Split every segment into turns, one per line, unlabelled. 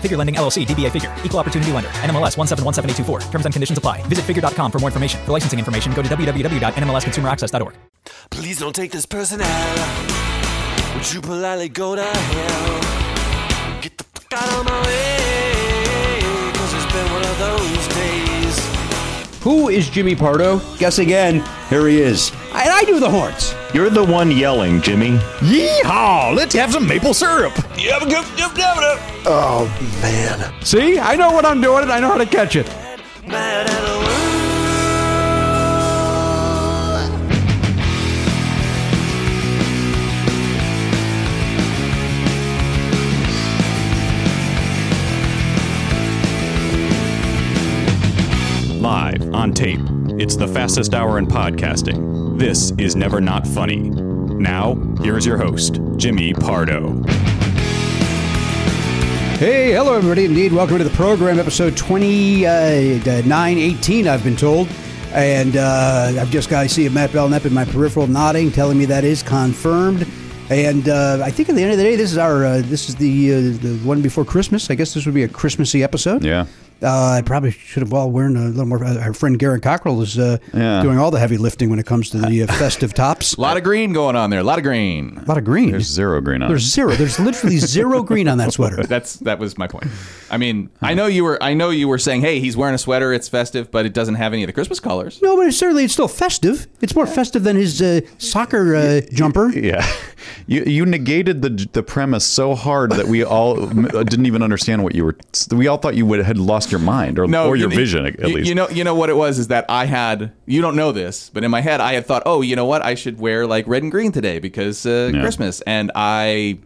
Figure Lending LLC, DBA Figure, Equal Opportunity Lender, NMLS 1717824. Terms and conditions apply. Visit figure.com for more information. For licensing information, go to www.nmlsconsumeraccess.org.
Please don't take this person out. Would you politely go to hell? Get the fuck out of my way. Cause it's been one of those days.
Who is Jimmy Pardo? Guess again. Here he is. And I do the horns.
You're the one yelling, Jimmy.
Yeehaw! Let's have some maple syrup.
See, I know what I'm doing and I know how to catch it.
Mad at the world.
Live on tape. It's the fastest hour in podcasting. This is never not funny. Now, here's your host, Jimmy Pardo.
Hey, hello, everybody. Indeed, welcome to the program, episode 2918, I've been told. And uh, I've just got, I see Matt Belknap in my peripheral nodding, telling me that is confirmed. And uh, I think at the end of the day, this is our, uh, this is the uh, the one before Christmas. I guess this would be a Christmassy episode.
Yeah.
Uh, I probably should have well worn a little more. uh, Our friend Garen Cockrell is uh,
Yeah.
doing all the heavy lifting when it comes to the uh, festive tops.
A lot of green going on there. A lot of green.
A lot of green.
There's zero green on.
There's
it.
zero. There's literally zero green on that sweater.
That's that was my point. I mean, I know you were I know you were saying, "Hey, he's wearing a sweater. It's festive, but it doesn't have any of the Christmas colors."
No, but it's certainly it's still festive. It's more festive than his uh, soccer uh, jumper.
Yeah, you you negated the the premise so hard that we all m- uh, didn't even understand what you were. We all thought you would had lost your mind or
No,
or your
you-
vision at
you-
least.
You know, you know what it was is that I had. You don't know this, but in my head, I had thought, "Oh, you know what? I should wear like red and green today because uh,
Yeah.
Christmas." And I,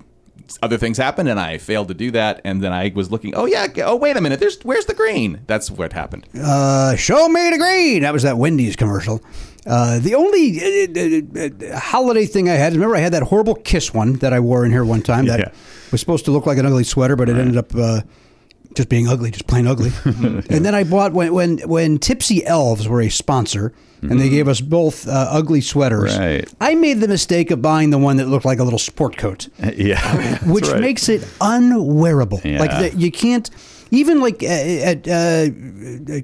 other things happened, and I failed to do that. And then I was looking. Oh yeah. Oh wait a minute. There's where's the green? That's what happened.
Uh, show me the green. That was that Wendy's commercial. Uh, the only uh, uh, uh, holiday thing I had, remember I had that horrible kiss one that I wore in here one time that
Yeah.
was supposed to look like an ugly sweater, but it ended up uh, just being ugly, just plain ugly. And then I bought when when when Tipsy Elves were a sponsor. And they gave us both uh, ugly sweaters.
Mm-hmm. Right.
I made the mistake of buying the one that looked like a little sport coat.
yeah, that's
which
right.
makes it unwearable.
Yeah.
Like the, you can't even like uh, at uh,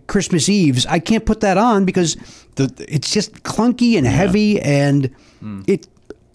Christmas Eve's, I can't put that on because the it's just clunky and heavy, and it,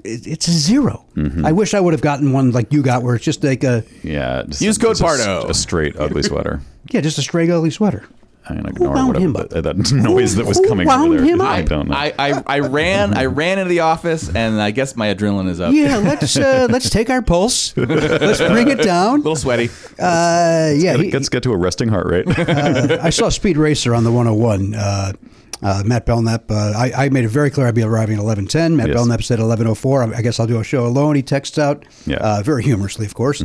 it it's a 0
Mm-hmm.
I wish I would have gotten one like you got, where it's just like a
yeah. just-
Use code
just a s-
Pardo.
A straight ugly sweater.
yeah, just a stray ugly sweater.
I mean,
Who
ignore
wound
whatever
him up?
that, that noise that was
who
coming
wound
over there.
him
I
up?
don't know.
I, I, I ran I ran into the office and I guess my adrenaline is up.
Yeah, let's uh, let's take our pulse. Let's bring it
A
down.
little sweaty.
Uh, yeah, he-
Let's get to a resting heart rate.
uh, I saw Speed Racer on the 101. Uh, uh, Matt Belknap, uh, I, I made it very clear I'd be arriving at 11.10. Matt
Yes.
Belknap said 11.04. I- I guess I'll do a show alone. He texts out,
Yeah. Mm-hmm.
uh, very humorously, of course.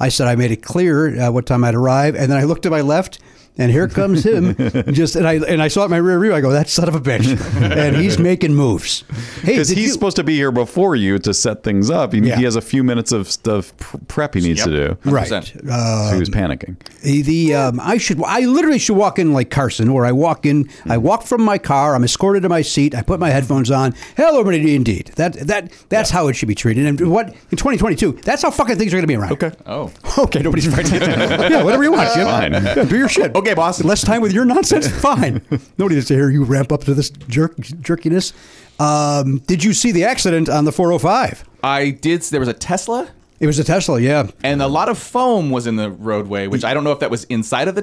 I said I made it clear uh, what time I'd arrive. And then I looked to my left. And here comes him, just and I and I saw it in my rear view. I go, that son of a bitch, and he's making moves. Hey,
Because
did
he's
you-
supposed to be here before you to set things up. He,
Yeah.
he has a few minutes of stuff pr- prep he needs to do.
right?
100%.
Uh,
so he was panicking.
The um, I should I literally should walk in like Carson, or I walk in. I walk from my car. I'm escorted to my seat. I put my headphones on. Hello, everybody. Indeed, that that that's how it should be treated. And what in 2022? That's how fucking things are going to be around. Okay.
Oh.
Okay. Nobody's fighting. yeah. Whatever you want. Jim.
Fine.
Yeah, do your shit.
Okay, boss.
Less time with your nonsense. Fine. Nobody needs to hear you ramp up to this jerk jerkiness. Um, did you see the accident on the 405?
I did there was a Tesla
It was a Tesla. Yeah.
and a lot of foam was in the roadway, which I don't know if that was inside of the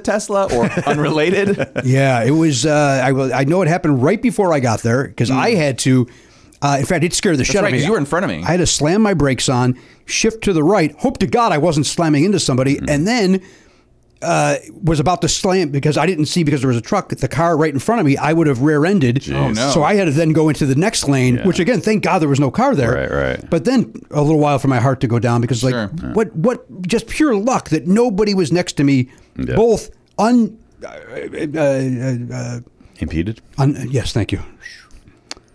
Tesla or unrelated.
Yeah, it was. Uh, I will. I know it happened right before I got there because I had to. Uh, in fact, it scared the shit out
Mm. right,
of me.
'cause you were in front of me.
I had to slam my brakes on, shift to the right, hope to God I wasn't slamming into somebody,
Mm-hmm.
and then uh, was about to slam because I didn't see because there was a truck, the car right in front of me. I would have rear-ended.
Oh, no.
So I had to then go into the next lane, which again, thank God there was no car there.
Right, right.
But then a little while for my heart to go down because like
Sure.
what what just pure luck that nobody was next to me, both un. Uh, uh, uh, uh,
Impeded?
Un- yes, thank you.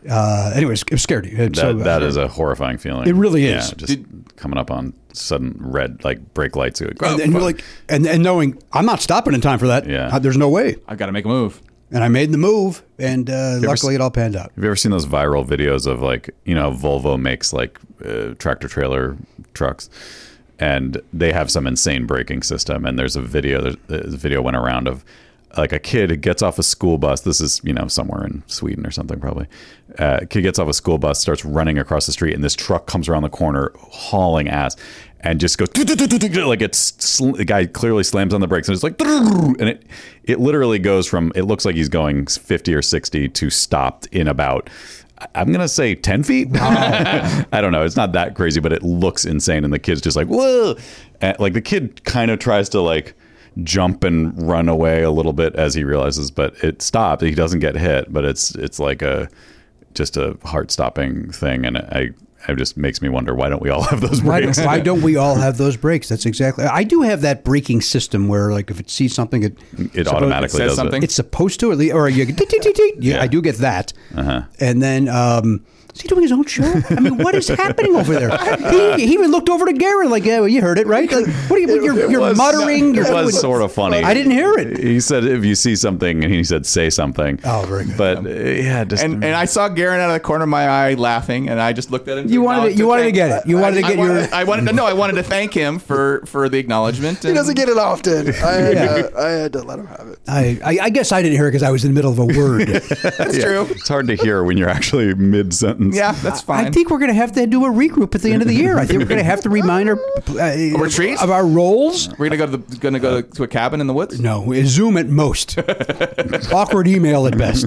Uh, anyways, it scared you. It-
That,
so, uh,
that is a horrifying feeling.
It really
Yeah,
is.
just coming up on sudden red, like brake lights. You're like,
and,
"Oh,
and you're
fuck."
like, and, and knowing I'm not stopping in time for that.
Yeah.
Uh, there's no way.
I've got to make a move.
And I made the move, and uh, luckily
s-
it all panned out.
Have you ever seen those viral videos of like you know Volvo makes like uh, tractor trailer trucks, and they have some insane braking system. And there's a video. There's, there's a video went around of like a kid who gets off a school bus. This is you know somewhere in Sweden or something probably. Uh, kid gets off a school bus, starts running across the street, and this truck comes around the corner hauling ass. And just goes like it's sl- the guy clearly slams on the brakes and it's like and it it literally goes from it looks like he's going 50 or 60 to stopped in about I'm gonna say 10 feet. I don't know. It's not that crazy, but it looks insane, and the kid's just like whoa. And, like the kid kind of tries to like jump and run away a little bit as he realizes, but it stopped. He doesn't get hit, but it's it's like a just a heart stopping thing, and I. It just makes me wonder why don't we all have those
Why,
brakes?
why don't we all have those brakes? That's exactly. I do have that braking system where, like, if it sees something, it
it automatically
says
does
something.
It.
it's supposed to, or, the, or you, tick, tick, tick, tick. yeah, I do get that. Uh-huh. And then, um, is he doing his own show? I mean, what is happening over there? He, he even looked over to Garen, like, yeah, well, you heard it, right? Like, what are you? you're
It
you're
was-
muttering.
It
you're
was
doing-
sort of funny.
I didn't hear it.
He said, "If you see something," and he said, "Say something."
Oh, very good.
But uh, yeah, just
And and I saw Garen out of the corner of my eye laughing, and I just looked at him.
You wanted to- you wanted to get it. You wanted to
I- I
get
wanted-
your-
I wanted to no. I wanted to thank him for for the acknowledgement.
He doesn't get it often. I, had to- I had to let him have it.
I, I, I guess I didn't hear it because I was in the middle of a word.
That's true.
it's hard to hear when you're actually mid sentence.
Yeah, that's fine.
I think we're going to have to do a regroup at the end of the year. I think we're going to have to remind our uh,
retreat?
of our roles.
we're gonna go to the, gonna go to a cabin in the woods.
No, Zoom at most. Awkward email at best.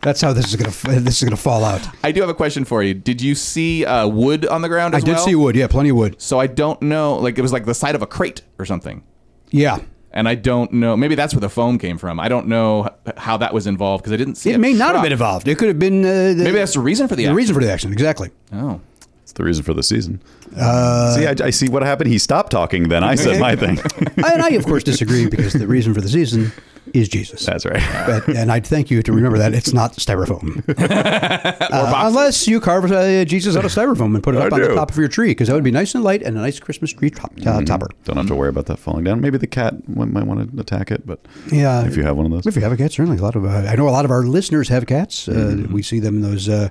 That's how this is going to this is going to fall out.
I do have a question for you. Did you see uh, wood on the ground?
I
As
did
well?
see wood. Yeah, plenty of wood.
So I don't know. Like it was like the side of a crate or something.
Yeah.
And I don't know. Maybe that's where the foam came from. I don't know h- how that was involved because I didn't see it.
It may not have been
involved.
involved. It could have been uh, the,
Maybe that's the reason for the
the
action.
reason for the action. Exactly.
Oh,
it's the reason for the season.
Uh,
see, I, I see what happened. He stopped talking. Then I said my thing.
and I, of course, disagree because the reason for the season is Jesus.
that's right.
But- and I'd thank you to remember that it's not styrofoam. Uh, unless you carve uh, Jesus out of styrofoam and put it
I
up on the
do. Mm-hmm.
top of your tree, because that would be nice and light and a nice Christmas tree top, uh, topper.
Don't have to worry about that falling down. Maybe the cat might might want to attack it, but
Yeah.
if you have one of those,
If you have a cat, certainly a lot of uh, I know a lot of our listeners have cats. Uh, We see them in those uh,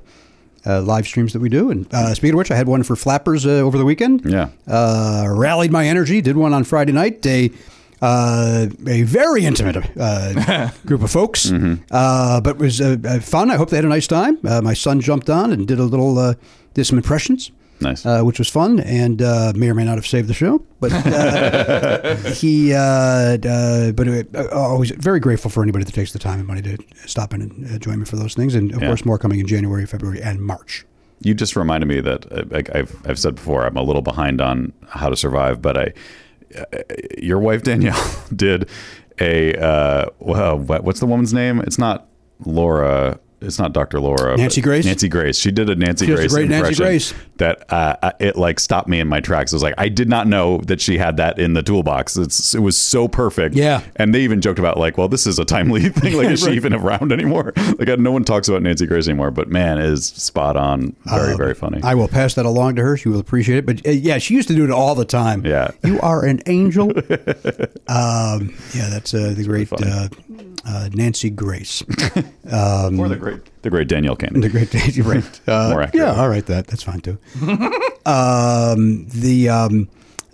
uh, live streams that we do. And uh, speaking of which, I had one for flappers uh, over the weekend.
Yeah.
uh, rallied my energy. Did one on Friday night. A uh, a very intimate uh, group of folks, uh, but was uh, uh, fun. I hope they had a nice time. Uh, my son jumped on and did a little uh, did some impressions.
Nice.
uh, which was fun, and uh, may or may not have saved the show, but uh, he. Uh, uh, but uh, always very grateful for anybody that takes the time and money to stop in and uh, join me for those things, and of
Yeah.
course more coming in January, February, and March.
you just reminded me that uh, like I've I've said before, I'm a little behind on how to survive, but I, uh, your wife Danielle did a uh, well, what, what's the woman's name? It's not Laura. It's not Dr. Laura. but
Nancy Grace?
Nancy Grace. She did a Nancy
She does a
Grace
great Nancy
impression
Grace.
that uh, I- it like stopped me in my tracks. I was like, I did not know that she had that in the toolbox. It's it was so perfect.
Yeah.
And they even joked about like, well, this is a timely thing. Like, is she even around anymore? Like, uh, no one talks about Nancy Grace anymore. But man, it is spot on. Very very funny.
Uh, I will pass that along to her. She will appreciate it. But uh, yeah, she used to do it all the time.
Yeah.
You are an angel. um, yeah, that's uh, the great uh, uh, Nancy Grace.
or the great the great Daniel
the
Cannon.
great Nancy Grace. Uh,
More accurate.
yeah, all right, that that's fine too. um, the um,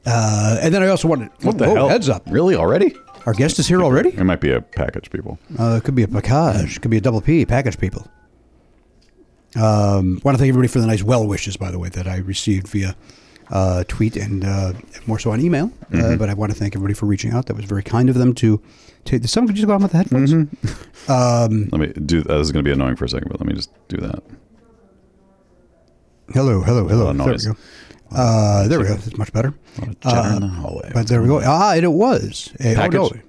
uh, and then I also wanted
What the
whoa,
hell?
Heads up!
Really already?
Our guest is here already.
It might be a package, people.
Uh, it could be a package. Could be a double P. Package people. Um, want to thank everybody for the nice well wishes, by the way, that I received via uh, tweet and uh, more so on email.
Mm-hmm.
Uh, but I want to thank everybody for reaching out. That was very kind of them to. to did someone just go on with the headphones?
Let me do. Uh, this is going to be annoying for a second, but let me just do that.
Hello, hello, hello.
of
There we
noise.
go. Uh, there we go. That's much better.
Chitter in the
Uh,
hallway.
But there we go. Ah, and it was. a- oh, no,
Package?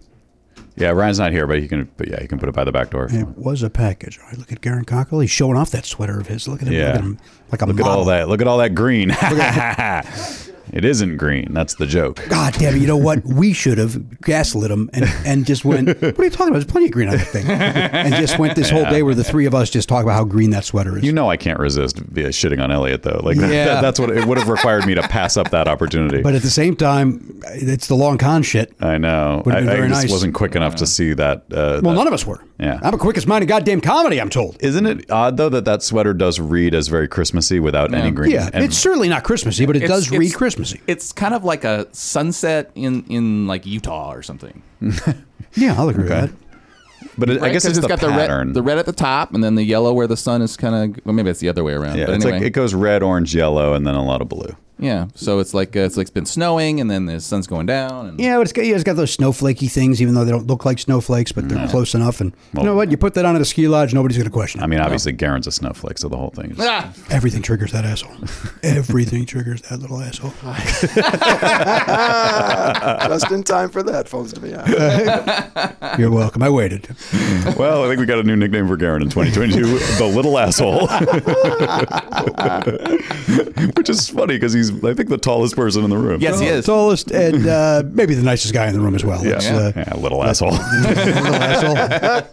Yeah, Ryan's not here, but he can. But yeah, he can put it by the back door. if you
it
want.
was a package. All right, look at Garen Cockle. He's showing off that sweater of his. Look at him.
Yeah.
Look at him. Like a
Look at
model.
all that. Look at all that green. it isn't green. That's the joke.
God damn it! You know what? We should have gaslit him and, and just went. What are you talking about? There's plenty of green on that thing. And just went this whole day where the three of us just talk about how green that sweater is.
You know I can't resist yeah, shitting on Elliot though. Like that-
Yeah.
that's what it would have required me to pass up that opportunity.
but at the same time, it's the long con shit.
I know.
Would've
I,
been
I
very
just
nice.
wasn't quick enough to see that. Uh,
Well,
that-
none of us were.
Yeah.
I'm the quickest mind in goddamn comedy. I'm told.
Isn't it odd though that that sweater does read as very Christmassy without any green?
Yeah,
And-
it's certainly not Christmassy, but it does
It's-
read
it's-
Christmassy.
It's kind of like a sunset in in like Utah or something.
Yeah, I'll agree with that.
but it, I
Right?
guess
'Cause
it's, the
got
pattern.
the red the red at the top and then the yellow where the sun is kind of well, maybe it's the other way around.
yeah,
but
it's
anyway,
like it goes red, orange, yellow, and then a lot of blue.
yeah. So it's like uh, it's like it's been snowing and then the sun's going down. And,
Yeah, but it's got, yeah, it's got those snowflakey things, even though they don't look like snowflakes, but they're close enough. And you know what? You put that on at a ski lodge, nobody's going to question it.
I mean, obviously, Garen's a snowflake, so the whole thing. Is,
Ah!
Everything triggers that asshole. Everything triggers that little asshole.
Just in time for the headphones to be on.
You're welcome. I waited.
well, I think we got a new nickname for Garen in 2022, the little asshole, which is funny because he's I think the tallest person in the room.
Yes, he is.
Tallest and uh, maybe the nicest guy in the room as well.
Yeah,
That's,
yeah.
uh,
Yeah, little asshole.
little asshole.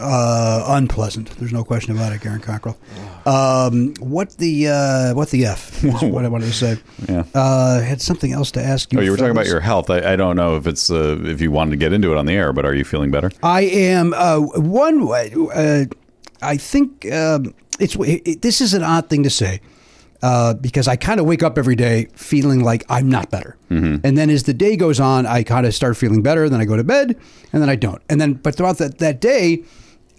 Uh, unpleasant. There's no question about it, Garen Cockrell. Um, what the uh, what the f? Is what I wanted to say.
Yeah.
Uh, had something else to ask you.
Oh, you were talking about
fellas.
your health. I, I don't know if it's uh, if you wanted to get into it on the air, but are you feeling better?
I am uh, one. way- Uh, I think um, it's it, this is an odd thing to say uh, because I kind of wake up every day feeling like I'm not better,
Mm-hmm.
and then as the day goes on, I kind of start feeling better. Then I go to bed, and then I don't, and then but throughout that that day,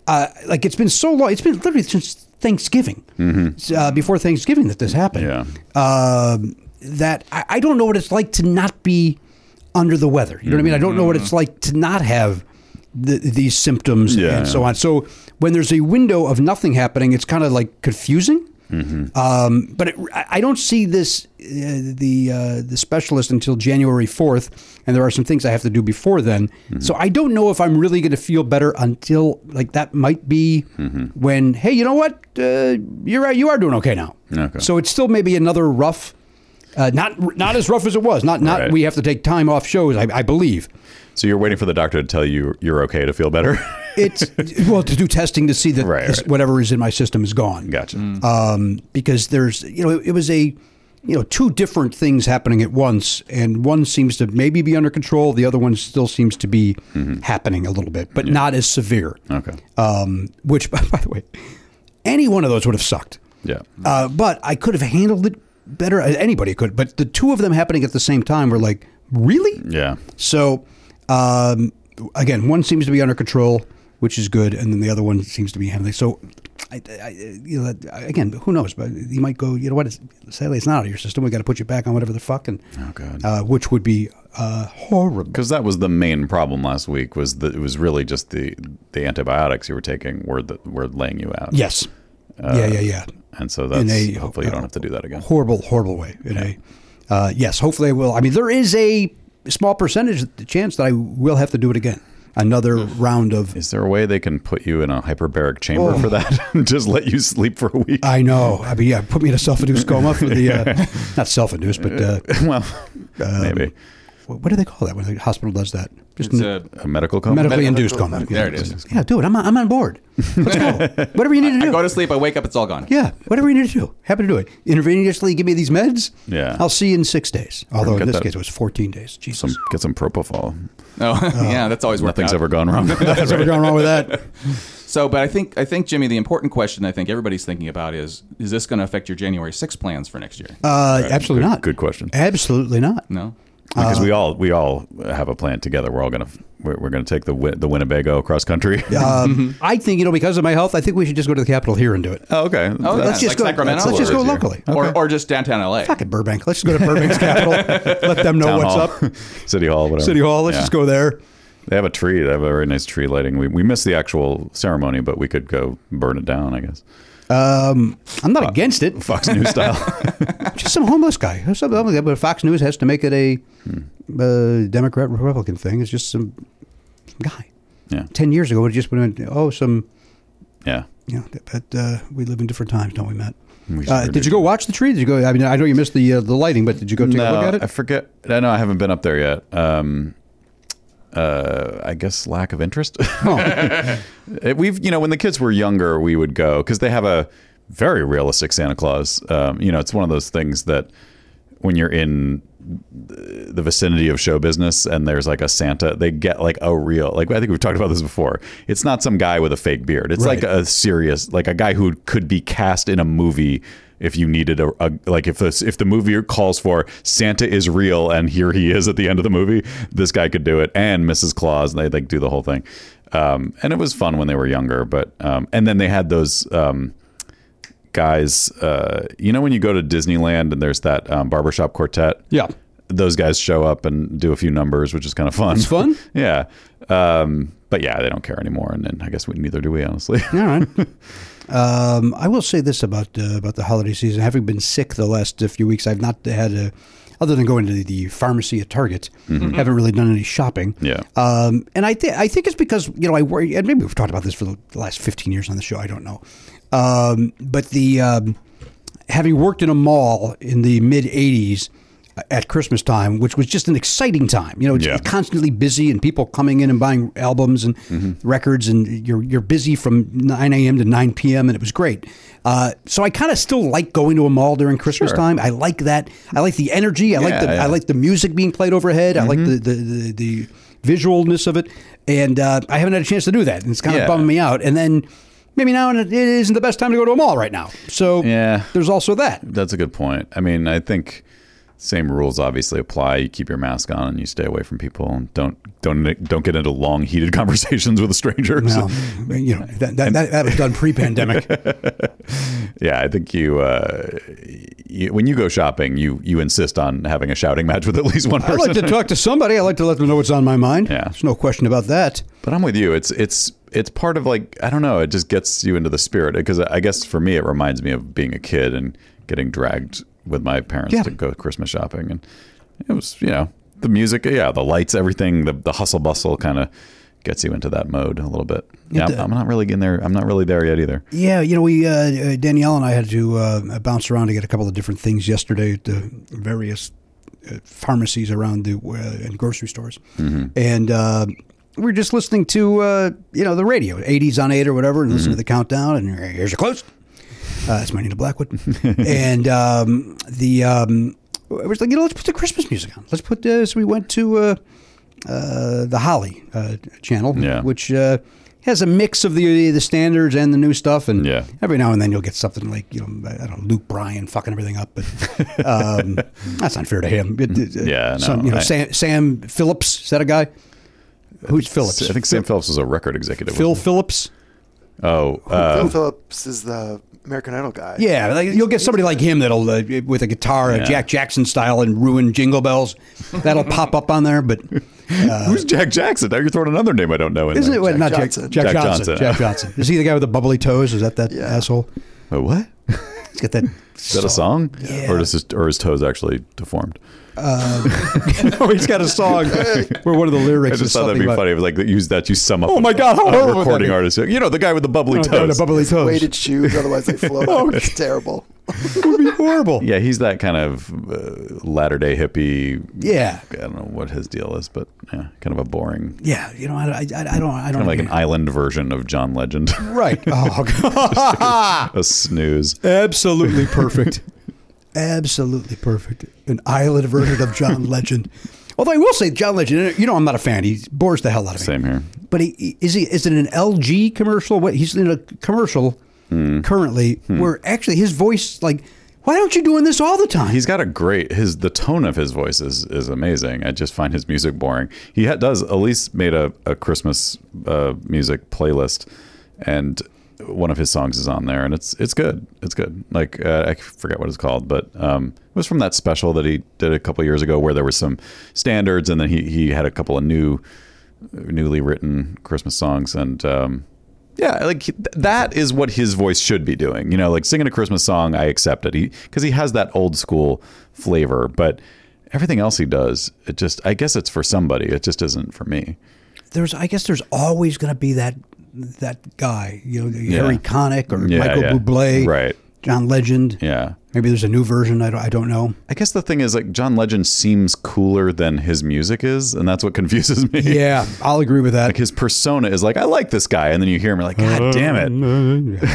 uh, like it's been so long. It's been literally since Thanksgiving, uh, before Thanksgiving, that this happened.
Mm-hmm. Yeah.
Um that I, I don't know what it's like to not be under the weather. You know what I mean? I don't know what
Mm-hmm.
it's like to not have the, these symptoms
Yeah,
and so
yeah.
on. So when there's a window of nothing happening, it's kind of like confusing.
Mm-hmm.
Um, but it, I I don't see this uh, the uh, the specialist until January fourth, and there are some things I have to do before then.
Mm-hmm.
So I don't know if I'm really going to feel better until like that might be
Mm-hmm.
when. Hey, you know what? Uh, you're right. You are doing okay now.
Okay.
So it's still maybe another rough. Uh, not not as rough as it was. Not not
Right.
we have to take time off shows. I, I believe
So you're waiting for the doctor to tell you you're okay to feel better.
it's well to do testing to see that
Right,
this-
right.
whatever is in my system is gone.
gotcha.
um, because there's you know it, it was a you know two different things happening at once and one seems to maybe be under control the other one still seems to be
Mm-hmm.
happening a little bit but not as severe
Okay.
um, which by, the way any one of those would have sucked
Yeah.
uh, but i could have handled it better anybody could but the two of them happening at the same time were like really
yeah.
so, um, again, one seems to be under control, which is good, and then the other one seems to be having. So, I, I, you know, that- again, who knows? But you might go. You know what? It's, sadly, it's not out of your system. We got to put you back on whatever the fuck, and oh
God.
uh, which would be uh, horrible.
Because that was the main problem last week. Was that it was really just the the antibiotics you were taking were the, were laying you out.
Yes. yeah, yeah, yeah.
And so that's
in a
hopefully you don't have to do that again.
Horrible, horrible way. In a uh, yes, hopefully I will. I mean, there is a small percentage chance that I will have to do it again. Another round of
Is there a way they can put you in a hyperbaric chamber
Oh.
for that and just let you sleep for a week?
I know. I mean, yeah, put me in a self-induced coma for the uh, not self-induced, but uh,
well,
um,
maybe
wh- what do they call that when the hospital does that? Just
It's
n-
a-
a medical coma.
medically
medical-
induced coma.
There it is.
Yeah, do it. I'm on, I'm on board. Let's go. Whatever you need to
I
do.
go to sleep. I wake up. It's all gone.
yeah, whatever you need to do. Happy to do it. Intravenously, give me these meds.
Yeah.
I'll see you in six days. Although
Get
in this
that-
case it was 14 days. Jesus,
some get some propofol.
Oh, yeah. That's always worked
Nothing's
out.
ever gone wrong.
what's ever going wrong with that?
So, but I think I think Jimmy, the important question I think everybody's thinking about is: Is this going to affect your January 6 plans for next year?
Uh, absolutely
Good-
not.
good question.
Uh, Absolutely not.
no.
because we all we all have a plan together. We're all gonna we're, we're gonna take the Wi- the Winnebago cross country. Mm-hmm.
Um, I think you know because of my health, I think we should just go to the Capitol here and do it.
oh, okay.
Oh,
That's-
yeah,
just
like
go-
Sacramento.
let's just go
or-
locally.
or or just downtown LA.
Fuck it, Burbank. Let's just go to Burbank's Capitol. Let them know
Town
what's
hall.
up.
City Hall, whatever.
City Hall. Let's
Yeah.
just go there.
They have a tree. They have a very nice tree lighting. We we missed the actual ceremony, but we could go burn it down. I guess.
Um, I'm not against it.
Fox News style.
Just some homeless guy. Or something like that. But Fox News has to make it a
Hmm.
uh, Democrat Republican thing. It's just some, some guy.
yeah,
Ten years ago, it just would have been oh some.
yeah.
Yeah, but uh, we live in different times, don't we, Matt?
We
Uh,
sure
did you
do.
go watch the tree? Did you go? I mean, I know you missed the uh, the lighting, but did you go take a look at it?
I forget. I know I haven't been up there yet. Um, uh, I guess lack of interest.
Oh.
It- We've, you know, when the kids were younger, we would go because they have a very realistic Santa Claus. Um, you know, it's one of those things that when you're in the vicinity of show business and there's like a Santa, they get like a real, like I think we've talked about this before. It's not some guy with a fake beard. It's like a serious, like a guy who could be cast in a movie if you needed a, a like if this if the movie calls for Santa is real and here he is at the end of the movie, this guy could do it and Mrs. Claus and they like do the whole thing. Um, and it was fun when they were younger, but um, and then they had those. Um, guys, uh, you know, when you go to Disneyland and there's that um, barbershop quartet.
Yeah.
Those guys show up and do a few numbers, which is kind of fun. It's
fun?
yeah. Um, but yeah, they don't care anymore. And, and I guess we neither do we, honestly.
All right. um, I will say this about uh, about the holiday season. Having been sick the last uh, few weeks, I've not had a other than going to the pharmacy at Target. Haven't really done any shopping.
Yeah.
Um, and I think I think it's because you know I worry, and maybe we've talked about this for the last fifteen years on the show. I don't know, um, but the um, having worked in a mall in the mid '80s at Christmas time, which was just an exciting time. You know, it's
Yeah.
constantly busy and people coming in and buying albums and
Mm-hmm.
records, and you're you're busy from 9 a.m. to 9 p.m. and it was great. Uh, so I kind of still like going to a mall during Christmas time. I like that. I like the energy. I like
Yeah,
the
yeah. Mm-hmm.
I like the music being played overhead. I like the the the, the visualness of it. And uh, I haven't had a chance to do that, and it's kind of
Yeah.
bumming me out. And then. Maybe now and it isn't the best time to go to a mall right now. So
Yeah.
there's also that.
That's a good point. I mean, I think same rules obviously apply. You keep your mask on and you stay away from people and don't don't don't get into long heated conversations with strangers.
Well, you know that that, that, that was done pre-pandemic.
Yeah, I think you, uh, you when you go shopping, you you insist on having a shouting match with at least one
I
person.
like to talk to somebody. I like to let them know what's on my mind.
Yeah.
There's no question about that.
But I'm with you. It's it's it's part of like I don't know. It just gets you into the spirit because I guess for me it reminds me of being a kid and getting dragged with my parents
Yeah.
to go Christmas shopping, and it was you know the music, yeah, the lights, everything, the the hustle bustle kind of gets you into that mode a little bit. Yeah, I'm, I'm not really in there. I'm not really there yet either.
Yeah, you know, we uh, uh, Danielle and I had to uh, bounce around to get a couple of different things yesterday at the various uh, pharmacies around the uh, and grocery stores, and uh, we were just listening to uh, you know the radio, '80s on eight or whatever, and listen to the countdown. And here's your close. Uh, that's my Nina Blackwood. and um, the um, it was like you know let's put the Christmas music on. Let's put uh, so we went to uh, uh, the Holly uh, channel,
Yeah.
which uh, has a mix of the the standards and the new stuff. And
Yeah.
every now and then you'll get something like you know I don't know Luke Bryan fucking everything up, but um, that's unfair to him. It- it-
Yeah,
some,
no,
you know
I-
Sam, Sam Phillips is that a guy? Who's Phillips?
I think Sam Phillips was a record executive.
Phil
wasn't
Phillips.
he? Oh, uh,
Phil Phillips is the American Idol guy.
Yeah, like, you'll get somebody like him that'll uh, with a guitar, a
Yeah.
Jack Jackson style, and ruin Jingle Bells. That'll pop up on there, but
who's Jack Jackson? Now you're throwing another name I don't know. In
isn't it
there.
well, not
Johnson.
Jack? Jack,
Jack
Johnson.
Johnson.
Jack Johnson. Is he the guy with the bubbly toes? Is that that
Yeah.
asshole?
Oh, what?
He's got that.
Is that a song?
Yeah.
Or does his, or his toes actually deformed?
no, Oh, he's got a song where one of the
I
lyrics
just
is
thought
something
that'd be
about,
funny. If, like use that you sum up.
Oh my God, how
a
horrible would that
recording
be?
artist. You know the guy with the bubbly
Oh, the
toes.
bubbly toes.
Weighted shoes, otherwise they float.
Oh,
It's terrible.
It would be horrible.
yeah, he's that kind of uh, latter day hippie.
Yeah.
I don't know what his deal is, but yeah, kind of a boring,
Yeah, you know, I, I, I don't, I
kind
don't
of like an island version of John Legend.
right. Oh, God.
a snooze.
Absolutely perfect. Absolutely perfect. An island version of John Legend. Although I will say, John Legend, you know, I'm not a fan. He bores the hell out of me.
Same here.
But he- he, is he? Is it an LG commercial? What he's in a commercial
Hmm.
currently where actually his voice, like, why aren't you doing this all the time?
He's got a great his the tone of his voice is is amazing. I just find his music boring. He ha- does Elise made a a Christmas uh, music playlist, and one of his songs is on there, and it's it's good. It's good. Like uh, I forget what it's called, but um, it was from that special that he did a couple years ago where there were some standards, and then he he had a couple of new newly written Christmas songs, and um, Yeah, like he- th- that is what his voice should be doing. You know, like singing a Christmas song, I accept it. He because he has that old school flavor, but everything else he does, it just I guess it's for somebody. It just isn't for me.
there's I guess there's always going to be that that guy, you know, Harry Connick or
Yeah,
Michael
yeah.
Bublé,
Right.
John Legend.
Yeah.
Maybe there's a new version. I don't, I don't know.
I guess the thing is like John Legend seems cooler than his music is, and that's what confuses me.
Yeah, I'll agree with that.
Like his persona is like, I like this guy, and then you hear him, you're like,
Uh-huh.
God damn it!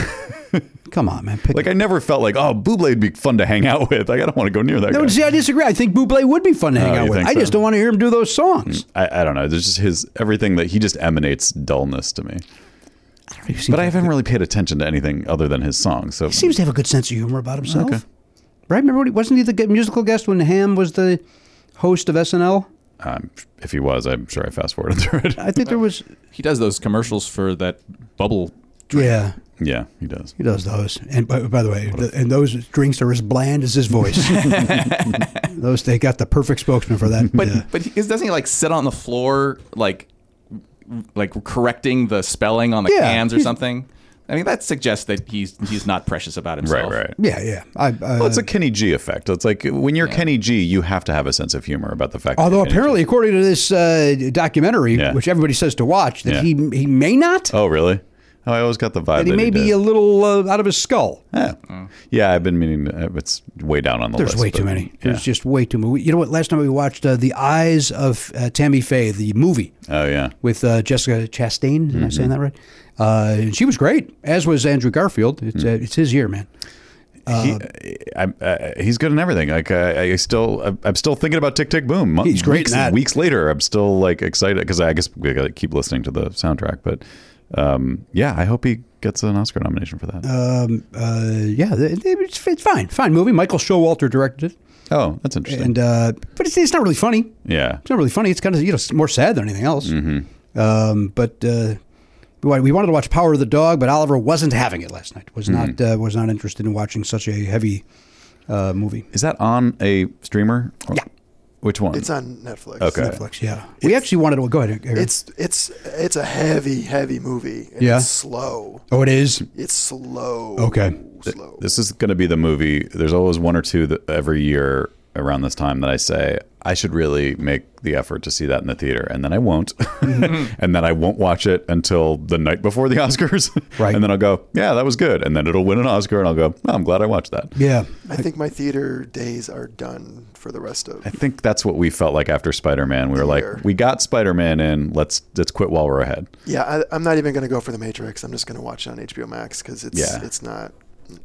Come on, man. Pick
Like I never felt like, oh, Bublé'd be fun to hang out with. Like I don't want to go near that.
no,
guy.
see, I disagree. I think Bublé would be fun to hang
Oh,
out
you
with.
think
I
so?
just don't want to hear him do those songs.
I, I don't know. There's just his everything that he just emanates dullness to me.
He seems,
But I haven't really paid attention to anything other than his song. So
he seems to have a good sense of humor about himself.
Okay.
Right? Remember, when he, wasn't he the g- musical guest when Ham was the host of SNL?
um, if he was, I'm sure I fast forwarded through it.
I think there was.
He does those commercials for that bubble.
Yeah,
yeah, he does.
he does those. And by, by the way, the, and those drinks are as bland as his voice. those they got the perfect spokesman for that.
But
yeah.
but he, doesn't he like sit on the floor like like correcting the spelling on the
Yeah,
cans or
he's-
something? I mean, that suggests that he's he's not precious about
Right,
himself.
right.
yeah, yeah. I, uh,
Well, it's a Kenny G effect. It's like when you're Kenny G, you have to have a sense of humor about the fact. that
Although
you're Kenny G.
apparently, according to this uh, documentary,
Yeah.
which everybody says to watch, that
Yeah.
he he may not,
oh really? Oh, I always got the vibe
that he may be
did.
a little uh, out of his skull.
yeah. yeah, I've been meaning. uh, It's way down on the
There's
list.
way too
but
many.
Yeah.
There's just way too many. You know what? Last time we watched uh, The Eyes of uh, Tammy Faye, the movie
oh yeah.
with uh, Jessica Chastain. Am
Mm-hmm.
I saying that right? Uh, and she was great, as was Andrew Garfield. It's,
Mm.
uh, it's his year, man. Um,
he, I, I, he's good in everything. Like uh, I, I still, I'm- I'm still thinking about Tick Tick Boom. Mo-
He's great in
Weeks,
that.
weeks later, I'm still like excited because I guess we gotta keep listening to the soundtrack. But um, yeah, I hope he gets an Oscar nomination for that.
Uh, yeah, th- th- it's, it's fine. Fine movie. Michael Showalter directed it,
oh, that's interesting.
and uh, but it's, it's not really funny.
yeah,
It's not really funny. It's kind of you know it's more sad than anything else. Mm-hmm. Um, but uh, we we wanted to watch Power of the Dog, but Oliver wasn't having it last night. Was
Mm-hmm.
not uh, was not interested in watching such a heavy uh, movie.
is that on a streamer? Or-
Yeah.
Which one?
It's on Netflix.
Okay.
Netflix, yeah. we actually wanted to go ahead. Aaron.
It's it's it's a heavy heavy movie. And
Yeah.
It's slow.
oh, it is.
It's slow.
Oh,
Okay.
Slow.
This is going to be the movie. There's always one or two that every year around this time that I say I should really make the effort to see that in the theater, and then I won't,
Mm-hmm.
and then I won't watch it until the night before the Oscars,
Right.
And then I'll go, yeah, that was good, and then it'll win an Oscar, and I'll go, oh, I'm glad I watched that.
Yeah.
I think my theater days are done for the rest of.
I think that's what we felt like after Spider Man. We were like,
Sure.
we got Spider Man in. Let's let's quit while we're ahead.
Yeah, I, I'm not even going to go for the Matrix. I'm just going to watch it on HBO Max because it's
Yeah.
it's not.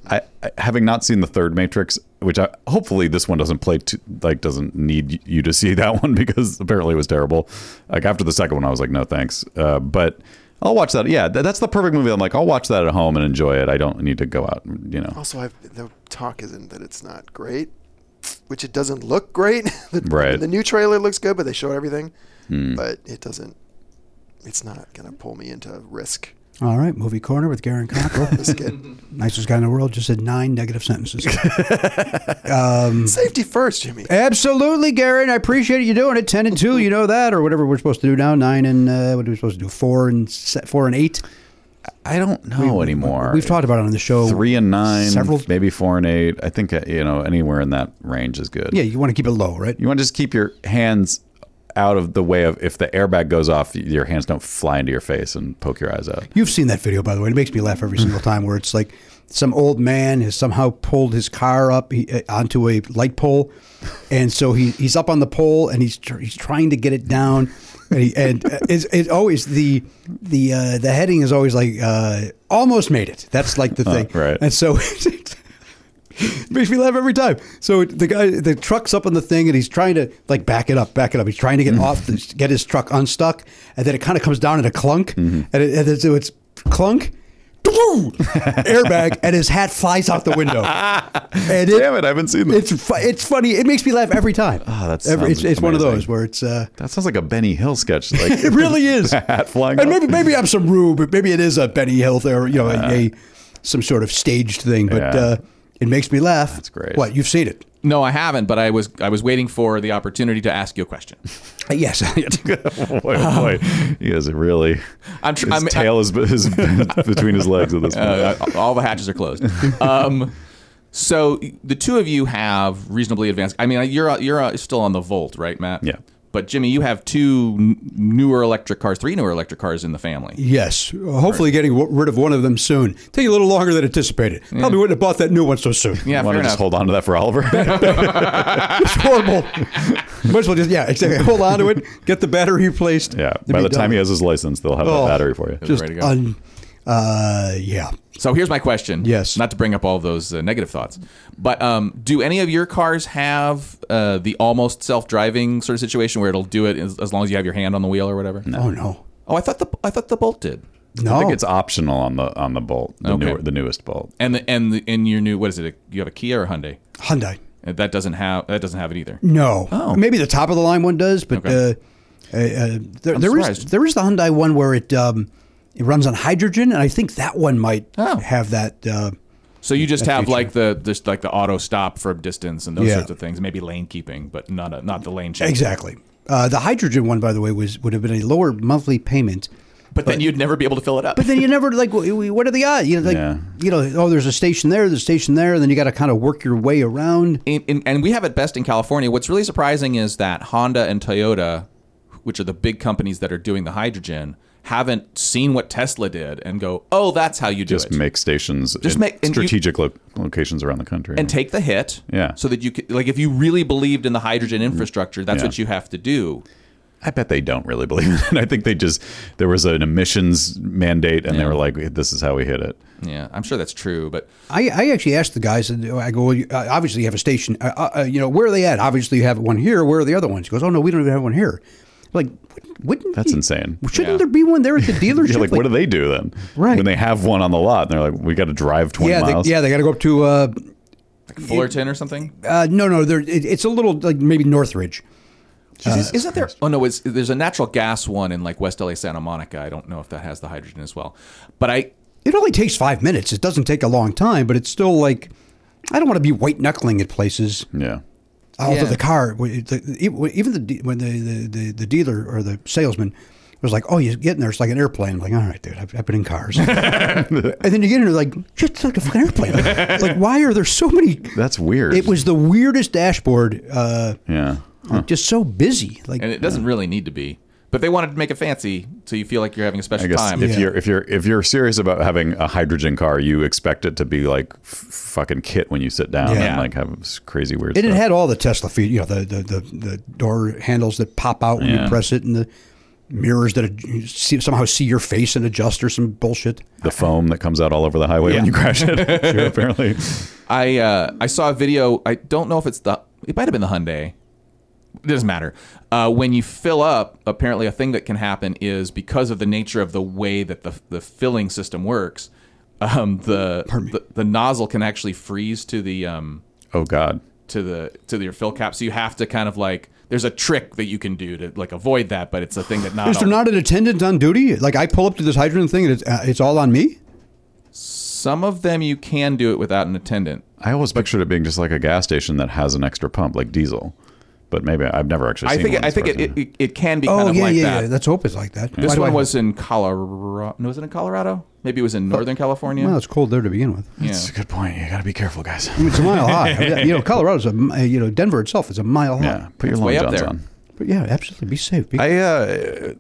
I, I having not seen the third Matrix, which I hopefully this one doesn't play too, like doesn't need you to see that one because apparently it was terrible. Like after the second one, I was like, no thanks. Uh, but I'll watch that. Yeah, th- that's the perfect movie. I'm like, I'll watch that at home and enjoy it. I don't need to go out. And, you know,
Also, I've, the talk isn't that it's not great, which it doesn't look great. the,
Right. Hmm.
The new trailer looks good, but they showed everything, but it doesn't. It's not going to pull me into risk.
All right. Movie corner with Garen Cockrell.
Let's get-
Nicest guy in the world. Just said nine negative sentences.
safety first, Jimmy.
Eh,
Absolutely, Garen. I appreciate you doing it. Ten and two. You know that, or whatever we're supposed to do now. Nine and uh, what are we supposed to do? Four and se- four and eight.
I don't know anymore.
We've talked about it on the show.
three and nine,
Several.
maybe four and eight. I think uh, you know anywhere in that range is good.
Yeah, you want to keep it low, right?
You want to just keep your hands out of the way of if the airbag goes off, your hands don't fly into your face and poke your eyes out.
You've seen that video, by the way. It makes me laugh every single time. Where it's like some old man has somehow pulled his car up he, uh, onto a light pole, and so he, he's up on the pole and he's tr- he's trying to get it down, and, he, and uh, it's, it's always the the uh, the heading is always like uh, almost made it. That's like the thing,
right.
And so. Makes me laugh every time. So the guy, the truck's up on the thing, and he's trying to like back it up, back it up. He's trying to get
Mm.
off, the, get his truck unstuck, and then it kind of comes down in a clunk,
Mm-hmm.
and, it, and it's, so it's clunk, woo, airbag, and his hat flies out the window. And it,
Damn it, I haven't seen that.
It's fu- it's funny. It makes me laugh every time.
Ah, that
every, it's,
sounds
it's one of
amazing.
those where it's. Uh,
That sounds like a Benny Hill sketch. Like
it really is.
the hat flying.
and
up.
maybe maybe I'm some rube, but maybe it is a Benny Hill or you know a, a- some sort of staged thing. But
Yeah.
uh, It makes me laugh. That's
great.
What you've seen it?
No, I haven't, but I was I was waiting for the opportunity to ask you a question.
Uh, Yes.
boy, oh boy. He is really.
Um, I'm tr-
his
I'm-
tail is, is between his legs at this point.
Uh, all the hatches are closed. Um, so the two of you have reasonably advanced. I mean, you're you're uh, still on the Volt, right, Matt?
Yeah.
But Jimmy, you have two n- newer electric cars, three newer electric cars in the family.
yes. Hopefully, getting w- rid of one of them soon. Take a little longer than anticipated. Probably wouldn't have bought that new one so soon.
Yeah,
Want
fair
to just
enough.
hold on to that for Oliver?
It's horrible. Might as well just yeah, exactly. Hold on to it. Get the battery replaced.
yeah.
and
By
be
the time
done.
he has his license, they'll have
Oh.
that battery for you.
just
Ready to go.
un, uh, yeah.
So here's my question.
Yes.
Not to bring up all of those uh, negative thoughts, but um, do any of your cars have uh, the almost self-driving sort of situation where it'll do it as, as long as you have your hand on the wheel or whatever?
Oh no.
Oh, I thought the I thought the Bolt did.
No.
I think it's optional on the on the bolt, the,
Okay.
newer, the newest bolt.
And the and the, in your new what is it? You have a Kia or a Hyundai?
Hyundai.
Uh, That doesn't have that doesn't have it either.
No.
Oh.
Maybe the top of the line one does, but
Okay.
uh, uh, uh, there, there is
surprised.
there is the Hyundai one where it um, it runs on hydrogen, and I think that one might
Oh.
have that. Uh,
So you just have like the just like the auto stop from distance and those
Yeah.
sorts of things. Maybe lane keeping, but not a, not the lane change.
exactly. Uh, the hydrogen one, by the way, was would have been a lower monthly payment.
But, then you'd never be able to fill it up.
But then you never like. w- w- What are the odds? You know, like
Yeah.
you know. Oh, there's a station there, there's a station there, and then you got to kind of work your way around.
in, in, and we have it best in California. What's really surprising is that Honda and Toyota, which are the big companies that are doing the hydrogen, haven't seen what Tesla did and go, "Oh, that's how you do
Just
it."
make stations
Just
in
make- and you-
strategic lo- locations around the country.
and take the hit,
Yeah.
So that you could, like, if you really believed in the hydrogen infrastructure, that's
Yeah.
what you have to do.
I bet they don't really believe it. I think they just there was an emissions mandate, and they were like, "This is how we hit it."
Yeah, I'm sure that's true, but
I, I actually asked the guys, and I go, well, you, uh, obviously you have a station. Uh, uh, you know, where are they at? Obviously you have one here. Where are the other ones? He goes, oh no, we don't even have one here. Like, wouldn't- wouldn't
That's
we-
insane.
Shouldn't
Yeah.
there be one there at the dealership?
You're like, what do they do then?
Right.
When they have one on the lot, and they're like, "We got to drive 20
yeah,
miles."
they, yeah, they got to go up to. Uh,
Fullerton or something.
uh, no, no, they're, it, it's a little like maybe Northridge.
Uh,
Is- Isn't there? Oh no, it's, there's a natural gas one in like West LA, Santa Monica. I don't know if that has the hydrogen as well, but I
It only takes five minutes. It doesn't take a long time, but it's still like, I don't want to be white knuckling at places.
Yeah.
Although
Yeah.
the car, w- the- the- even the de- when the, the, the, the dealer or the salesman was like, "Oh, you get in there, it's like an airplane." I'm like, all right, dude, I've, I've been in cars, and then you get in there, like, shit, it's like a fucking airplane. like, why are there so many?
That's weird.
It was the weirdest dashboard. Uh,
Yeah.
Just so busy. Like,
and it doesn't really need to be. But they wanted to make it fancy, so you feel like you're having
I
a special
guess
time.
if you're if you're if you're serious about having a hydrogen car, you expect it to be like f- fucking kit when you sit down
Yeah.
and like have s- crazy weird.
and it
stuff.
had all the Tesla feet. You know, the the, the, the door handles that pop out when
Yeah.
you press it, and the mirrors that ad- you see, somehow see your face and adjust or some bullshit.
the foam that comes out all over the highway when you crash it. apparently,
I uh, I saw a video. I don't know if it's the. It might have been the Hyundai. It doesn't matter. Uh, when you fill up, apparently a thing that can happen is because of the nature of the way that the the filling system works, um, the, the the nozzle can actually freeze to the um,
oh god.
to the to your fill cap. So you have to kind of like there's a trick that you can do to like avoid that, but it's a thing that not
Is there
all-
not an attendant on duty? Like I pull up to this hydrogen thing, and it's, uh, it's all on me.
some of them you can do it without an attendant.
I always pictured it being just like a gas station that has an extra pump, like diesel. But maybe I've never actually.
I
seen
think
one
I
as
think
far
it,
as I know.
it, it, it can be
Oh
kind of
yeah,
like
yeah,
that.
yeah. Let's hope it's like that. Why
This
do I-
one was in Colorado. No, was it in Colorado? Maybe it was in Northern California.
Well, it's cold there to begin with.
Yeah.
That's a good point. You got to be careful, guys.
It's a mile high. I mean, you know, Colorado's a mi- you know Denver itself is a mile high.
Yeah, put your
way
long
up
johns
there.
on.
But yeah, absolutely. Be safe. Be,
I uh,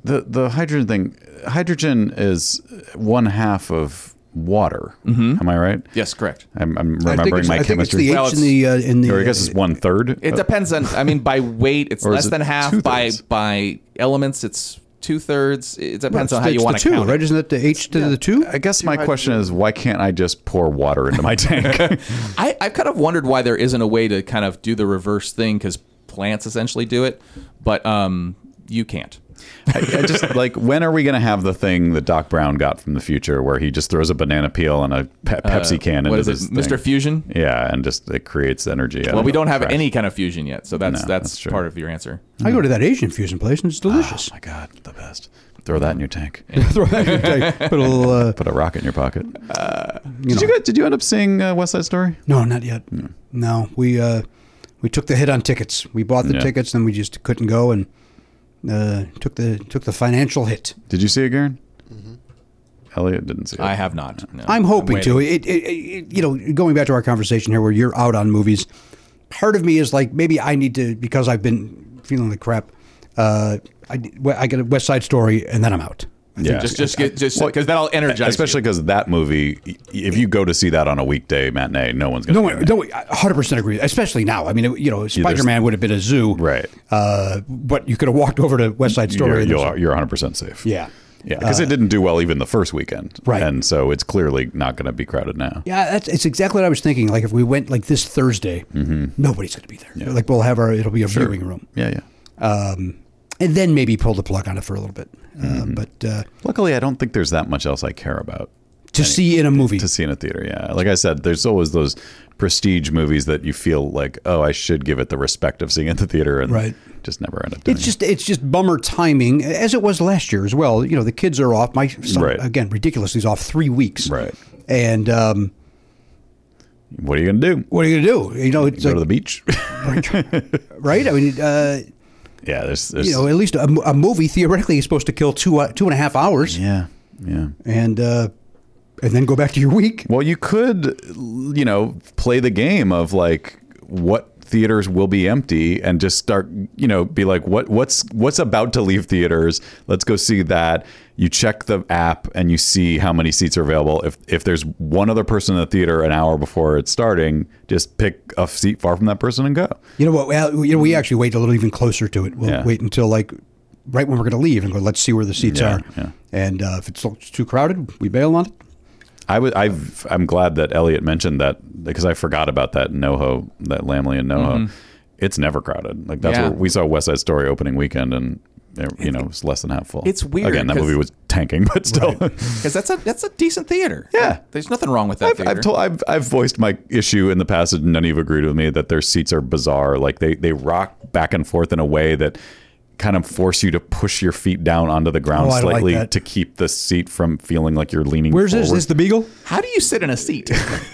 the the hydrogen thing. Hydrogen is one half of water. Mm-hmm. Am I right?
Yes, correct.
I'm, I'm
I think
remembering
it's,
my
I think it's
chemistry.
the H
Well,
in the uh, in the.
or I guess it's one third. Uh,
It depends on. I mean, by weight, it's
Oh. Or is
less
it
than half.
two-thirds?
By by elements, it's two thirds. It depends on how
it's
you
the
want to
two,
count. it.
right? Isn't that the H to the two?
I guess my question is, why can't I just pour water into my tank?
I, I've kind of wondered why there isn't a way to kind of do the reverse thing because plants essentially do it, but um, you can't.
I, I just like when are we going to have the thing that Doc Brown got from the future, where he just throws a banana peel and a pe- Pepsi can into
Uh, what is it,
this thing?
Mr. Fusion?
Yeah, and just it creates energy. out
Well,
of
we don't have
trash.
any kind of fusion yet, so that's
No,
that's,
that's true.
part of your answer.
I go to that Asian fusion place and it's delicious.
Oh my god, the best! Throw that in your tank.
Ah, Throw that in your tank. Put a little. Uh,
Put a rocket in your pocket. Uh, did you guys, did you end up seeing uh, West Side Story?
no, not yet. No, we uh, we took the hit on tickets. We bought the
Yeah.
tickets, then we just couldn't go and uh, took the took the financial hit.
Did you see it, Garen?
Mm-hmm.
Elliot didn't see it.
I have not. no.
I'm hoping
waiting.
to. It, it, it, you know, going back to our conversation here, where you're out on movies, part of me is like maybe I need to because I've been feeling like crap. Uh, I I get a West Side Story and then I'm out.
Yeah.
Just just get just because that'll energize. you.
Especially because that movie, y- if you go to see that on a weekday matinee, no one's going
No,
to.
one, no, hundred percent agree. Especially now. I mean, it, you know, Spider Man would have been a zoo,
Right.
Uh, but you could have walked over to West Side Story.
You're,
and
you're, you're 100% safe.
yeah, Uh,
Yeah, because it didn't do well even the first weekend.
Right.
And so it's clearly not going to be crowded now.
yeah. That's it's exactly what I was thinking. Like if we went like this Thursday,
Mm-hmm.
nobody's going to be there. Like we'll have our it'll be a viewing room,
Yeah, yeah.
um, and then maybe pull the plug on it for a little bit. Uh,
Mm-hmm.
But uh,
Luckily, I don't think there's that much else I care about
to see in a movie,
to see in a theater. Yeah. Like I said, there's always those prestige movies that you feel like, oh, I should give it the respect of seeing it at the theater and
Right.
just never end up doing
It's
it.
just it's just bummer timing, as it was last year as well. You know, the kids are off. My son
Right.
again ridiculously is off three weeks.
Right.
And um,
What are you going to do?
what are you gonna do? You know, it's
Go
like,
to the beach?
right. I mean, uh,
yeah. There's, there's
you know, at least a, mo- a movie theoretically is supposed to kill two uh, two and a half hours,
yeah. Yeah.
and uh, and then go back to your week.
Well, you could, you know, play the game of like what theaters will be empty and just start, you know, be like what what's what's about to leave theaters. Let's go see that. You check the app and you see how many seats are available. If if there's one other person in the theater an hour before it's starting, just pick a seat far from that person and go.
You know what? Well, you know, we actually wait a little even closer to it. We'll
Mm-hmm. Yeah.
wait until like right when we're going to leave and go. Let's see where the seats
Yeah,
are.
yeah.
And uh, if it's too crowded, we bail on it.
I would. I've. I'm glad that Elliot mentioned that because I forgot about that NoHo, that Lamley and NoHo.
Mm-hmm.
It's never crowded. Like that's
Yeah.
where we saw West Side Story opening weekend, and there- you know it was less than half full.
It's weird
Again, that
'cause-
movie was tanking, but still.
because that's a that's a decent theater.
Yeah.
there's nothing wrong with that
I've,
theater.
I've told I've, I've voiced my issue in the past, and none of you have agreed with me that their seats are bizarre. Like they they rock back and forth in a way that kind of force you to push your feet down onto the ground
Oh, I don't like
slightly
that.
to keep the seat from feeling like you're leaning.
Where's this?
forward.
This the Beagle?
How do you sit in a seat?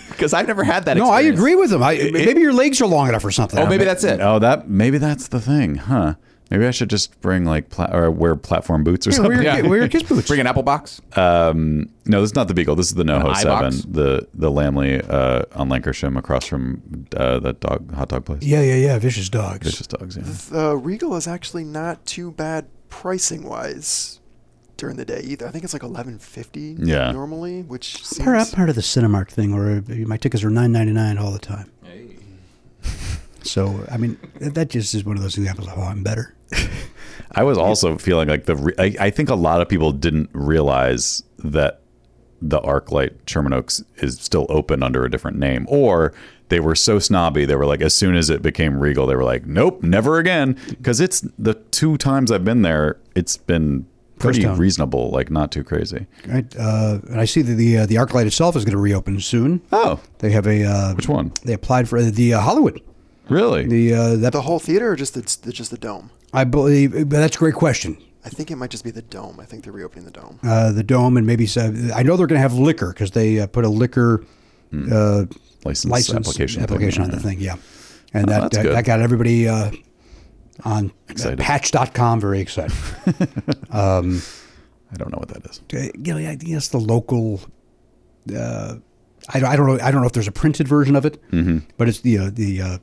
Because I've never had that.
No, I
experience.
agree with him. I, maybe your legs are long enough or something.
Oh, maybe that's it.
Oh, that maybe that's the thing, huh? Maybe I should just bring like pla- or wear platform boots or
Yeah,
something.
wear- Yeah. wear kiss boots.
Bring an apple box.
No, this is not the Beagle. This is the NoHo
eye
Seven,
box?
the the Lamley uh, on Lancashire, across from uh, that dog hot dog place.
Yeah, yeah, yeah. Vicious dogs.
Vicious dogs. Yeah.
The Regal is actually not too bad pricing wise during the day either. I think it's like eleven fifty
Yeah.
normally, which seems
Part, part of the Cinemark thing, where my tickets are nine ninety nine all the time. So I mean, that just is one of those examples of how I'm better.
I was also feeling like the. Re- I, I think a lot of people didn't realize that the ArcLight Sherman Oaks is still open under a different name, or they were so snobby. They were like, as soon as it became Regal, they were like, nope, never again. Because it's the two times I've been there, it's been pretty
town.
reasonable, like not too crazy.
Right? Uh, and I see that the uh, the ArcLight itself is going to reopen soon.
Oh,
They have a uh,
which one?
They applied for the uh, Hollywood.
Really?
The uh, that
the whole theater or just the just the dome.
I believe, but that's a great question.
I think it might just be the dome. I think they're reopening the dome.
Uh, the dome and maybe some, I know they're going to have liquor because they uh, put a liquor uh,
license,
license
application.
application,
thing,
on
yeah. Oh,
the thing. Yeah, and that
that's
that,
good.
that got everybody uh, on
Excited.
Patch.com very excited.
I don't know what that is.
Uh, you know, I guess the local. Uh, I, don't- I don't know. I don't know if there's a printed version of it, but it's the uh, the uh,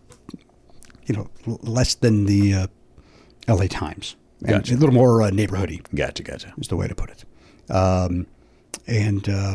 you know l- less than the uh, L.A. Times. And
Gotcha.
A little more uh, neighborhoody
Gotcha, gotcha.
is the way to put it. Um, and uh,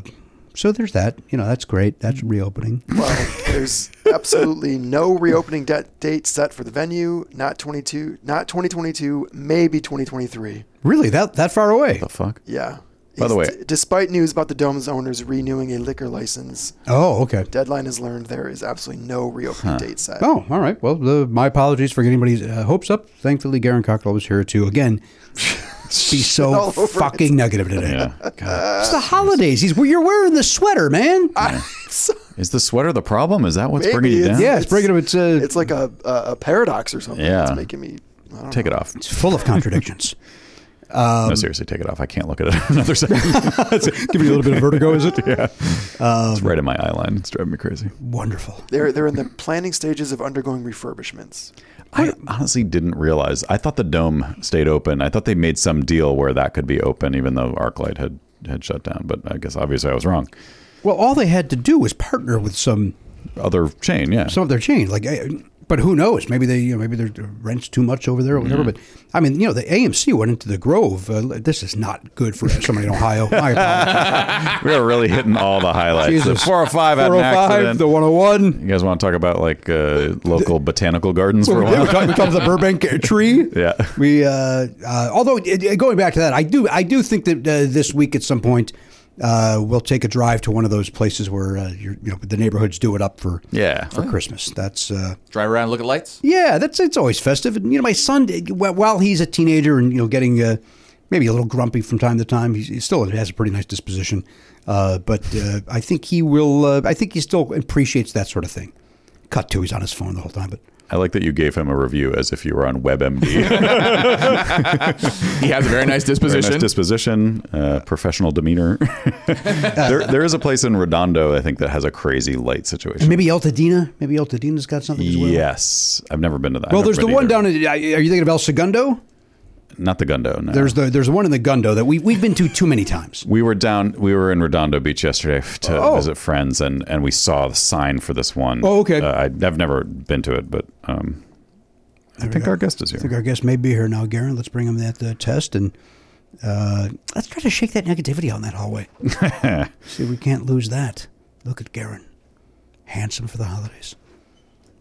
so there's that. You know, that's great. That's reopening.
Well, there's absolutely no reopening de- date set for the venue. Not 22, not 2022, maybe 2023.
Really, that that far away?
The fuck?
Yeah.
By the way-
d- despite news about the dome's owners renewing a liquor license,
Oh, okay.
Deadline has learned there is absolutely no reopening date set.
Oh, all right. Well, the, my apologies for getting anybody's uh, hopes up. Thankfully, Garen Cockrell was here to again Be so
all over it.
fucking negative today.
Yeah. God.
It's the holidays. He's, you're wearing the sweater, man.
Is the sweater the problem? Is that what's bringing you
it's-
down?
Yeah, it's bringing up- it's, uh,
it's like a, a a paradox or something.
Yeah.
It's making me. I don't
Take it off.
It's full of contradictions.
no, seriously, take it off. I can't look at it another second.
Um, Give me a little bit of vertigo, is it? Um,
yeah. it's right in my eye line. It's driving me crazy.
Wonderful.
They're they're in the planning stages of undergoing refurbishments.
I honestly didn't realize. I thought the dome stayed open. I thought they made some deal where that could be open, even though ArcLight had had shut down. But I guess obviously I was wrong.
Well, all they had to do was partner with some
Other chain, yeah.
some of their chain. Like, eh, but who knows? Maybe they you know, maybe their rents too much over there or
Mm-hmm.
whatever. But I mean, you know, the AMC went into the Grove. Uh, this is not good for somebody in Ohio. My apologies.
we are really hitting all the highlights.
Jesus.
The 405 had an
405,
accident.
the 101.
you guys want to talk about like uh, local botanical gardens for a
we did.
while?
We talked, we talked about the Burbank uh, tree.
Yeah.
We, uh, uh, although uh, going back to that, I do, I do think that uh, this week at some point uh, we'll take a drive to one of those places where uh, you're, you know the neighborhoods do it up for
Yeah.
for Christmas. That's uh,
Drive around, look at lights.
yeah, that's it's always festive. And you know, my son, uh, wh- while he's a teenager and you know getting uh, maybe a little grumpy from time to time, he's, he still has a pretty nice disposition. Uh, but uh, I think he will. Uh, I think he still appreciates that sort of thing. Cut to he's on his phone the whole time, but.
I like that you gave him a review as if you were on WebMD.
He has a very nice
Very
disposition.
nice disposition, uh, professional demeanor. there, there is a place in Redondo, I think, that has a crazy light situation.
Maybe Altadena. Maybe Altadena has got something as well.
Yes, I've never been to that.
Well,
I've
there's
never
the
been
one
either.
down in. Are you thinking of El Segundo?
not the Gundo. No.
There's the there's one in the Gundo that we we've been to too many times.
we were down. We were in Redondo Beach yesterday f- to
Oh.
visit friends, and and we saw the sign for this one.
Oh, okay.
Uh, I, I've never been to it, but um, I think our guest is
I think
here.
our guest may be here now, Garen. Let's bring him that uh, test and uh, let's try to shake that negativity out in that hallway. See, we can't lose that. Look at Garen, handsome for the holidays.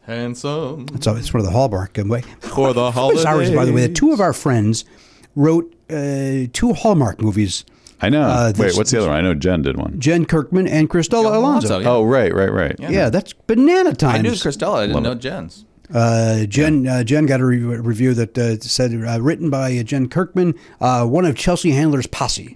Handsome
It's it's one of the hallmark um, way.
for the
It's
holidays.
ours, by the way. That two of our friends wrote uh, two hallmark movies.
I know.
Uh,
Wait,
this-
what's the other one? I know Jen did one.
Jen Kirkman and Cristela Alonso.
Alonso, yeah.
Oh, right, right, right.
Yeah, that's banana times.
I knew Christella. I didn't know Jen's.
Uh, Jen uh, Jen got a re- review that uh, said uh, written by uh, Jen Kirkman, uh, one of Chelsea Handler's posse,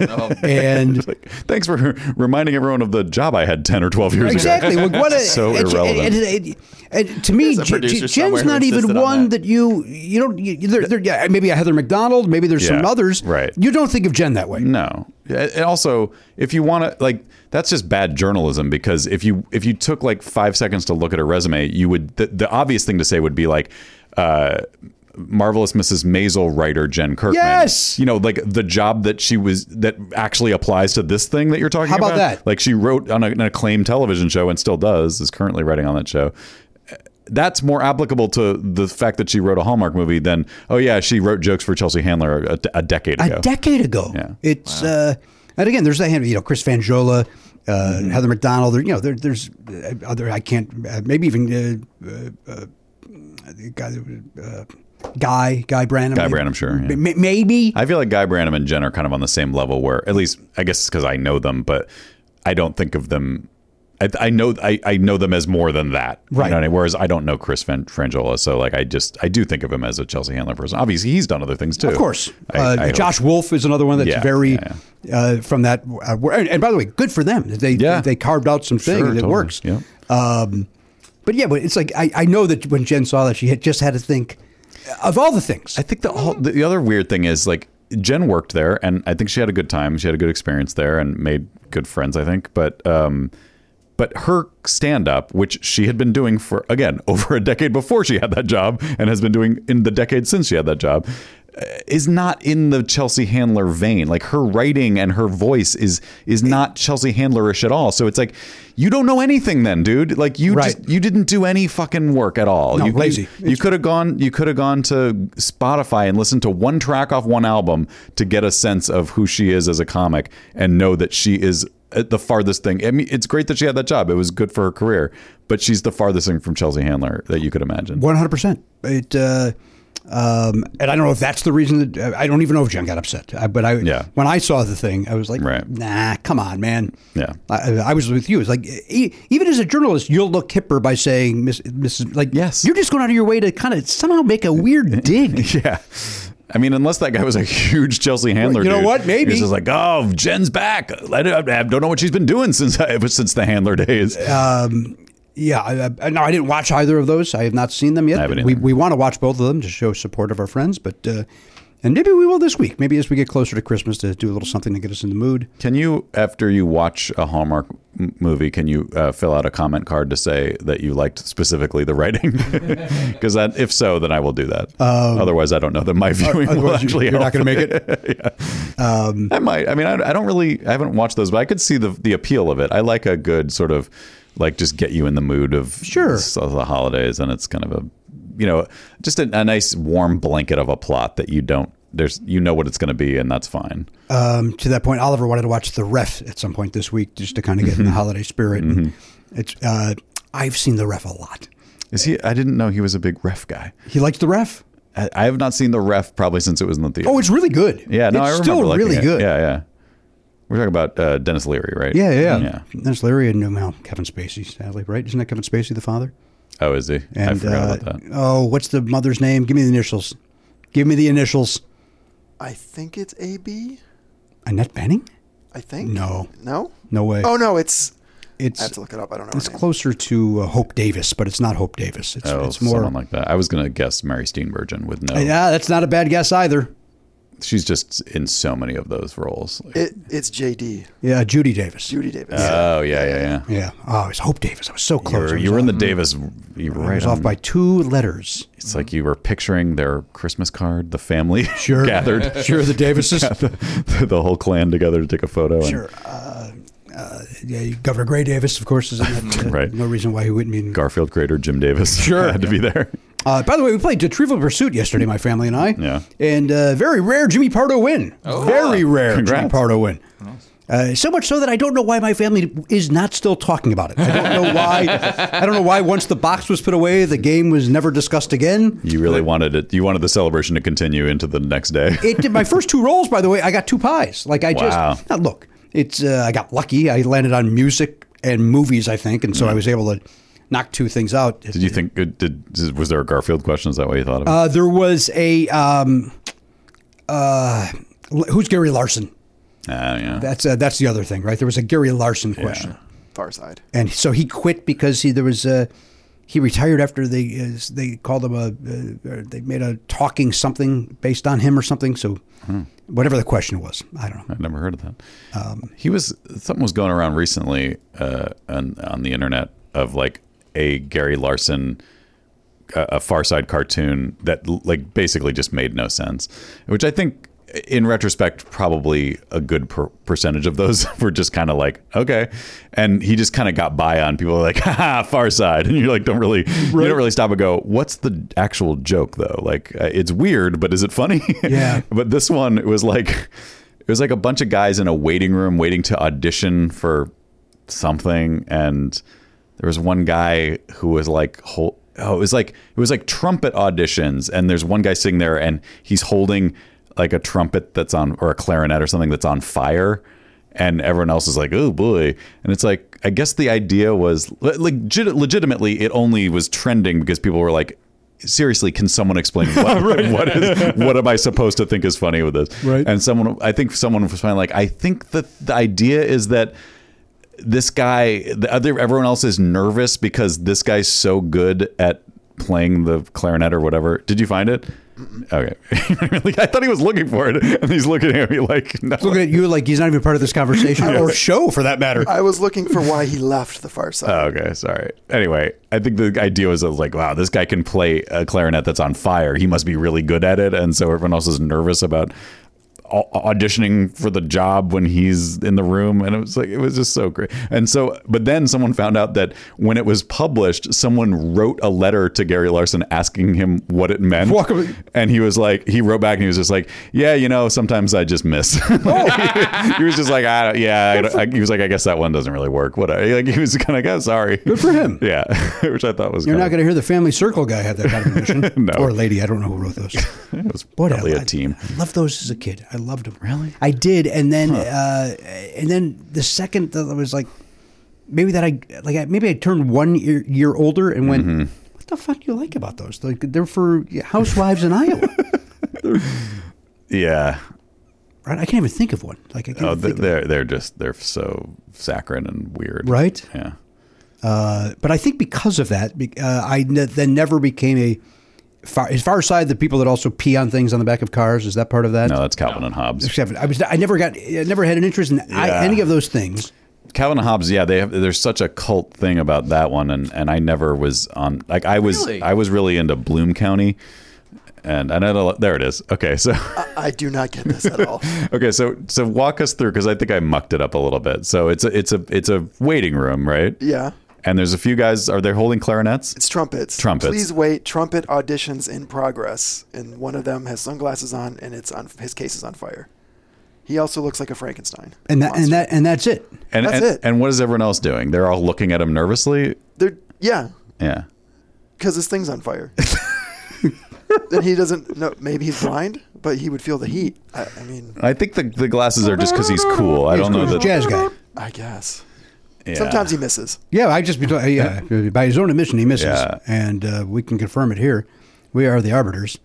Oh.
and
Thanks for reminding everyone of the job I had ten or twelve years
exactly
ago.
well, what a,
so
and-
irrelevant.
and- and- and to me,
There's a
J-
producer
J- Jen's
somewhere who
not even
insisted on
one that.
that.
you you don't. You, there, there, yeah, maybe a Heather McDonald, maybe there's some
Yeah,
others.
right.
You don't think of Jen that way.
No. And also, if you want to like that's just bad journalism because if you if you took like 5 seconds to look at her resume, you would the, the obvious thing to say would be like uh Marvelous Mrs. Maisel writer Jen Kirkman.
Yes!
You know, like the job that she was that actually applies to this thing that you're talking
How about
about.
that?
Like she wrote on a, an acclaimed television show and still does, is currently writing on that show. That's more applicable to the fact that she wrote a Hallmark movie than, oh yeah, she wrote jokes for Chelsea Handler a, a decade ago.
A decade ago.
Yeah.
It's uh, and again, there's that hand. You know, Chris Fangiola, uh,
Mm-hmm.
Heather McDonald. There, you know, there, there's uh, other. I can't. Uh, maybe even uh, uh, uh, the guy, uh, guy, Guy Branham.
Guy
maybe.
Branham, sure, yeah.
Ma- maybe.
I feel like Guy Branum and Jen are kind of on the same level where, at least, I guess it's because I know them, but I don't think of them. I, I know I, I know them as more than that, You
Right.
know what I mean? Whereas I don't know Chris Fan- Frangiola, so like I just I do think of him as a Chelsea Handler person. Obviously, he's done other things too.
Of course,
I-
uh,
I hope-
Josh Wolf is another one that's
Yeah,
very
yeah,
Uh, from that. Uh, where- and, and by the way, good for them. They
Yeah.
they carved out some thing
Sure,
and it
totally.
works.
Yeah.
Um, but yeah, but it's like I, I know that when Jen saw that, she had just had to think of all the things.
I think the whole, the other weird thing is like Jen worked there, and I think she had a good time. She had a good experience there and made good friends. I think, but um, but her stand up, which she had been doing for again over a decade before she had that job, and has been doing in the decade since she had that job, uh, is not in the Chelsea Handler vein. Like her writing and her voice is is not Chelsea Handlerish at all. So it's like you don't know anything, then, dude. Like you
Right.
just you didn't do any fucking work at all.
No,
you,
lazy.
You, you could have gone. You could have gone to Spotify and listened to one track off one album to get a sense of who she is as a comic and know that she is at the farthest thing. I mean, it's great that she had that job. It was good for her career, but she's the farthest thing from Chelsea Handler that you could imagine.
One hundred percent. It. Uh, um, and I don't know if that's the reason that I don't even know if Jen got upset. I, but I,
Yeah.
when I saw the thing, I was like,
Right.
"Nah, come on, man."
Yeah.
I, I was with you. It's like e- even as a journalist, you'll look hipper by saying, "Miss, Mrs." Like,
Yes.
you're just going out of your way to kind of somehow make a weird dig.
Yeah. I mean, unless that guy was a huge Chelsea handler.
You know
dude.
what? Maybe.
he's just like, oh, Jen's back. I don't I don't know what she's been doing since I, since the handler days.
Yeah, I, I, no, I didn't watch either of those. I have not seen them yet.
I haven't
we
either.
we want to watch both of them to show support of our friends, but uh, and maybe we will this week. Maybe as we get closer to Christmas, to do a little something to get us in the mood.
Can you, after you watch a Hallmark m- movie, can you uh, fill out a comment card to say that you liked specifically the writing? Because that, if so, then I will do that. otherwise, I don't know that my viewing will
Um, uh, otherwise you-
actually.
you're not
help.
gonna make Um,
Yeah. I might. I mean, I, I don't really. I haven't watched those, but I could see the the appeal of it. I like a good sort of like just get you in the mood of
Sure.
s- of the holidays, and it's kind of a you know just a, a nice warm blanket of a plot that you don't. There's you know what it's going to be, and that's fine.
Um, to that point, Oliver wanted to watch The Ref at some point this week just to kind of get in the
Mm-hmm.
holiday spirit. And It's uh, I've seen The Ref a lot.
Is he? I didn't know he was a big ref guy.
He likes The Ref.
I I have not seen the ref probably since it was in the theater.
Oh, it's really good.
yeah, no,
it's
I remember
still
liking
really
it.
good.
Yeah, yeah. We're talking about uh, Dennis Leary, right?
yeah, yeah.
yeah.
That's Larry and um, well, Kevin Spacey, sadly, right? Isn't that Kevin Spacey the father?
Oh, is he?
And
I forgot
uh,
about that.
oh, what's the mother's name? Give me the initials. Give me the initials.
I think it's AB.
Annette Benning?
I think.
No.
No.
No way.
Oh no, it's.
it's
I have to look it up. I don't know. her
it's
name.
closer to uh, Hope Davis, but it's not Hope Davis. It's,
Oh,
it's more.
someone like that. I was gonna guess Mary Steenburgen with no.
yeah, that's not a bad guess either.
She's just in so many of those roles. Like-
It, it's JD.
Yeah, Judy Davis.
Judy Davis.
oh yeah, yeah, yeah.
Yeah. Oh, it was Hope Davis. I was so
You
close.
were,
I was
you were in the
off-
Davis. You were
I
right
was off
on.
by two letters.
It's like you were picturing their Christmas card, the family gathered,
Sure, the Davises.
the, the whole clan together to take a photo. and-
Sure. Uh, uh, yeah, Governor Gray Davis, of course, is in that. Uh,
Right.
No reason why he wouldn't be. In,
Garfield creator Jim Davis sure. had to be there.
uh, by the way, we played Trivial Pursuit yesterday, my family and I.
Yeah.
And uh, very rare Jimmy Pardo win. very rare Jimmy
Congrats.
Pardo win. Uh, so much so that I don't know why my family is not still talking about it. I don't know why. I don't know why. Once the box was put away, the game was never discussed again.
You really wanted it. You wanted the celebration to continue into the next day.
It did my first two rolls, by the way. I got two pies. Like I
Wow.
just now, look. It's uh, I got lucky. I landed on music and movies, I think, and so I was able to knock two things out.
Mm. Did you think? Did, did was there a Garfield question? Is that what you thought of?
Uh, there was a um, uh, who's Gary Larson?
Ah, yeah.
That's uh, that's the other thing, right? There was a Gary Larson question,
Far side.
and so he quit because he there was a. He retired after they uh, they called him a uh, they made a talking something based on him or something. So
Hmm.
whatever the question was, I don't know.
I've never heard of that.
Um,
he was something was going around recently uh, on on the internet of like a Gary Larson, a, a Far Side cartoon that like basically just made no sense, which I think in retrospect probably a good per- percentage of those were just kind of like okay and he just kind of got by on people were like haha far side and you're like don't really you don't really stop and go what's the actual joke though like uh, it's weird but is it funny
Yeah.
but this one it was like it was like a bunch of guys in a waiting room waiting to audition for something and there was one guy who was like hol- oh it was like it was like trumpet auditions and there's one guy sitting there and he's holding like a trumpet that's on or a clarinet or something that's on fire and everyone else is like, oh boy. And it's like, I guess the idea was le- legit, legitimately, it only was trending because people were like, seriously, can someone explain what, what is, what am I supposed to think is funny with this?
Right.
And someone, I think someone was finally like, I think that the idea is that this guy, the other, everyone else is nervous because this guy's so good at playing the clarinet or whatever. Did you find it? Okay. Like, I thought he was looking for it, and he's looking at me like, no.
looking at you like he's not even part of this conversation or show for that matter.
I was looking for why he left the Far Side.
Oh, okay, sorry. Anyway, I think the idea was, I was like, wow, this guy can play a clarinet that's on fire. He must be really good at it, and so everyone else is nervous about au- auditioning for the job when he's in the room and it was like it was just so great and so but then someone found out that when it was published someone wrote a letter to Gary Larson asking him what it meant and he was like he wrote back and he was just like yeah you know sometimes I just miss he was just like I don't, yeah I don't- I- he was like I guess that one doesn't really work what I-" like he was kind of like oh, sorry good
for him.
yeah which I thought was
You're not
kinda-
going to hear the Family Circle guy have that kind of mission.
No.
Or lady. I don't know who wrote those.
it was
Boy, I-
probably a
I-
team
I, loved those as a kid. I loved them.
Really?
I did. And then, uh, and then the second that I was like, maybe that I like, I, maybe I turned one year, year
Mm-hmm.
older and went, what the fuck do you like about those? Like they're for housewives in Iowa.
yeah.
Right? I can't even think of one. Like I can't
Oh,
even
th-
think of
they're they're just they're so saccharine and weird.
Right?
Yeah.
Uh, but I think because of that, be- uh, I ne- then never became a far, as far side the people that also pee on things on the back of cars. Is that part of that?
No, that's Calvin and Hobbes.
Except I was I never got I never had an interest in
Yeah.
I, any of those things.
Calvin and Hobbes, yeah, they have. There's such a cult thing about that one, and and I never was on. Like I was,
Really?
I was really into Bloom County, and I know the- there it is. Okay, so
I do not get this at all.
okay, so so walk us through because I think I mucked it up a little bit. So it's a it's a it's a waiting room, right?
Yeah.
And there's a few guys. Are they holding clarinets?
It's trumpets.
Trumpets.
Please wait. Trumpet auditions in progress, and one of them has sunglasses on, and it's on. His case is on fire. He also looks like a Frankenstein.
And that and
monster.
that and that's it.
and
that's
and,
it.
and what is everyone else doing? They're all looking at him nervously.
They're yeah,
Yeah.
because his thing's on fire. and he doesn't know. Maybe he's blind, but he would feel the heat. I, I mean,
I think the, the glasses are just because he's cool. I don't know
He's a
that.
jazz guy.
I guess
Yeah.
sometimes he misses.
Yeah, I just be yeah, by his own admission he misses,
Yeah.
and uh, we can confirm it here. We are the arbiters.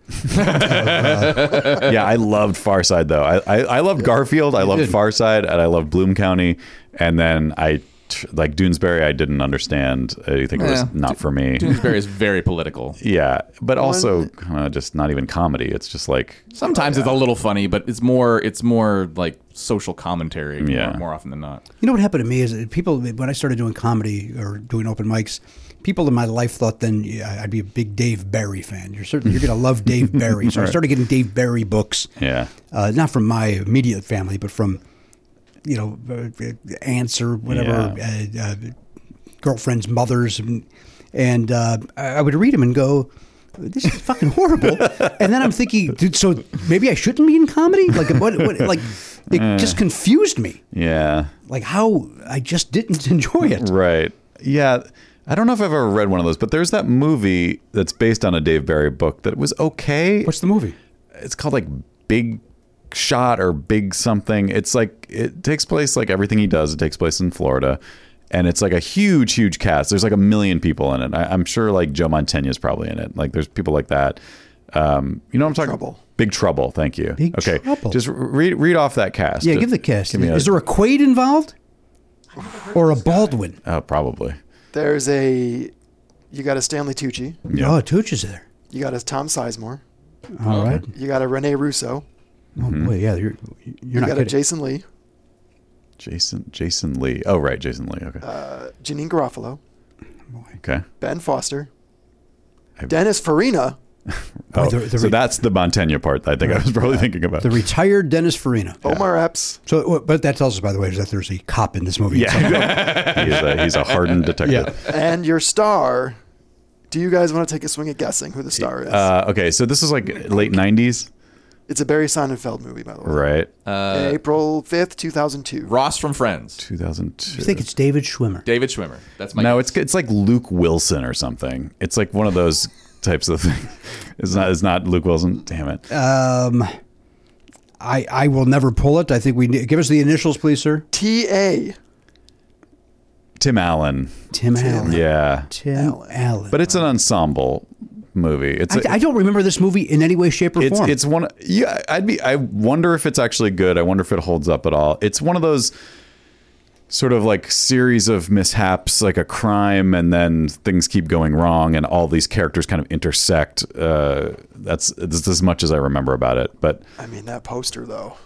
yeah, I loved Farside though. I I, I loved Garfield. I loved
did.
Farside, and I loved Bloom County. And then I tr- like Doonesbury. I didn't understand. I think it was
Yeah.
not for me.
Doonesbury is very political.
yeah, but also kind of just not even comedy. It's just like
Sometimes it's a little funny, but it's more it's more like social commentary more-
Yeah.
more, often than not.
You know what happened to me is that people when I started doing comedy or doing open mics, people in my life thought then yeah, I'd be a big Dave Barry fan. You're certainly you're going to love Dave Barry. So I started getting Dave Barry books.
Yeah.
uh, not from my immediate family, but from you know uh, uh, aunts or whatever uh, uh, girlfriends, mothers, and, and uh, I I would read them and go. This is fucking horrible. and then I'm thinking, dude, so maybe I shouldn't be in comedy. Like, what? what like, it just confused me.
yeah,
Like, how I just didn't enjoy it.
right. Yeah, I don't know if I've ever read one of those, but there's that movie that's based on a Dave Barry book that was okay.
What's the movie?
it's called like Big Shot or Big Something. It's like it takes place like everything he does. It takes place in Florida, and it's like a huge, huge cast. There's like a million people in it. I, I'm sure like Joe Montana is probably in it. Like there's people like that. Um, you know what I'm talking
Trouble.
Big Trouble. Thank you.
Big
okay,
Trouble.
just read read off that cast.
Yeah,
Just
give the cast.
give me a-
Is there a Quaid involved, or a Baldwin?
Oh, probably.
There's a. You got a Stanley Tucci.
Yeah.
Oh, Tooch is there.
You got a Tom Sizemore.
All right.
You got a Rene Russo.
Oh
Mm-hmm.
boy, yeah, you're you're
You
not
got a
kidding.
Jason Lee.
Jason Jason Lee. Oh, right, Jason Lee. Okay.
Uh,
Janine Garofalo.
okay.
Ben Foster.
I-
Dennis Farina.
Oh,
the- the
so
re-
that's the Montana part. I think I was probably thinking about.
The retired Dennis Farina.
Omar Epps.
So, uh, but that tells us, by the way, is that there's a cop in this movie.
yeah, he's a, he's a hardened detective.
Yeah.
And your star. Do you guys want to take a swing at guessing who the star is?
Uh, okay, so this is like late '90s,
it's a Barry Sonnenfeld movie, by the way.
right?
Uh,
April 5th, 2002.
Ross from Friends,
2002.
I think it's David Schwimmer.
David Schwimmer. That's my
no,
guess.
it's it's like Luke Wilson or something. It's like one of those types of things. It's not. It's not Luke Wilson. Damn it.
Um, I I will never pull it. I think we ne- give us the initials, please, sir.
T.A.
Tim Allen.
Tim, Allen.
Yeah,
uh, Tim Allen.
but it's an ensemble movie. It's
I,
a-
I don't remember this movie in any way, shape, or
it's
form.
it's one. Yeah, I'd be. I wonder if it's actually good. I wonder if it holds up at all. It's one of those sort of like series of mishaps, like a crime, and then things keep going wrong, and all these characters kind of intersect. Uh, that's that's as much as I remember about it. But
I mean, that poster, though.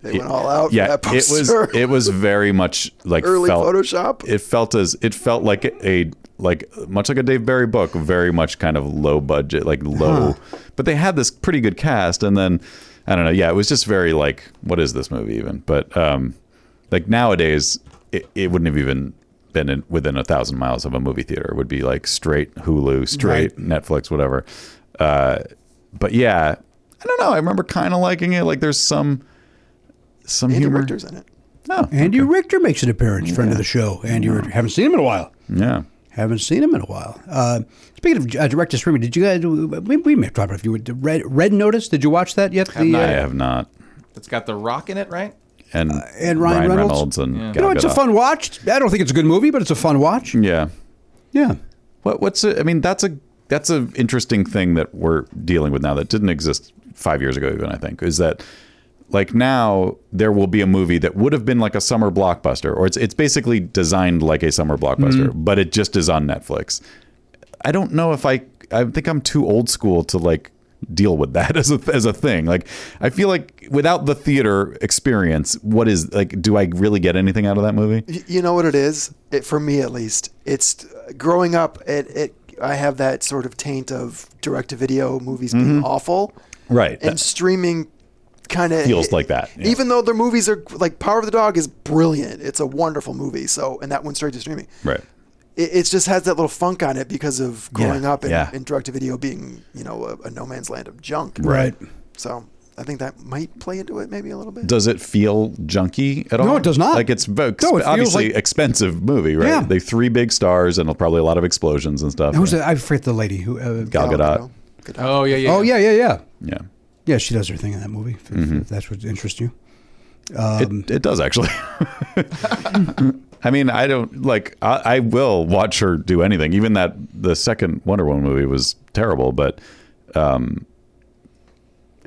They went all out
yeah,
for that
it was
poster.
it was very much like
Early
felt-
Photoshop.
It felt as it felt like a like much like a Dave Barry book, very much kind of low budget, like low. But they had this pretty good cast, and then I don't know. Yeah, it was just very like, what is this movie even? But um, like nowadays, it, it wouldn't have even been in, within a thousand miles of a movie theater. It would be like straight Hulu, straight Netflix, whatever. Uh, but yeah, I don't know. I remember kind of liking it. Like there's some some
Andrew
humor.
Richter's in it.
No.
Oh, Andy Richter makes an appearance, friend of the show. Andy Richter. Haven't seen him in a while.
Yeah.
Haven't seen him in a while. Uh, speaking of uh, direct to streaming, did you guys? We, we may have talked about it if you would. Red, Red Notice. Did you watch that yet? The,
I
uh,
have not.
it's got the rock in it, right?
and,
and Ryan Reynolds.
and
You know, it's a fun watch. I don't think it's a good movie, but it's a fun watch.
yeah.
Yeah.
What what's it? I mean, that's a that's a interesting thing that we're dealing with now that didn't exist five years ago, even I think, is that like now there will be a movie that would have been like a summer blockbuster, or it's it's basically designed like a summer blockbuster, but it just is on Netflix. I don't know if I I think I'm too old school to like deal with that as a as a thing. Like I feel like without the theater experience, what is like do I really get anything out of that movie?
Y- You know what it is? It, for me, at least, it's growing up. It, it I have that sort of taint of direct-to-video movies being awful,
Mm-hmm. Right.
and streaming kind of
Feels like that, yeah.
Even though their movies are like Power of the Dog is brilliant. It's a wonderful movie. So and that went straight to streaming.
right.
It, it just has that little funk on it because of growing up and,
yeah.
and direct-to-video being you know a, a no man's land of junk.
Right.
So I think that might play into it maybe a little bit.
Does it feel junky at all?
No, it does not.
Like it's ve-
No, it feels
obviously
like-
expensive movie, right?
Yeah.
They three big stars and probably a lot of explosions and stuff.
Who's that? I forget the lady who. Uh,
Gal Gadot.
Oh yeah, yeah.
Oh yeah, yeah, yeah.
Yeah.
Yeah, she does her thing in that movie. If,
Mm-hmm.
if that's what interests you. Um,
it, it does actually. I mean, I don't like. I, I will watch her do anything. Even that the second Wonder Woman movie was terrible, but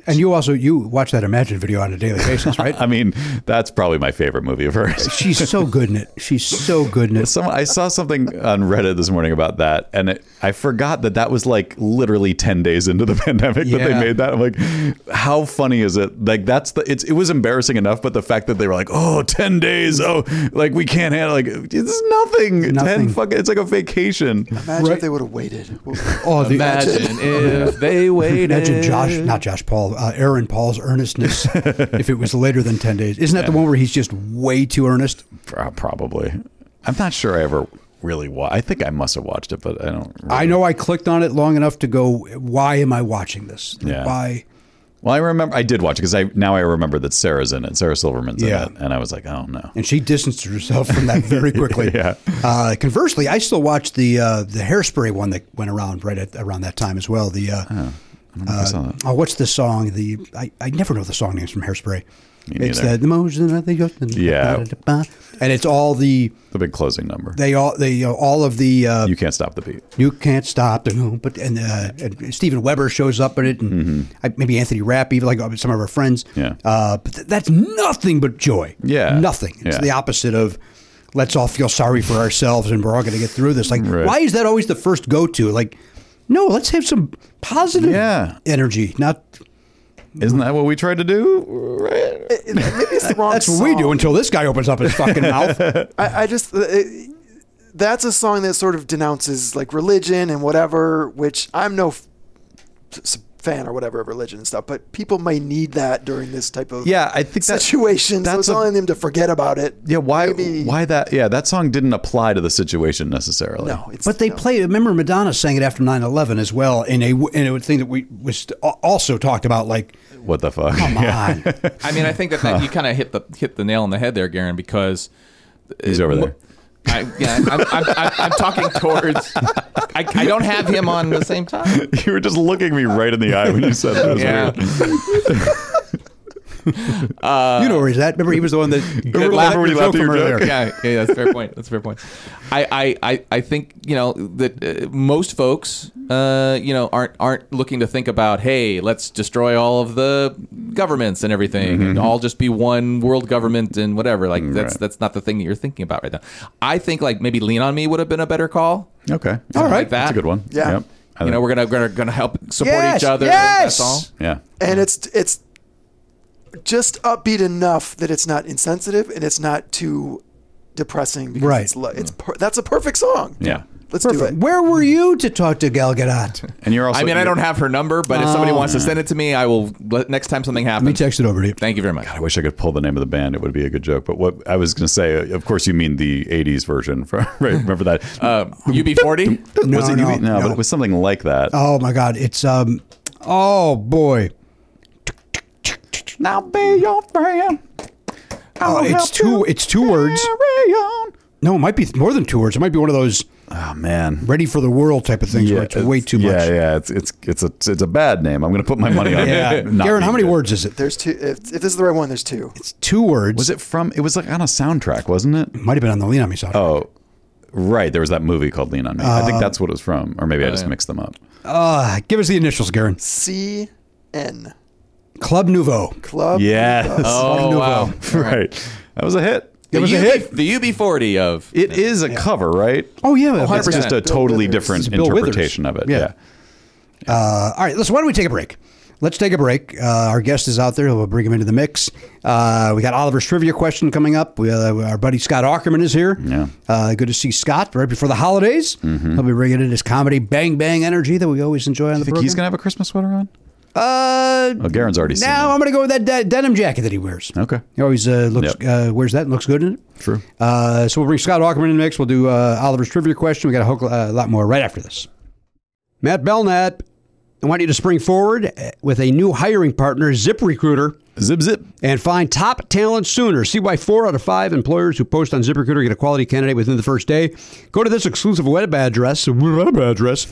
And you also you watch that Imagine video on a daily basis, right?
I mean, that's probably my favorite movie of hers.
She's so good in it. She's so good in it.
Some, I saw something on Reddit this morning about that, and it, I forgot that that was like literally ten days into the pandemic that they
Yeah.
made that. I'm like, how funny is it? Like that's the it's it was embarrassing enough, but the fact that they were like, oh, 10 days, oh, like we can't handle like it's nothing. Ten
Nothing.
fucking, it's like a vacation.
Imagine
Right.
if they would have waited.
Oh, the
Imagine if they waited.
Imagine Josh, not Josh Paul, uh, Aaron Paul's earnestness. if it was later than ten days, isn't that the one where he's just way too earnest?
Pro- Probably, I'm not sure I ever really wa I think I must have watched it, but I don't. Really.
I know I clicked on it long enough to go. Why am I watching this?
Yeah.
Why?
Well, I remember I did watch it because I now I remember that Sarah's in it. Sarah Silverman's
Yeah.
in it, and I was like, oh no.
And she distanced herself from that very quickly.
Yeah.
Uh, conversely, I still watch the uh, the hairspray one that went around right at around that time as well. The uh,
I saw that.
Oh, what's the song? The I, I never know the song names from Hairspray. It's
neither.
that the motion of the earth and
Yeah.
da-da-da-ba. and it's all the
The big closing number.
they all they you know, all of the uh, you,
you can't stop the beat.
can't stop the moon, but and, uh, and Stephen Weber shows up in it, and I, maybe Anthony Rapp, even like uh, some of our friends.
Mm-hmm. Yeah.
uh, but th- that's nothing but joy.
Yeah.
nothing. It's
Yeah.
the opposite of. Let's all feel sorry for ourselves, and we're all going to get through this. Like,
Right.
why is that always the first go-to? Like, no, let's have some positive
Yeah.
energy, not
Isn't that what we tried to do? Right.
Maybe it's the wrong
That's what we
song.
do until this guy opens up his fucking mouth.
I, I just uh, it, that's a song that sort of denounces like religion and whatever, which I'm no f- s- fan or whatever of religion and stuff, but people may need that during this type of
Yeah, I think that-
situation. so
that's
it's
a-
allowing them to forget about it.
Yeah. Why?
Maybe-
Why that? Yeah, that song didn't apply to the situation necessarily.
No, it's,
But they
no.
play. Remember, Madonna sang it after 9-11 as well in a in a thing that we was al- also talked about. Like,
What the fuck?
come on,
I mean, I think that, that you kind of hit the hit the nail on the head there, Garen, because
He's over there.
I, yeah, I'm, I'm, I'm, I'm talking towards. I, I don't have him on the same time.
You were just looking me right in the eye when you said that. It was
Yeah.
weird.
you know where he's at. Remember, he was the one that
Remember
laughed
when he
your
laughed
joke
at
from
your joke?
earlier.
yeah, yeah, that's a fair point. That's a fair point. I, I, I, I think you know that uh, most folks, uh, you know, aren't aren't looking to think about, hey, let's destroy all of the governments and everything, and
Mm-hmm.
all just be one world government and whatever. Like that's that's not the thing that you're thinking about right now. I think like maybe lean on me would have been a better call.
Okay.
All right.
That's a good one.
Yeah.
Yep. I
You know,
think-
we're gonna gonna, gonna help support
Yes,
each other.
yes!
That's all.
Yeah.
and it's it's just upbeat enough that it's not insensitive and it's not too depressing. Because
Right.
It's, lo- it's per- that's a perfect song.
Yeah.
Let's
Perfect.
do it.
Where were you to talk to Gal Gadot?
And you're also.
I mean, I don't have her number, but if somebody wants to send it to me, I will. let- Next time something
Ah. Let me
happens,
text it over to you.
thank you very much.
I wish I could pull the name of the band. It would be a good joke. But what I was going to say, uh, of course, you mean the '80s version, from, right? Remember that?
Uh, UB40.
No,
was it
no,
you- no, but
no.
it was something like that.
Oh my God, it's um, oh boy,
I'll be your friend.
Oh, it's two it's two words. No, it might be more than two words. It might be one of those
Oh man.
ready for the world type of things where it's way too much.
Yeah, yeah, it's it's it's a it's a bad name. I'm going to put my money on it. not
Garen, how
being
many
good.
words is it?
There's two. If, if this is the right one, there's two.
It's two words.
Was it from? It was like on a soundtrack, wasn't it?
Might have been on the Lean on Me soundtrack. Oh,
Right. There was that movie called Lean on Me. I
Um,
think that's what
Uh,
it was from, or maybe I just mixed them up.
give us the initials, Garen.
C N.
Club Nouveau.
Club.
Yes.
Oh wow,
right. That was a hit.
The
It was a
UB
hit.
The UB40 of
It is a cover, right?
Oh yeah, that's-
100%. just
Bill
a totally
Withers.
different
It's Bill Withers.
interpretation of it.
Yeah.
Yeah.
Uh, all right, listen, why don't we take a break? Let's take a break. Uh, our guest is out there. We'll bring him into the mix. Uh, we got Oliver's trivia question coming up. We, uh, our buddy Scott Ackerman is here.
Yeah. Mm-hmm.
Uh, good to see Scott right before the holidays. He'll be bringing in his comedy bang bang energy that we always enjoy on the
Think
program.
he's gonna have a Christmas sweater on?
Uh,
Oh, Garen's already seen
now
it.
I'm going to go with that de- denim jacket that he wears.
Okay.
He always uh, looks
Yep.
uh, wears that. and Looks good in it.
True.
Uh, so we'll bring Scott Ackerman in the mix. We'll do uh, Oliver's trivia question. We got a, whole, uh, lot more right after this. Matt Belknap, I want you to spring forward uh, with a new hiring partner, ZipRecruiter,
Zip zip.
and find top talent sooner. See why four out of five employers who post on ZipRecruiter get a quality candidate within the first day. Go to this exclusive web address, web address,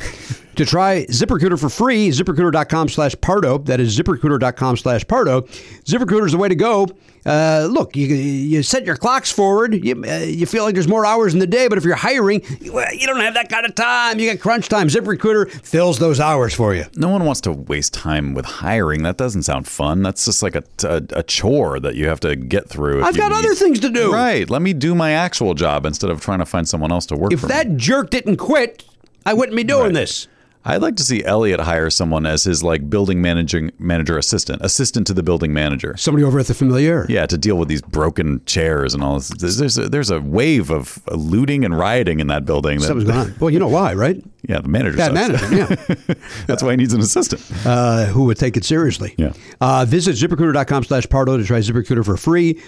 to try ZipRecruiter for free. ZipRecruiter.com slash Pardo. That is ZipRecruiter.com slash Pardo. ZipRecruiter is the way to go. Uh, look, you, you set your clocks forward. You, uh, you feel like there's more hours in the day, but if you're hiring, well, you don't have that kind of time. You got crunch time. ZipRecruiter fills those hours for you.
No one wants to waste time with hiring. That doesn't sound fun. That's just like a, a, a chore that you have to get through. if
I've
you
got
need-
other things to do.
Right. Let me do my actual job instead of trying to find someone else to work
If
for me.
that jerk didn't quit, I wouldn't be doing this.
I'd like to see Elliot hire someone as his like building managing manager assistant, assistant to the building manager.
Somebody over at the Familiar.
Yeah, to deal with these broken chairs and all this. There's, there's, a, there's a wave of looting and rioting in that building. That,
Something's going on. Well, you know why, right?
Yeah, the manager.
Bad
sucks.
management, yeah.
That's why he needs an assistant.
Uh, who would take it seriously?
Yeah.
Uh, visit ziprecruiter.com slash Pardo to try ZipRecruiter for free.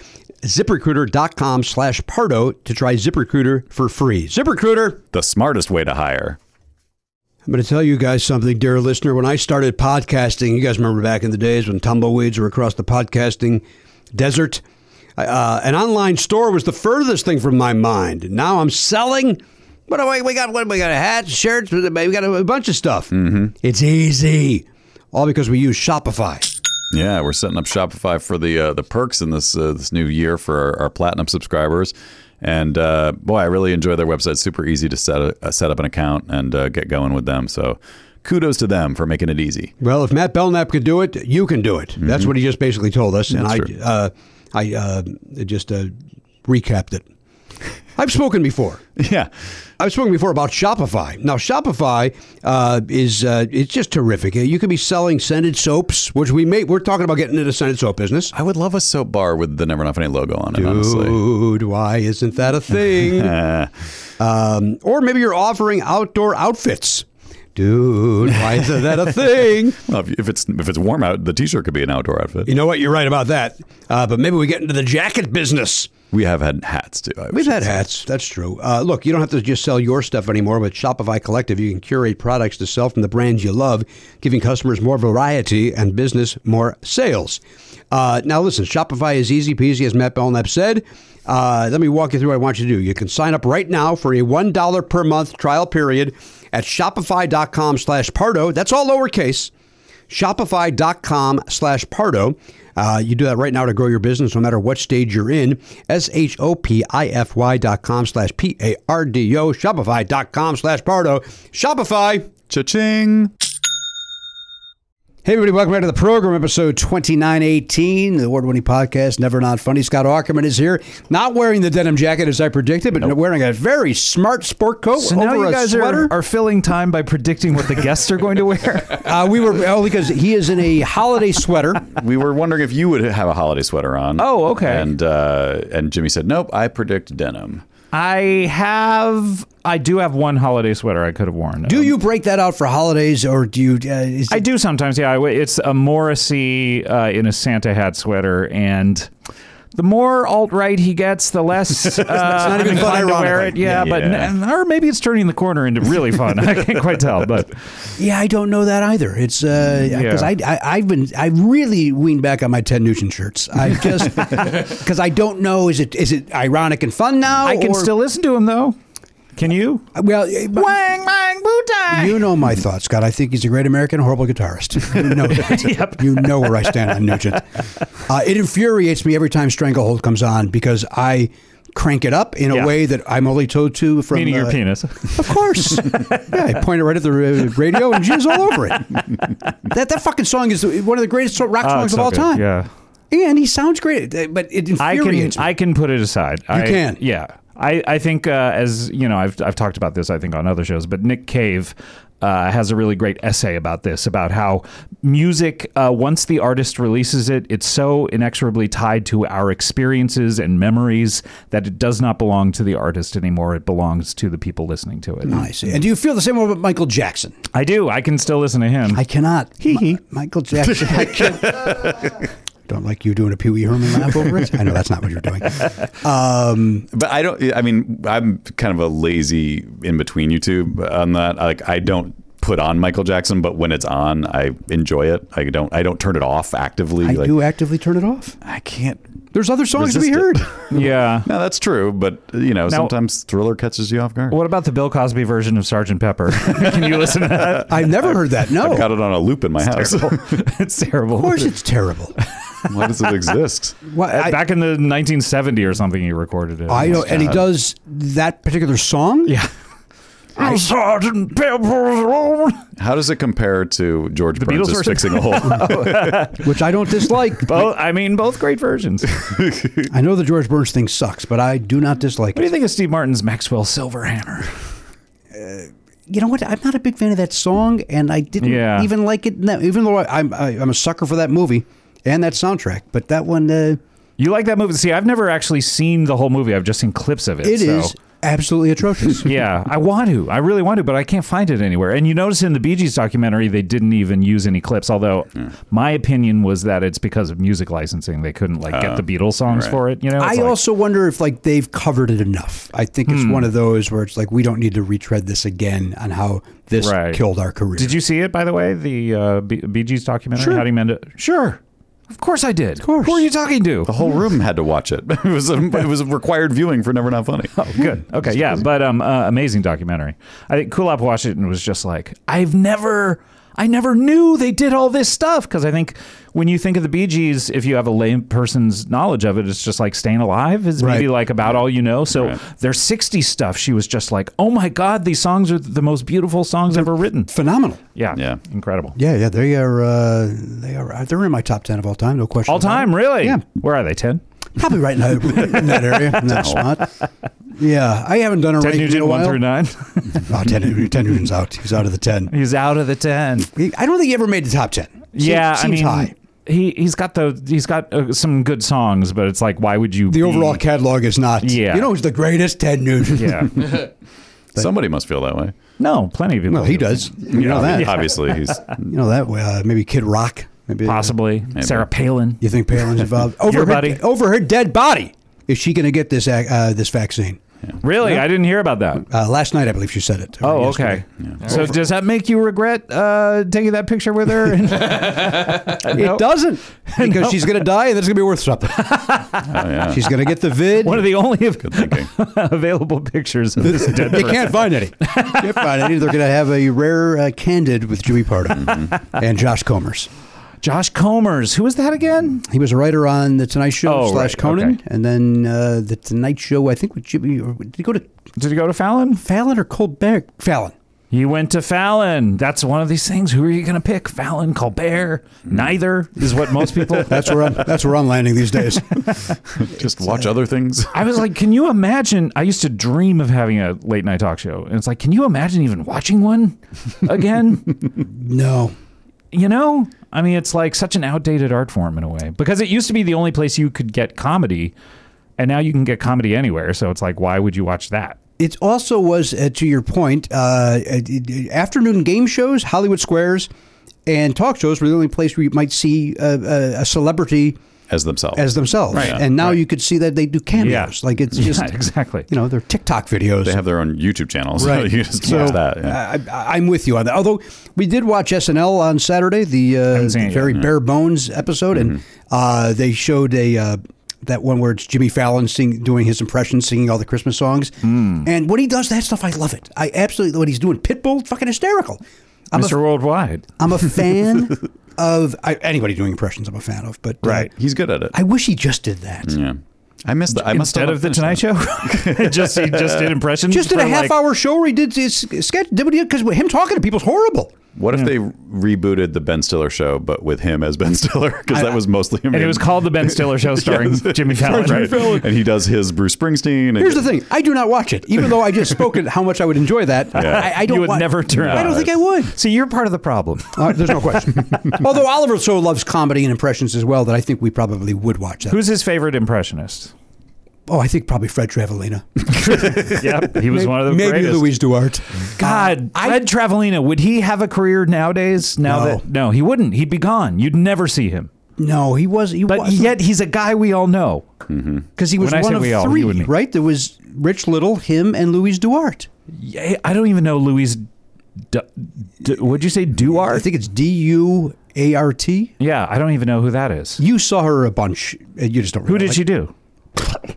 ZipRecruiter.com slash Pardo to try ZipRecruiter for free. ZipRecruiter.
the smartest way to hire.
I'm going to tell you guys something, dear listener. When I started podcasting, you guys remember back in the days when tumbleweeds were across the podcasting desert? Uh, an online store was the furthest thing from my mind. Now I'm selling. What do we, we got? What we got? Hats, shirts. We got a, bunch of stuff. Mm-hmm. It's easy, all because we use Shopify.
Yeah, we're setting up Shopify for the uh, the perks in this uh, this new year for our, our platinum subscribers. And uh, boy, I really enjoy their website. Super easy to set a, uh, set up an account and uh, get going with them. So kudos to them for making it easy.
Well, if Matt Belknap could do it, you can do it. That's what he just basically told us, and I,
true.
uh, I uh, just uh, recapped it. I've spoken before.
Yeah,
I've spoken before about Shopify. Now, Shopify uh, is uh, it's just terrific. Uh, You could be selling scented soaps, which we may we're talking about getting into the scented soap business.
I would love a soap bar with the Never Enough Any logo on it. Honestly,
Dude, why isn't that a thing?
Uh,
um, or maybe you're offering outdoor outfits. Dude, why isn't that a thing?
well, if if it's if it's warm out, the T-shirt could be an outdoor outfit.
You know what? You're right about that. Uh, but maybe we get into the jacket business.
We have had hats too. I
We've
should
had
say.
hats. That's true. Uh, look, you don't have to just sell your stuff anymore. With Shopify Collective, you can curate products to sell from the brands you love, giving customers more variety and business more sales. Uh, now, listen, Shopify is easy peasy, as Matt Belknap said. Uh, let me walk you through what I want you to do. You can sign up right now for a $1 per month trial period at shopify.com slash Pardo. That's all lowercase shopify.com slash pardo uh, you do that right now to grow your business no matter what stage you're in s-h-o-p-i-f-y dot com slash p-a-r-d-o shopify.com slash pardo shopify
Cha-ching.
Hey, everybody, welcome back to the program, episode 2918, the award winning podcast, Never Not Funny. Scott Ackerman is here, not wearing the denim jacket as I predicted, but wearing a very smart sport coat
So
over
now you
a
guys
sweater.
are, are filling time by predicting what the guests are going to wear.
uh, we were, oh, because he is in a holiday sweater.
we were wondering if you would have a holiday sweater on.
Oh, okay.
And uh, and Jimmy said, "Nope, I predict denim."
I have, I do have one holiday sweater I could have worn.
Do
Um,
you break that out for holidays or do you? Uh, is
I do sometimes. Yeah, I w it's a Morrissey uh, in a Santa hat sweater, and the more alt right he gets, the less uh,
not
I'm
even fun,
inclined to wear it.
ironically.
Yeah, but n- or maybe it's turning the corner into really fun. I can't quite tell, but
Yeah, I don't know that either. It's because
Yeah.
I, I I've been I really weaned back on my Ted Nugent shirts. I just because I don't know is it is it ironic and fun now?
I can
or-
still listen to him though. Can you?
well. eh, but-
Wang Wang Bootai.
You know my thoughts, Scott. I think he's a great American, horrible guitarist. You know, that. you know where I stand on Nugent. Uh, it infuriates me every time Stranglehold comes on because I crank it up in a
Yeah.
way that I'm only told to from
Meaning your
uh,
penis.
Of course. yeah, I point it right at the ra- radio and jizz all over it. That that fucking song is one of the greatest rock
Oh,
songs
it's
of
so
all
good.
time.
Yeah.
And he sounds great, uh, but it
I can
infuriates me.
I can put it aside. You I,
can.
Yeah. I I think uh, as you know I've I've talked about this I think on other shows, but Nick Cave. Uh, has a really great essay about this, about how music, uh, once the artist releases it, it's so inexorably tied to our experiences and memories that it does not belong to the artist anymore. It belongs to the people listening to it.
I see. And do you feel the same way about Michael Jackson?
I do. I can still listen to him.
I cannot. Hee hee. Michael Jackson. I can't. Don't like you doing a Pee Wee Herman laugh over it. I know that's not what you're doing.
But I don't. I mean, I'm kind of a lazy in between you two on that. Like, I don't put on Michael Jackson, but when it's on, I enjoy it. I don't. I don't turn it off actively.
I
like,
do actively turn it off.
I can't.
There's other songs to be heard.
Resist
yeah.
No, that's true. But you know,
Now-
sometimes Thriller catches you off guard.
What about the Bill Cosby version of Sergeant Pepper? can you listen to that?
I've never heard that. No.
I've got it on a loop in my house.
it's oh. terrible.
Of course, it's terrible.
Why does it exist?
Why, I,
back in the 1970 or something, he recorded it.
I don't, and he does that particular song.
Yeah. I'm Sergeant Pepper's alone.
How does it compare to George
The
Burns
Beatles
is
version?
fixing a hole?
which I don't dislike.
Both, I mean, both great versions. what
I know the George Burns thing sucks, but I do not dislike
do you
it.
think of Steve Martin's Maxwell Silverhammer?
You know what? I'm not a big fan of that song, and I didn't
Yeah.
even like it. Now, even though I, I'm I, I'm a sucker for that movie and that soundtrack, but that one uh,
You like that movie? See, I've never actually seen the whole movie. I've just seen clips of it.
it is
so-
absolutely atrocious.
yeah, I want to. I really want to, but I can't find it anywhere. And you notice in the Bee Gees documentary, they didn't even use any clips. Although my opinion was that it's because of music licensing, they couldn't like get the Beatles songs for it. You know,
I
It's like- Hmm.
also wonder if like they've covered it enough. I think it's one of those where it's like we don't need to retread this again on how this
Right.
killed our career.
Did you see it, by the way? The uh, B- Bee Gees documentary?
Sure.
How do you mend it? Sure. Of course I did. Of
course.
Who are you talking to?
the whole room had to watch it. It was a, it was a required viewing for Never Not Funny.
Oh, Good. Okay. Yeah. But um, uh, amazing documentary. I think Kulop Washington was just like, I've never, I never knew they did all this stuff. Because I think when you think of the Bee Gees, if you have a lay person's knowledge of it, it's just like staying alive is maybe
Right.
like about all you know. So
Right.
their 60 stuff, she was just like, oh my God, these songs are the most beautiful songs ever written.
Phenomenal.
Yeah.
Yeah.
Incredible.
Yeah, yeah, they are. Uh, they are. They're in my top ten of all time. No question.
All
about it.
time, really?
Yeah.
Where are they? 10?
Probably right in that, right in that area, in that spot. Yeah, I haven't done a
Ted
ranking in
Nugent,
a while.
one through nine.
Oh, Ted, Nugent- Ted Nugent's out. He's out of the ten.
He's out of the ten.
He- I don't think he ever made the top ten. Seems-
yeah,
seems
I mean,
high.
he he's got the he's got uh, some good songs, but it's like, why would you?
The
be-
overall catalog is not.
Yeah.
you know who's the greatest? Ted Nugent.
yeah,
Somebody must feel that way.
no, plenty of people.
Well, he does. You know that.
Obviously, he's
You know that. Uh, maybe Kid Rock. Maybe
Possibly Sarah Palin.
You think Palin's involved? Over
Your
her,
buddy.
Over her dead body. Is she going to get this ac- uh, this vaccine?
Really, I didn't hear about that.
Uh, last night, I believe she said it. or
Oh,
yesterday.
okay. So does that make you regret uh, taking that picture with her?
It doesn't because she's going to die and that's going to be worth something. She's going to get the vid.
One of the only
Oh, thinking.
available pictures of this dead
they
person.
can't find any. Can't find any. They're going to have a rare uh, candid with Jimmy Pardo
Mm-hmm.
and Josh Comers.
Josh Comers, who is that again?
He was a writer on the Tonight Show
Oh,
slash
right.
Conan,
Okay.
and then uh, the Tonight Show. I think with Jimmy. Or, did he go to
Did he go to Fallon?
Fallon or Colbert? Fallon.
He went to Fallon. That's one of these things. Who are you going to pick? Fallon, Colbert? Neither is what most people.
Oh, That's where I'm. That's where I'm landing these days.
just watch other things.
I was like, can you imagine? I used to dream of having a late night talk show. And it's like, can you imagine even watching one again?
No.
you know? I mean, it's like such an outdated art form in a way because it used to be the only place you could get comedy. And now you can get comedy anywhere. So it's like, why would you watch that?
It also was, uh, to your point, uh, it- it- afternoon game shows, Hollywood Squares, and talk shows were the only place where you might see a, a, a celebrity
As themselves.
as themselves.
Right.
And now you could see that they do cameos.
Yeah.
Like it's just
yeah, exactly.
you know they're TikTok videos.
they have their own YouTube channel, so
Right.
you just
So,
watch that.
uh,
yeah.
I, I, I'm with you on that. Although we did watch SNL on Saturday, the, uh, the
seen it yet,
very bare bones episode,
Mm-hmm.
and uh, they showed a uh, that one where it's Jimmy Fallon sing, doing his impression, singing all the Christmas songs.
Mm.
And when he does that stuff, I love it. I absolutely when he's doing Pitbull, fucking hysterical. I'm
Mr. Worldwide.
a, I'm a fan of I, anybody doing impressions. I'm a fan of, but uh,
He's good at it.
Mm-hmm.
I wish he just did that.
yeah. I missed that. I must
instead
have
of the
finished
Tonight
that.
Show. just he just did impressions.
Just did
for
a half
like-
hour show where he did his sketch. Did what he did because him talking to people's horrible.
What if they rebooted the Ben Stiller show, but with him as Ben Stiller? Because that was mostly him.
And it was called the Ben Stiller Show, starring Jimmy Fallon.
Right. And he does his Bruce Springsteen. and-
Here's the thing: I do not watch it, even though I just spoke at how much I would enjoy that. I, I don't.
You would
wa-
never turn
I don't
on
think
it.
I would.
So you're part of the problem.
Uh, there's no question. Although Oliver so loves comedy and impressions as well that I think we probably would watch that.
Who's his favorite impressionist?
oh, I think probably Fred Travelina.
Yep, he was one of the
Maybe
greatest.
Louise Duarte.
God,
I-
Fred Travelina, would he have a career nowadays? Now
No.
that no, he wouldn't. He'd be gone. You'd never see him.
No, he was. He
But
was,
yet he's a guy we all know.
because he was
when I
one
say
of
we all, you
three,
and me.
right? There was Rich Little, him, and Louise Duarte.
Yeah, I don't even know Louis. D- D- would you say
I
Duarte?
think it's D U A R T.
Yeah, I don't even know who that is.
You saw her a bunch. uh, You just don't.
Who
really
did
like-
she do?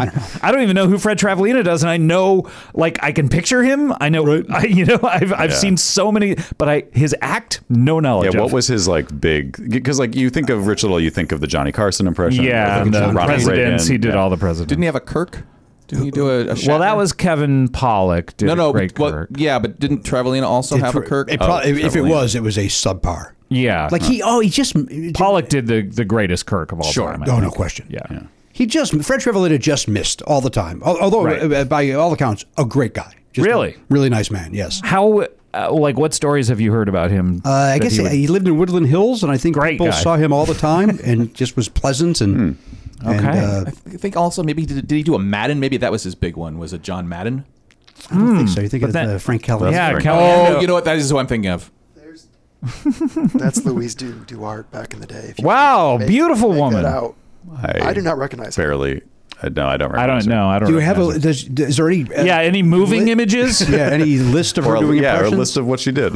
I don't even know who Fred Travelina does, and I know, like, I can picture him. I know, I, you know, I've, I've seen so many, but I his act, no knowledge.
Yeah, what
of.
was his like big? Because like you think of Rich Little, you think of the Johnny Carson impression.
Yeah,
you think
and
of
the
Ronald
presidents.
Reagan.
He did
Yeah.
all the presidents.
Didn't he have a Kirk? Didn't he do a, a
well,
Shatner?
that was Kevin Pollock. Did
no, no.
a Great
well,
Kirk.
yeah, but didn't Travelina also have a Kirk?
It
Oh,
probably, if it
Travelina.
was, it was a subpar.
yeah.
Like he, oh, he just
Uh, Pollock did the, the greatest Kirk of all time. I
Oh, no
think.
question.
Yeah.
He just Fred Travelina just missed all the time. Al- Although,
Right.
uh, by all accounts, a great guy. Just
Really?
a really nice man. Yes.
How, uh, like, what stories have you heard about him?
Uh, I
that
guess
he
he,
would-
lived in Woodland Hills, and I think
Great
people
guy.
saw him all the time, and just was pleasant. And, and,
Hmm. Okay.
uh,
I th- think also maybe did, did he do a Madden? Maybe that was his big one. Was a John Madden?
I don't think so. You think of
Hmm. that-
uh, Frank Kelly?
yeah,
Frank.
Caliendo.
Oh, you know what? That is who I'm thinking of.
That's Louise Du- Duarte back in the day. If you
Wow,
make-
beautiful
make that
woman.
out.
I,
I do not recognize her.
barely. I, no, I don't.
I
recognize
don't
her.
know. I don't.
Do you have a?
recognize
Does, is there any? uh,
it. yeah? Any moving
Li-
images?
Yeah, any list of
Or
her
a,
doing
yeah, or a
impressions?
list of what she did.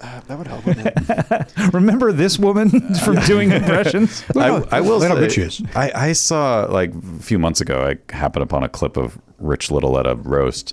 Uh, that would help. Wouldn't it?
Remember this woman from doing impressions?
I, I will
Look how
say,
good she is.
I, I saw like a few months ago, I happened upon a clip of Rich Little at a roast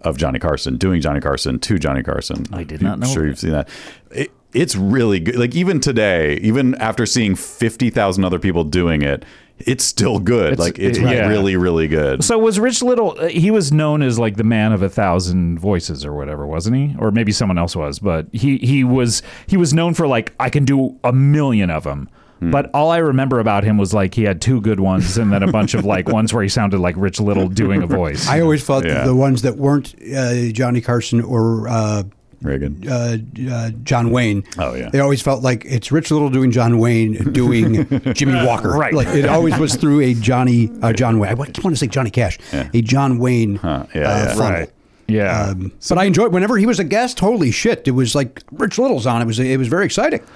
of Johnny Carson, doing Johnny Carson to Johnny Carson. I
did not know
sure you've seen that. It, it's really good. Like even today, even after seeing 50,000 other people doing it, it's still good. like it's
it- yeah.
really, really good.
So was Rich Little? uh, He was known as like the man of a thousand voices or whatever, wasn't he? Or maybe someone else was, but he he was he was known for like I can do a million of them. But all I remember about him was like he had two good ones and then a bunch of like ones where he sounded like Rich Little doing a voice.
I always thought that
Yeah.
the ones that weren't uh, Johnny Carson or uh,
Reagan.
uh, uh, John Wayne.
Oh, yeah.
They always felt like it's Rich Little doing John Wayne doing Jimmy Walker.
Right.
Like it always was through a Johnny uh, John Wayne. I want to say Johnny Cash. A John Wayne.
yeah,
uh,
yeah.
funnel.
Right. Yeah.
Um, but I enjoyed whenever he was a guest. Holy shit! It was like Rich Little's on. It was it was very exciting.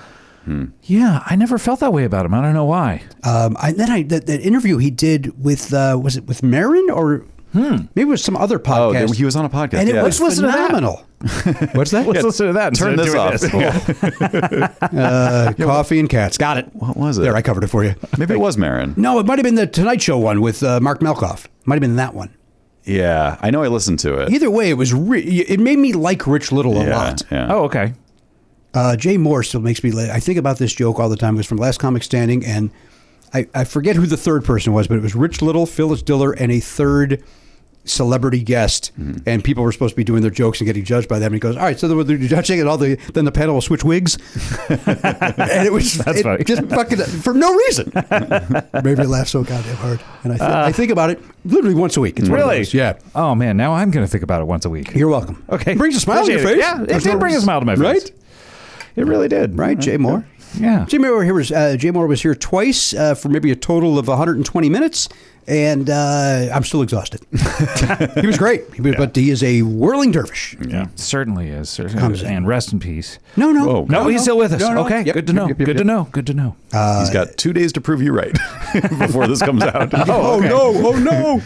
yeah, I never felt that way about him. I don't know why.
Um, I, then I that, that interview he did with uh, was it with Marin or maybe it was some other
Hmm. Oh,
podcast.
he was on a podcast.
and it
yeah.
was
listen to that.
phenomenal. What's that?
Let's listen to that.
Turn
instead
this
of doing
off.
Uh, coffee and cats. Got it.
What was it?
There, I covered it for you.
Maybe it was Marin.
No, it might have been the Tonight Show one with uh, Mark Malkoff. Might have been that one.
Yeah. I know I listened to it.
Either way, it was re- it made me like Rich Little a
yeah,
lot.
yeah.
Oh, okay.
Uh, Jay Moore still makes me. la- I think about this joke all the time. It was from Last Comic Standing, and I, I forget who the third person was, but it was Rich Little, Phyllis Diller, and a third celebrity guest.
Mm-hmm.
And people were supposed to be doing their jokes and getting judged by them. And he goes, "All right, so they're, they're judging, and all the then the panel will switch wigs." and it was
That's
it
funny.
just fucking for no reason. Made me laugh so goddamn hard, and I, th- I think about it literally once a week. It's one of
Uh. Really?
those. yeah.
Oh man, now I'm gonna think about it once a week.
You're welcome.
Okay.
It brings a smile to your
Appreciate
face.
it. Yeah, it did bring a smile to my face.
Right?
It really did.
Right, Jay Moore.
Yeah.
Jay Moore here was uh, Jay Moore was here twice uh, for maybe a total of 120 minutes, and uh, I'm still exhausted. he was great, he was, but he is a whirling dervish.
yeah.
Certainly is. Certainly
Comes
is.
in.
And rest in peace.
No, no,
Whoa.
No, he's still with us.
No, no.
Okay,
Yep,
good to know.
yep, yep,
good to
yep.
know. Good to know.
He's got two days to prove you right before this comes out.
Oh, no! Oh no!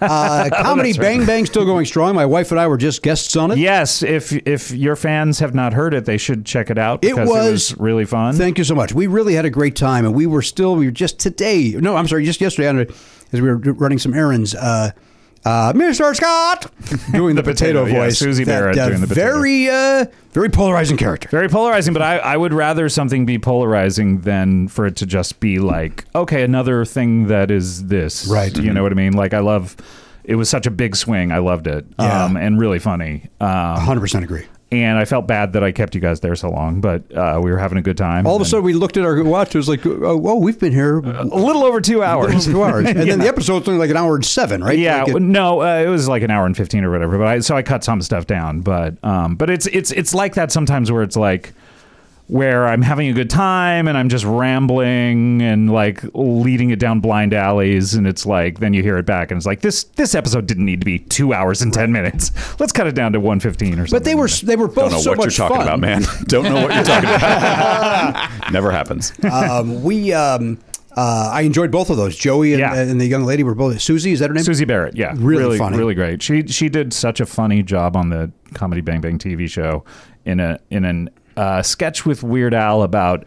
uh, comedy Bang Bang still going strong. My wife and I were just guests on it.
yes, if if your fans have not heard it, they should check it out
It
because it was,
was-
really fun.
Thank you so much. We really had a great time, and we were still we were just today. No, I'm sorry, just yesterday on it, as we were running some errands. Uh, uh, Mr. Scott doing the, potato,
potato, yeah,
voice.
Susie
That-
Barrett
that
doing the potato.
very, uh, very polarizing character.
Very polarizing, but I, I would rather something be polarizing than for it to just be like, okay, another thing that is this.
Right.
You know what I mean? Like, I love it was such a big swing. I loved it.
Yeah.
Um, and really funny. Um,
Hundred percent agree.
and I felt bad that I kept you guys there so long, but uh, we were having a good time.
All of a
And-
sudden, we looked at our watch. It was like, oh, oh we've been here
a little over two hours.
two hours, and then the episode's only like an hour and seven, right?
Yeah,
Like it-
no, uh, it was like an hour and fifteen or whatever. But I so I cut some stuff down, but um, but it's it's it's like that sometimes where it's like where I'm having a good time and I'm just rambling and like leading it down blind alleys, and it's like then you hear it back and it's like this this episode didn't need to be two hours and ten minutes. Let's cut it down to one fifteen or something.
but they were they were
Don't
both
know
Oh, so
what
much
you're talking
fun.
about, man. Don't know what you're talking about. Never happens.
um, we um, uh, I enjoyed both of those. Joey and,
Yeah.
and the young lady were both Susie. Is that her name?
Susie Barrett, yeah,
Really
really
funny.
really great. She she did such a funny job on the Comedy Bang Bang TV show in a in an uh, sketch with Weird Al about.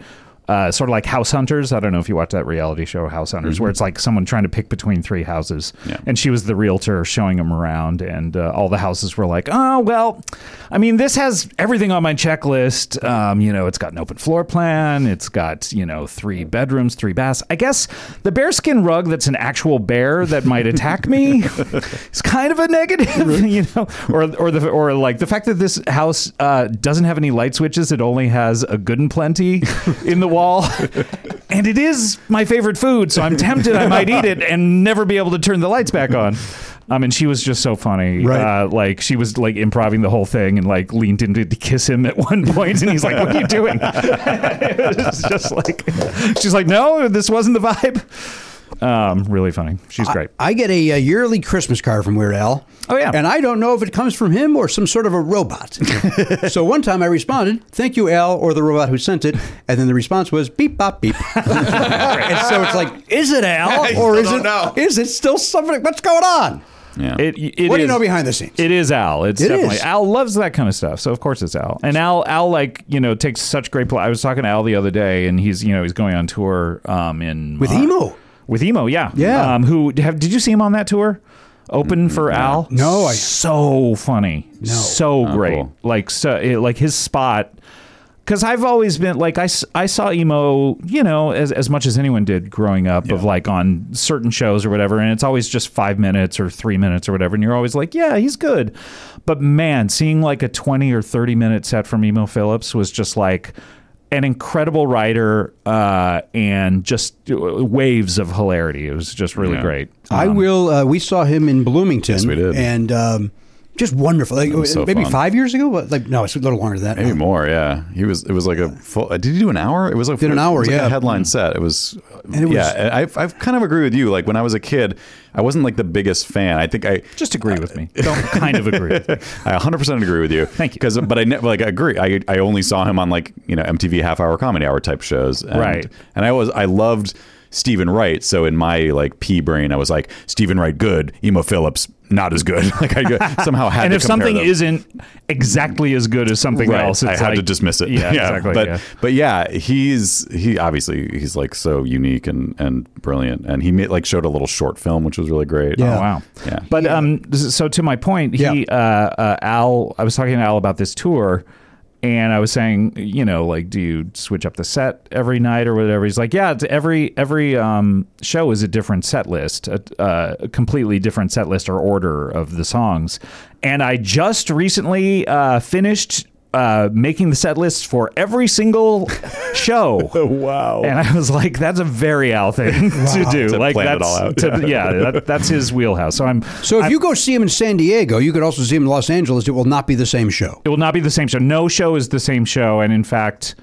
Uh, sort of like House Hunters. I don't know if you watch that reality show, House Hunters, where it's like someone trying to pick between three houses.
Yeah.
And she was the realtor showing him around, and uh, all the houses were like, oh, well, I mean, this has everything on my checklist. Um, you know, it's got an open floor plan, it's got, you know, three bedrooms, three baths. I guess the bearskin rug that's an actual bear that might attack me is kind of a negative, you know, or, or, the, or like the fact that this house uh, doesn't have any light switches, it only has a good and plenty in the wall. And it is my favorite food, so I'm tempted I might eat it and never be able to turn the lights back on. Um, and she was just so funny.
Right.
Uh, like she was like improving the whole thing and like leaned in to, to kiss him at one point, and he's like, "What are you doing?" it was just like she's like, "No, this wasn't the vibe." Um, really funny. She's great.
I get a, uh yearly Christmas card from Weird Al.
Oh, yeah.
and I don't know if it comes from him or some sort of a robot. so one time I responded, "Thank you, Al," or the robot who sent it, and then the response was "beep bop beep." and so it's like, is it Al or is
don't
it
know.
is it still something? What's going on?
Yeah.
It, it
What do you
is-
know behind the scenes?
It is Al. It's
It
definitely
is.
Al loves that kind of stuff. So of course it's Al. And Al Al like, you know, takes such great pl- I was talking to Al the other day and he's, you know, he's going on tour um in
With
Mar-
Emo.
With Emo, yeah.
Yeah.
Um who have, did you see him on that tour? Open for Al?
No, I-
so funny.
Ah,
So great.
cool.
Like so it, like his spot because I've always been like I, s- I saw emo you know as, as much as anyone did growing up of like on certain shows or whatever and it's always just five minutes or three minutes or whatever and you're always like yeah he's good but man seeing like a 20 or 30 minute set from emo Phillips was just like an incredible writer uh, and just uh, waves of hilarity it was just really
Yeah.
great
I will. Uh, we saw him in Bloomington.
Yes, we did.
And um, just wonderful. Like,
was so
maybe
fun.
five years ago. What, Like no, it's a little longer than that.
Maybe more, yeah. He was. It was like a full. uh, Did he do an hour? It was like
Did an hour,
it was like
yeah. Mm.
A headline set. It was.
it was-
yeah, and I've, I've kind of agree with you. Like when I was a kid, I wasn't like the biggest fan. I think I
just agree with me don't kind of agree with me.
I 100% agree with you. Thank
you.
Because, but I never like I agree. I, I only saw him on like you know MTV half hour comedy hour type shows. And,
Right.
And I was I loved Stephen Wright. So in my like pea brain, I was like Stephen Wright good, Emo Phillips not as good. like I go- somehow had
and
to
if
compare
something
them.
isn't exactly as good as something
Right.
else, it's
I had to
like-
dismiss it.
Yeah, exactly.
But
yeah.
but yeah, he's he obviously he's like so unique and and brilliant, and he made, like showed a little short film which was really great.
Yeah.
Oh, wow.
Yeah.
But um, so to my point, he
Yeah.
uh, uh, Al. I was talking to Al about this tour, and I was saying, you know, like, do you switch up the set every night or whatever? He's like, yeah, it's every every um, show is a different set list, a, uh, a completely different set list or order of the songs. And I just recently uh, finished. Uh, making the set lists for every single show. wow! And I was like, "That's a very Al thing to do.
To
like
plan it
that's
all out.
to- yeah, that, that's his wheelhouse. So I'm.
So if
I'm-
you go see him in San Diego, you could also see him in Los Angeles. It will not be the same show.
it will not be the same show. No show is the same show, and in fact,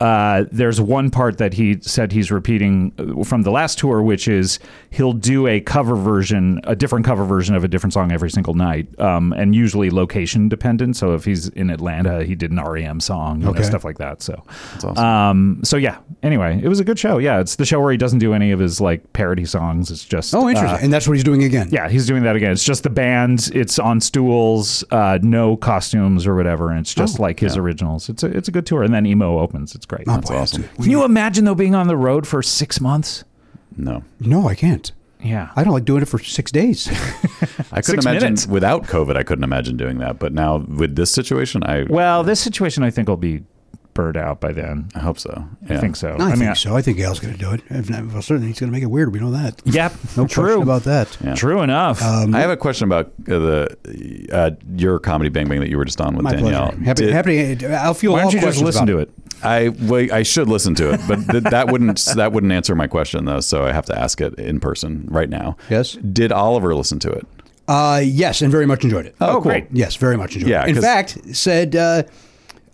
uh, there's one part that he said he's repeating uh, from the last tour, which is he'll do a cover version, a different cover version of a different song every single night, um, and usually location dependent. So if he's in Atlanta, he did an REM song, you know,
Okay.
stuff like that. So,
awesome.
um, so yeah. Anyway, it was a good show. Yeah, it's the show where he doesn't do any of his like parody songs. It's just
Oh,
uh,
interesting. and that's what he's doing again.
Yeah, he's doing that again. It's just the band. It's on stools, uh, no costumes or whatever, and it's just like his originals. It's a it's a good tour, and then emo opens. It's great.
Oh,
That's
boy,
awesome.
awesome.
Can you imagine though being on the road for six months?
No.
No, I can't.
Yeah.
I don't like doing it for six days.
I couldn't
Six
imagine
minutes.
without COVID. I couldn't imagine doing that, but now with this situation, I
Well, this situation I think will be burned out by then.
I hope so.
I
Yeah.
think so.
I,
mean,
think so. I think Al's going to do it. If not, well, certainly he's going to make it weird. We know that.
Yep.
No
true
question about that.
Yeah.
True enough.
Um,
I have a question about uh, the uh, your comedy Bang Bang that you were just on with
My
Danielle.
pleasure. Happy,
Did-
happy. I'll feel
Why
all
don't you just
questions
listen
about
to it?
I well, I should listen to it, but th- that wouldn't that wouldn't answer my question though. So I have to ask it in person right now.
Yes.
Did Oliver listen to it?
Uh, yes, and very much enjoyed it. Uh,
Oh, great.
Yes, very much enjoyed
Yeah,
it. In
'cause-
fact, said, uh,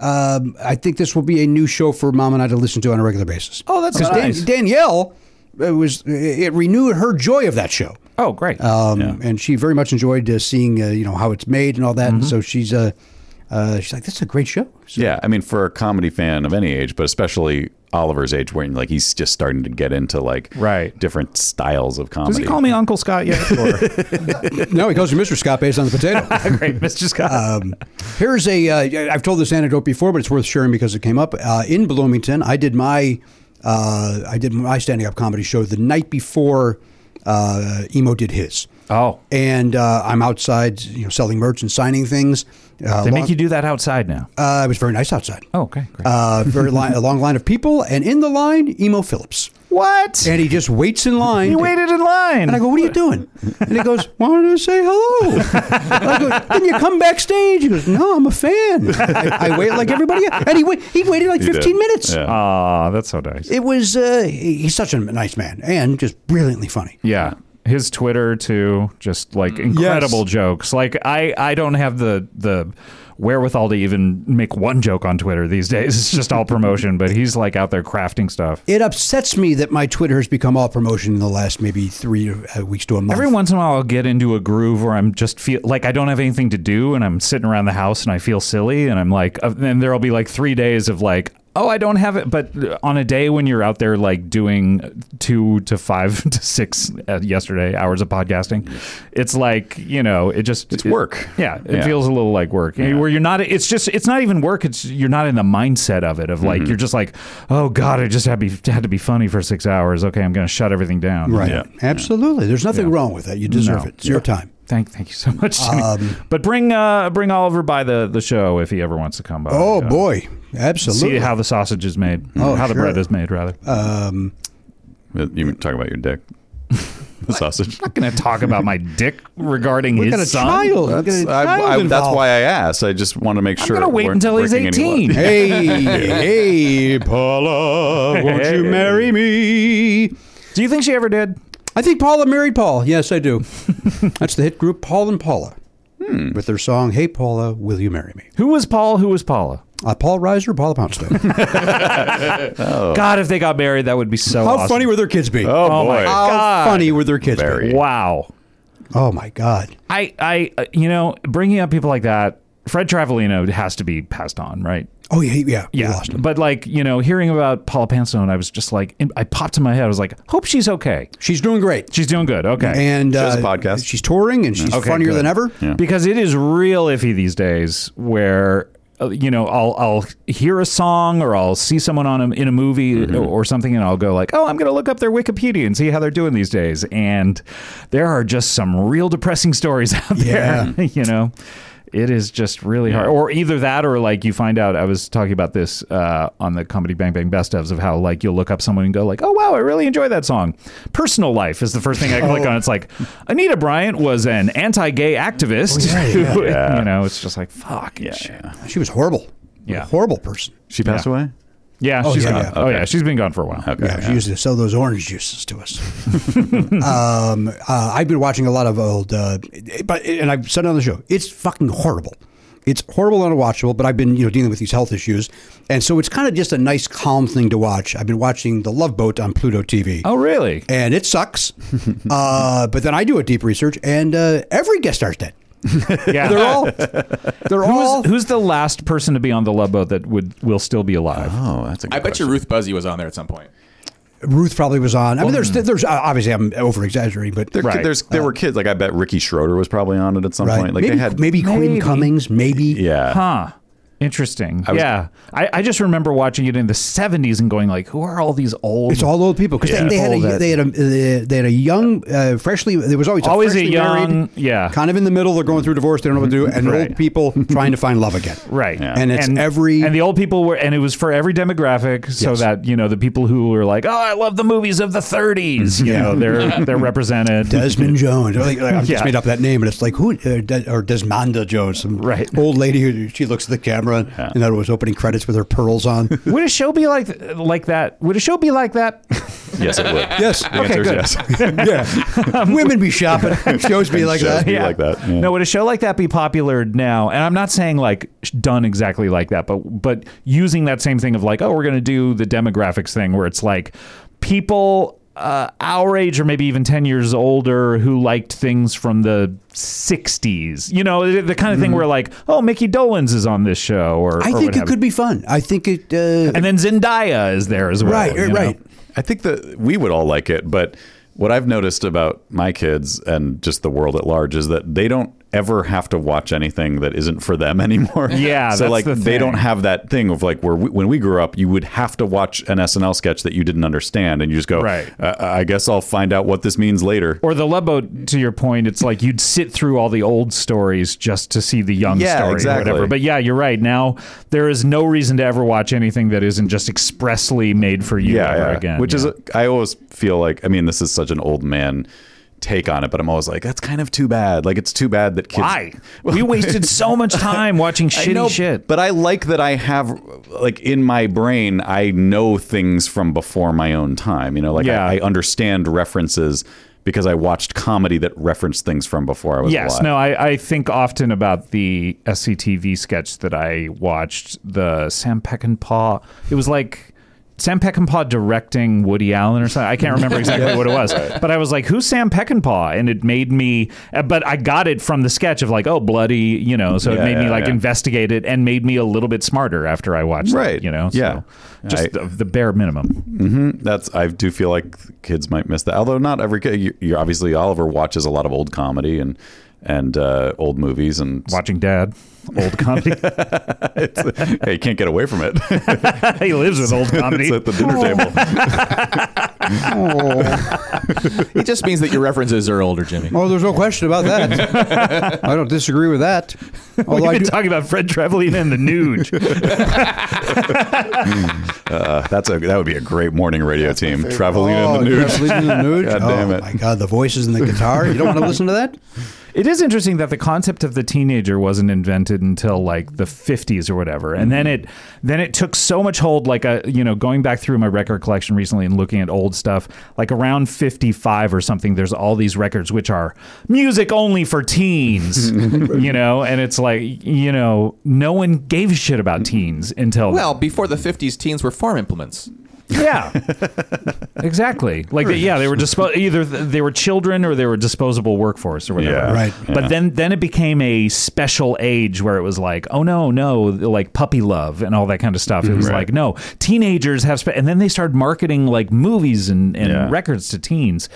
um, I think this will be a new show for Mom and I to listen to on a regular basis.
Oh, that's
'Cause Dan-
nice.
Danielle uh, was it renewed her joy of that show,
oh, great.
um, and she very much enjoyed uh, seeing uh, you know how it's made and all that.
Mm-hmm.
And so she's uh, uh, she's like, "This is a great show." So,
Yeah, I mean, for a comedy fan of any age, but especially Oliver's age, when like he's just starting to get into like
Right.
different styles of comedy.
Does he call me Uncle Scott yet? Or
no, he calls you Mr. Scott based on the potato.
great, Mr. Scott.
Um, here's a. Uh, I've told this anecdote before, but it's worth sharing because it came up uh, in Bloomington. I did my uh, I did my standing up comedy show the night before uh, Emo did his.
oh,
And uh, I'm outside, you know, selling merch and signing things. Uh,
they
long-
make you do that outside now.
uh, it was very nice outside.
Oh, okay, great.
Uh, very line, a long line of people, and in the line, Emo Phillips,
what?
and he just waits in line.
you
to-
waited in line.
and I go, "What are you doing?" And he goes, "Wanted to say hello." I go, "Then you come backstage." He goes, "No, I'm a fan." I, I wait like everybody else. And he wait, he waited like
He did.
15 minutes.
Yeah.
Uh, Aw, Oh, that's so nice.
It was uh, he- he's such a nice man and just brilliantly funny.
Yeah. His Twitter too, just like incredible jokes. Like I, I don't have the the wherewithal to even make one joke on Twitter these days. It's just all promotion, but he's like out there crafting stuff.
It upsets me that my Twitter has become all promotion in the last maybe three uh, weeks to a month.
Every once in a while, I'll get into a groove where I'm just feel like I don't have anything to do, and I'm sitting around the house and I feel silly, and I'm like, uh, and there'll be like three days of like, oh, I don't have it. But uh, on a day when you're out there like doing two to five to six uh, yesterday hours of podcasting, it's like you know, it just
It's work.
yeah, it
Yeah.
feels a little like work where you're not. It's just it's not even work. It's you're not in the mindset of it of like you're just like, oh god, I just had to be had to be funny for six hours. Okay, I'm gonna shut everything down.
right?
Yeah.
Absolutely. There's nothing wrong with that. You deserve
No.
it. It's your time.
Thank, thank you so much. Jimmy. but bring uh, bring Oliver by the, the show if he ever wants to come by.
Oh
Uh,
boy,
See
absolutely.
how the sausage is made.
Oh,
how the
sure.
bread is made, rather.
um,
You were talking about your dick, the sausage.
I'm not going to talk about my dick regarding
look
his
at a
son.
child. Look at a
That's, I,
child
I- that's
involved.
why I asked. I just want to make sure.
I'm going to wait
we're
until he's
breaking any law.
18.
hey, hey, Paula, won't you marry me?
Do you think she ever did?
I think Paula married Paul. Yes, I do. That's the hit group Paul and Paula with their song "Hey Paula, Will You Marry Me?"
Who was Paul? Who was Paula?
Uh, Paul Reiser, Paula Poundstone.
God, if they got married, that would be so
How
awesome.
funny would their kids be?
Oh,
Oh,
boy.
my
How
God.
funny would their kids
Very.
be?
Wow.
Oh my God!
I, I, uh, you know, bringing up people like that, Fred Travellino has to be passed on, right?
Oh yeah, yeah, we
Yeah,
Lost him.
but like you know, hearing about Paula Poundstone, I was just like, I popped in my head. I was like, hope she's okay.
She's doing great,
She's doing good. Okay.
and
has
uh,
a podcast.
She's touring, and she's
Okay,
funnier
good.
than ever.
because it is real iffy these days where uh, you know I'll I'll hear a song or I'll see someone on a, in a movie or something and I'll go like oh I'm going to look up their Wikipedia and see how they're doing these days and there are just some real depressing stories out there you know it is just really hard or either that or like you find out I was talking about this uh, on the comedy bang bang best ofs of how like you'll look up someone and go like oh wow I really enjoy that song personal life is the first thing I click on it's like Anita Bryant was an anti-gay activist
Oh,
who- you know, it's just like fuck. Yeah,
Yeah.
She was horrible.
Yeah.
horrible person.
She passed
Yeah.
away?
yeah
Oh,
she's
yeah,
gone.
yeah.
Oh yeah, she's been gone for a while.
Okay.
Yeah, she used to sell those orange juices to us. um, uh, I've been watching a lot of old, uh, but and I've said it on the show, it's fucking horrible. It's horrible and unwatchable, but I've been you know dealing with these health issues, and so it's kind of just a nice calm thing to watch. I've been watching The Love Boat on Pluto TV.
Oh really?
And it sucks, uh, but then I do a deep research, and uh, every guest star's dead.
Yeah.
They're all, they're all.
who's, who's the last person to be on the love boat that would will still be alive?
Uh-huh.
Oh, that's a good
I bet you
question.
Ruth Buzzy was on there at some point.
Ruth probably was on. I mean, there's, there's obviously I'm over exaggerating, but
There,
Right. Uh,
there's, there were kids. Like, I bet Ricky Schroeder was probably on it at some point. Like,
maybe,
they had.
maybe Quinn
Maybe.
Cummings, maybe
Yeah.
Huh. Interesting.
was-
yeah, I, I just remember watching it in the '70s and going like, "Who are all these old?"
It's all old people because they, had
People
a,
that-
they had a they they had a young uh, freshly there was always a
Always a
freshly
young-
married,
yeah.
kind of in the middle they're going through divorce they don't know what to do and
Right.
old people trying to find love again
Right.
and it's every
and the old people were and it was for every demographic so
Yes.
that you know the people who were like oh I love the movies of the 30s you know they're they're represented
Desmond Jones Or like- like, I
Yeah.
just made up that name and it's like who uh, De- or Desmonda Jones some
Right.
old lady who she looks at the camera and, and that was opening credits with her pearls on
would a show be like like that would a show be like that
Yes, it would.
Yes.
The answer
good.
is yes.
yeah women be shopping shows be like
shows
that
be like that, yeah.
no would a show like that be popular now and I'm not saying like sh- done exactly like that but but using that same thing of like oh we're gonna do the demographics thing where it's like people uh, our age or maybe even 10 years older who liked things from the 60s you know the, the kind of thing where like oh Mickey Dolenz is on this show or
Mm-hmm. I
or
think
what
it
have you.
could be fun I think it uh,
And then Zendaya is there as well.
right er,
you know?
right
I think that we would all like it, but what I've noticed about my kids and just the world at large is that they don't ever have to watch anything that isn't for them anymore.
Yeah,
so
that's
like
the
they
thing.
don't have that thing of like where we, when we grew up, you would have to watch an SNL sketch that you didn't understand, and you just go,
Right.
"Uh, I guess I'll find out what this means later.
Or the Lubbo, to your point, it's like you'd sit through all the old stories just to see the young
Yeah,
story
exactly.
or whatever. But yeah, you're right. Now there is no reason to ever watch anything that isn't just expressly made for you ever again.
Which is,
yeah.
I always feel like, I mean, this is such an old man take on it, but I'm always like, that's kind of too bad. Like, it's too bad that kids.
why we wasted so much time watching
I
shitty
know,
shit.
But I like that I have, like, in my brain, I know things from before my own time. You know, like,
Yeah.
I, I understand references because I watched comedy that referenced things from before I was
yes
alive.
no I, I think often about the sctv sketch that i watched the sam peckinpah it was like sam peckinpah directing woody allen or something i can't remember exactly what it was but i was like who's sam peckinpah and it made me uh, but i got it from the sketch of like oh bloody you know so it
Yeah,
made me
yeah,
like
yeah.
investigate it and made me a little bit smarter after i watched
Right.
it you know
Yeah.
so just
I-
the, the bare minimum
That's I do feel like kids might miss that. Although not every kid. You, you obviously Oliver watches a lot of old comedy and and uh, old movies and
watching dad old comedy
hey, you can't get away from it.
he lives with old comedy Oh.
it's at the dinner table.
It just means that your references are older, Jimmy.
oh there's no question about that I don't disagree with that although
We've
I
been
do,
talking about Fred Trevelyan and the Nude.
Uh, that's a that would be a great morning radio team. Traveling
Oh,
in the nude.
Traveling in the nude.
God
oh
damn it.
my god, the voices and the guitar. You don't want to listen to that?
it is interesting that the concept of the teenager wasn't invented until like the 50s or whatever. And then it then it took so much hold like a, you know, going back through my record collection recently and looking at old stuff, like around 55 or something there's all these records which are music only for teens, you know, and it's like, you know, no one gave a shit about teens until
Well, before the 50s, teens were farm implements.
Yeah, exactly. Like they, yeah, they were dispo- either th- they were children or they were disposable workforce or whatever.
Yeah.
Right.
But then then it became a special age where it was like, oh no, no, like puppy love and all that kind of stuff. It was like, no, teenagers have, spe-. and then they started marketing like movies and, and
Yeah.
records to teens.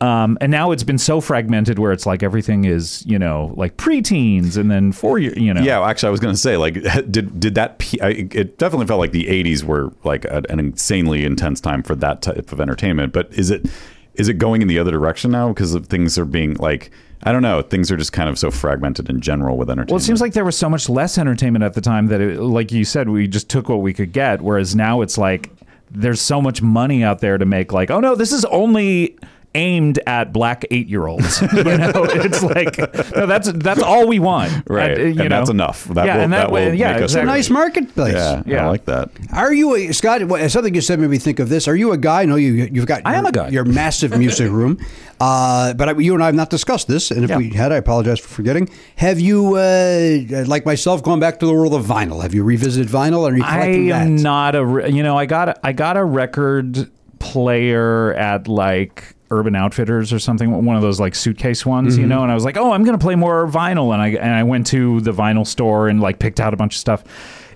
Um, and now it's been so fragmented where it's like everything is, you know, like preteens and then four year, you know.
Yeah, well, actually, I was going to say, like, did did that? Pe- I, it definitely felt like the '80s were like a, an insanely intense time for that type of entertainment. But is it is it going in the other direction now because of things are being like I don't know, things are just kind of so fragmented in general with entertainment.
Well, it seems like there was so much less entertainment at the time that, it, like you said, we just took what we could get. Whereas now it's like there's so much money out there to make. Like, oh no, this is only aimed at black eight-year-olds. you know, it's like no, that's that's all we want,
Right.
uh, you
And that's enough. That will- that will
yeah,
make us
exactly.
Nice marketplace.
yeah,
yeah.
I like that.
Are you a Scott? what- Something you said made me think of this. Are you a guy? No, you you've got.
I am
your-
a guy.
Your massive music room, uh, but I, you and I have not discussed this. And if
Yeah.
we had, I apologize for forgetting. Have you, uh, like myself, gone back to the world of vinyl? Have you revisited vinyl? Are you
I
collecting
am
that?
not a re- you know I got a, I got a record player at like Urban Outfitters or something one of those like suitcase ones
Mm-hmm.
you know and I was like oh I'm gonna play more vinyl and I and I went to the vinyl store and like picked out a bunch of stuff.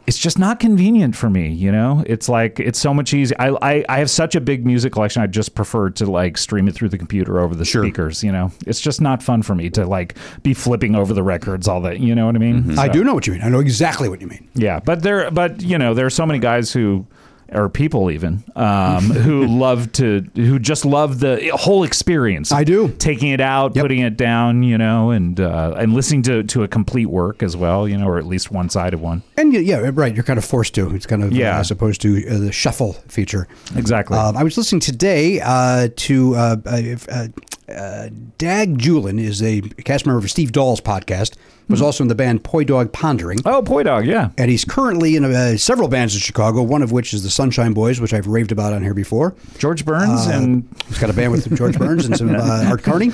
it's just not convenient for me. You know, it's like it's so much easier. I, I I have such a big music collection. I just prefer to like stream it through the computer over the speakers. You know, it's just not fun for me to like be flipping over the records all that. You know what I mean?
Mm-hmm. I do know what you mean. I know exactly what you mean.
Yeah, but there, but you know, there are so many guys who, or people even, um, who love to, who just love the whole experience.
I do.
taking it out,
Yep.
putting it down, you know, and uh, and listening to to a complete work as well, you know, or at least one side of one.
And y- yeah, right. You're kind of forced to. It's kind of
Yeah.
uh, as opposed to uh, the shuffle feature.
Exactly.
Um, I was listening today uh, to uh, uh, if, uh, uh, Dag Julin is a cast member of Steve Dahl's podcast.
Hmm.
Was also in the band Poi Dog Pondering.
oh, Poi Dog, yeah.
And he's currently in uh, several bands in Chicago, one of which is the Sunshine Boys, which I've raved about on here before.
George Burns and
Uh, He's got a band with some George Burns and some uh, Art Carney,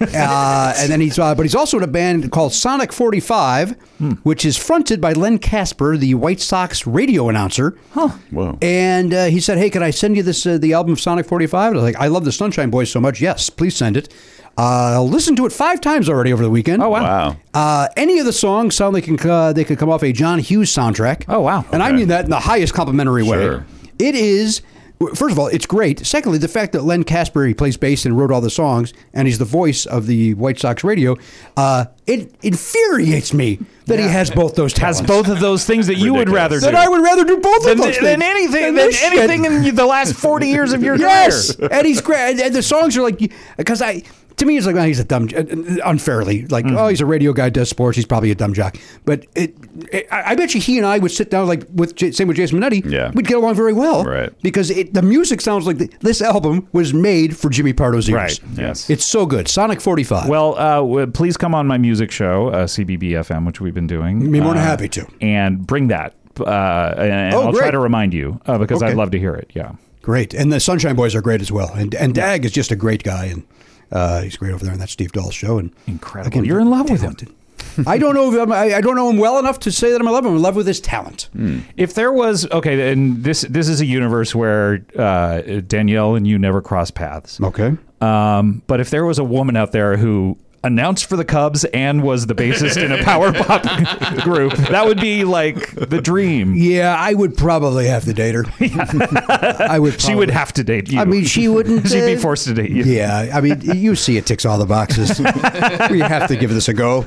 uh, and then he's uh, but he's also in a band called Sonic Forty Five,
Hmm.
which is fronted by Len Casper, the White Sox radio announcer.
Whoa.
And uh, he said, "Hey, can I send you this uh, the album of Sonic 45?" And I was like, "I love the Sunshine Boys so much. Yes, please send it. Uh, I'll listen to it five times already over the weekend.
oh wow.
Wow.
Uh, any of the songs sound like uh, they could come off a John Hughes soundtrack.
Oh, wow.
And I
Okay.
mean that in the highest complimentary way.
Sure.
It is. w- First of all, it's great. Secondly, the fact that Len Casper he plays bass and wrote all the songs, and he's the voice of the White Sox radio. Uh, it infuriates me that he has both those talents.
Has both of those things that you would
Ridiculous.
rather
That
do
I would rather do both
than,
of those
than
things
anything
than
than
this shit.
anything in the last forty years of your
Yes,
career.
and he's great. And, and the songs are like because I to me it's like oh, he's a dumb j- unfairly like
Mm.
oh he's a radio guy does sports he's probably a dumb jock. But it, it I I bet you he and I would sit down like with J- same with Jason Minetti.
Yeah.
we'd get along very well.
Right.
because it, the music sounds like the, this album was made for Jimmy Pardo's ears.
Right,
yes.
it's so good. Sonic Forty Five.
Well, uh, w- please come on my music show, uh, CBBFM, which we've been doing.
Be more than
Uh,
happy to.
And bring that. Uh, and
Oh,
I'll try
great.
to remind you uh, because I'd
Okay.
love to hear it. Yeah.
great, and the Sunshine Boys are great as well. And and Dag is just a great guy, and uh, he's great over there on that Steve Dahl show. And
Incredible. You're in love with him.
talented. I don't know. If I'm, I, I don't know him well enough to say that I'm in love. I'm in love with his talent.
Mm. If there was, okay, and this this is a universe where uh, Danielle and you never cross paths.
Okay.
Um, but if there was a woman out there who announced for the Cubs and was the bassist in a power pop group, that would be like the dream.
Yeah, I would probably have to date her. I would.
She would have to date you.
I mean, she wouldn't.
She'd be
uh,
forced to date you.
Yeah, I mean, you see, it ticks all the boxes. we have to give this a go,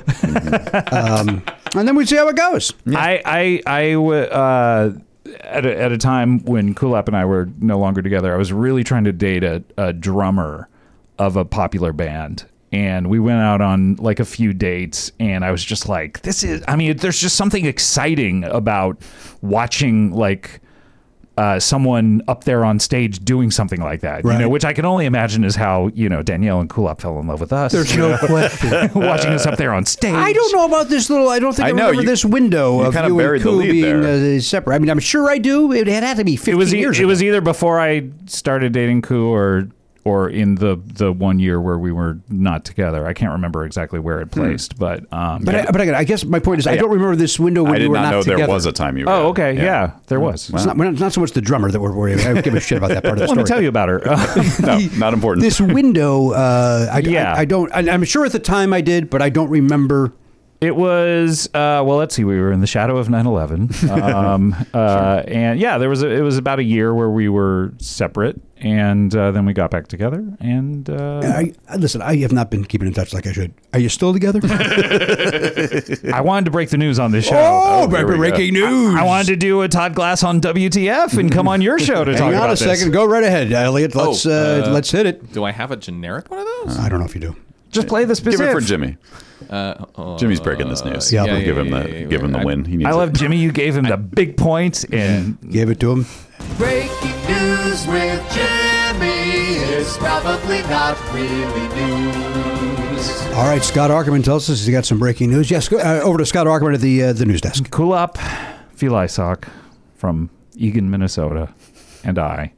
um, and then we see how it goes.
I I I w- uh, at a, at a time when Kulap and I were no longer together, I was really trying to date a, a drummer of a popular band. And we went out on like a few dates, and I was just like, "This is." I mean, there's just something exciting about watching like uh, someone up there on stage doing something like that, you know,
Right.
which I can only imagine is how you know Danielle and Kulap fell in love with us.
There's no question.
watching us up there on stage.
I don't know about this little. I don't think I,
I know,
remember
you-
this window
you
of
kinda
you and
buried the
Koo
lead
being
there.
uh, separate. I mean, I'm sure I do. It had had to be 15
it was e-
years.
it was either before I started dating Ku or or in the the one year where we were not together. I can't remember exactly where it placed, but um,
Hmm. But I, but again, I guess my point is, I, don't remember this window when
I
we
did
were
not, know
together.
there was a time you were.
oh okay, yeah, there was.
It's not, we're not, it's not so much the drummer that we're worried about. I don't give a shit about that part of the
Let
story.
me tell you about her.
No, not important.
This window, uh, I,
Yeah.
I, I don't. I, I'm sure at the time I did, but I don't remember.
It was uh, well. Let's see. We were in the shadow of 9/11, um, uh, and yeah, there was a, it was about a year where we were separate, and uh, then we got back together. And uh,
I, I, listen, I have not been keeping in touch like I should. Are you still together?
I wanted to break the news on this show.
oh,
here we
breaking news!
I wanted to do a Todd Glass on WTF and come on your show to talk
Hang on
about
a
this.
second. Go right ahead, Elliot. Let's uh,
uh,
let's hit it.
Do I have a generic one of those?
I don't know if you do.
Just play this
Give it for
specific.
Jimmy.
Uh, uh,
Jimmy's breaking this news.
yeah,
We'll
yeah,
give him
yeah,
the
yeah, yeah,
give him the
I-
win. He needs
I love
it.
Jimmy. You gave him the big points, and
Give it to him.
Breaking news with Jimmy is probably not really news.
All right, Scott Ackerman tells us he's got some breaking news. Yes, go- uh, over to Scott Ackerman at the uh, the news desk.
cool up. Sock from Eagan, Minnesota, and I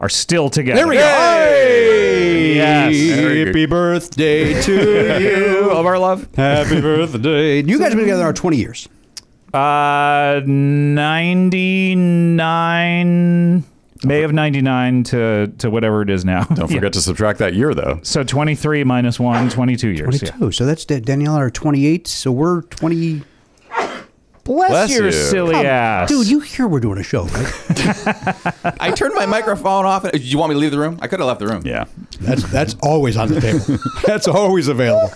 are still together.
There we go.
Yes.
Happy birthday to
You of our love.
Happy birthday. You guys have been together now 20 years.
Uh, ninety nine. May of ninety nine to to whatever it is now.
Don't forget to subtract that year though.
So 23 minus 1, 22 years. yeah.
22. So that's Da- Danielle and I are 28. So we're 20
Bless,
Bless
your
you.
silly
Come,
ass.
Dude, you hear we're doing a show, right?
I turned my microphone off. Do you want me to leave the room? I could have left the room.
Yeah.
that's that's always on the table. that's always available.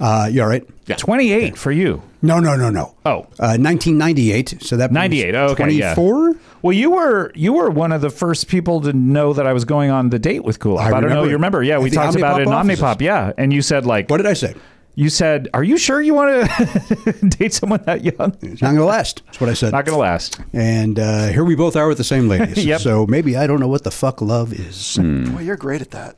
Uh, you all right?
28 for you.
No, no, no, no.
Oh.
Uh, 1998. So that brings
98. Oh, okay. yeah.
24?
Well, you were you were one of the first people to know that I was going on the date with Cool.
I
I, don't know.
remember.
You remember? Yeah,
At
we
the
talked about it in
Omnipop offices.
Omnipop. Yeah, and you said like,
What did I say?
you said, are you sure you want to date someone that young?
It's not going to last. That's what I said.
Not gonna last.
And uh, here we both are with the same ladies.
Yep.
So maybe I don't know what the fuck love is.
Hmm.
Boy, you're great at that.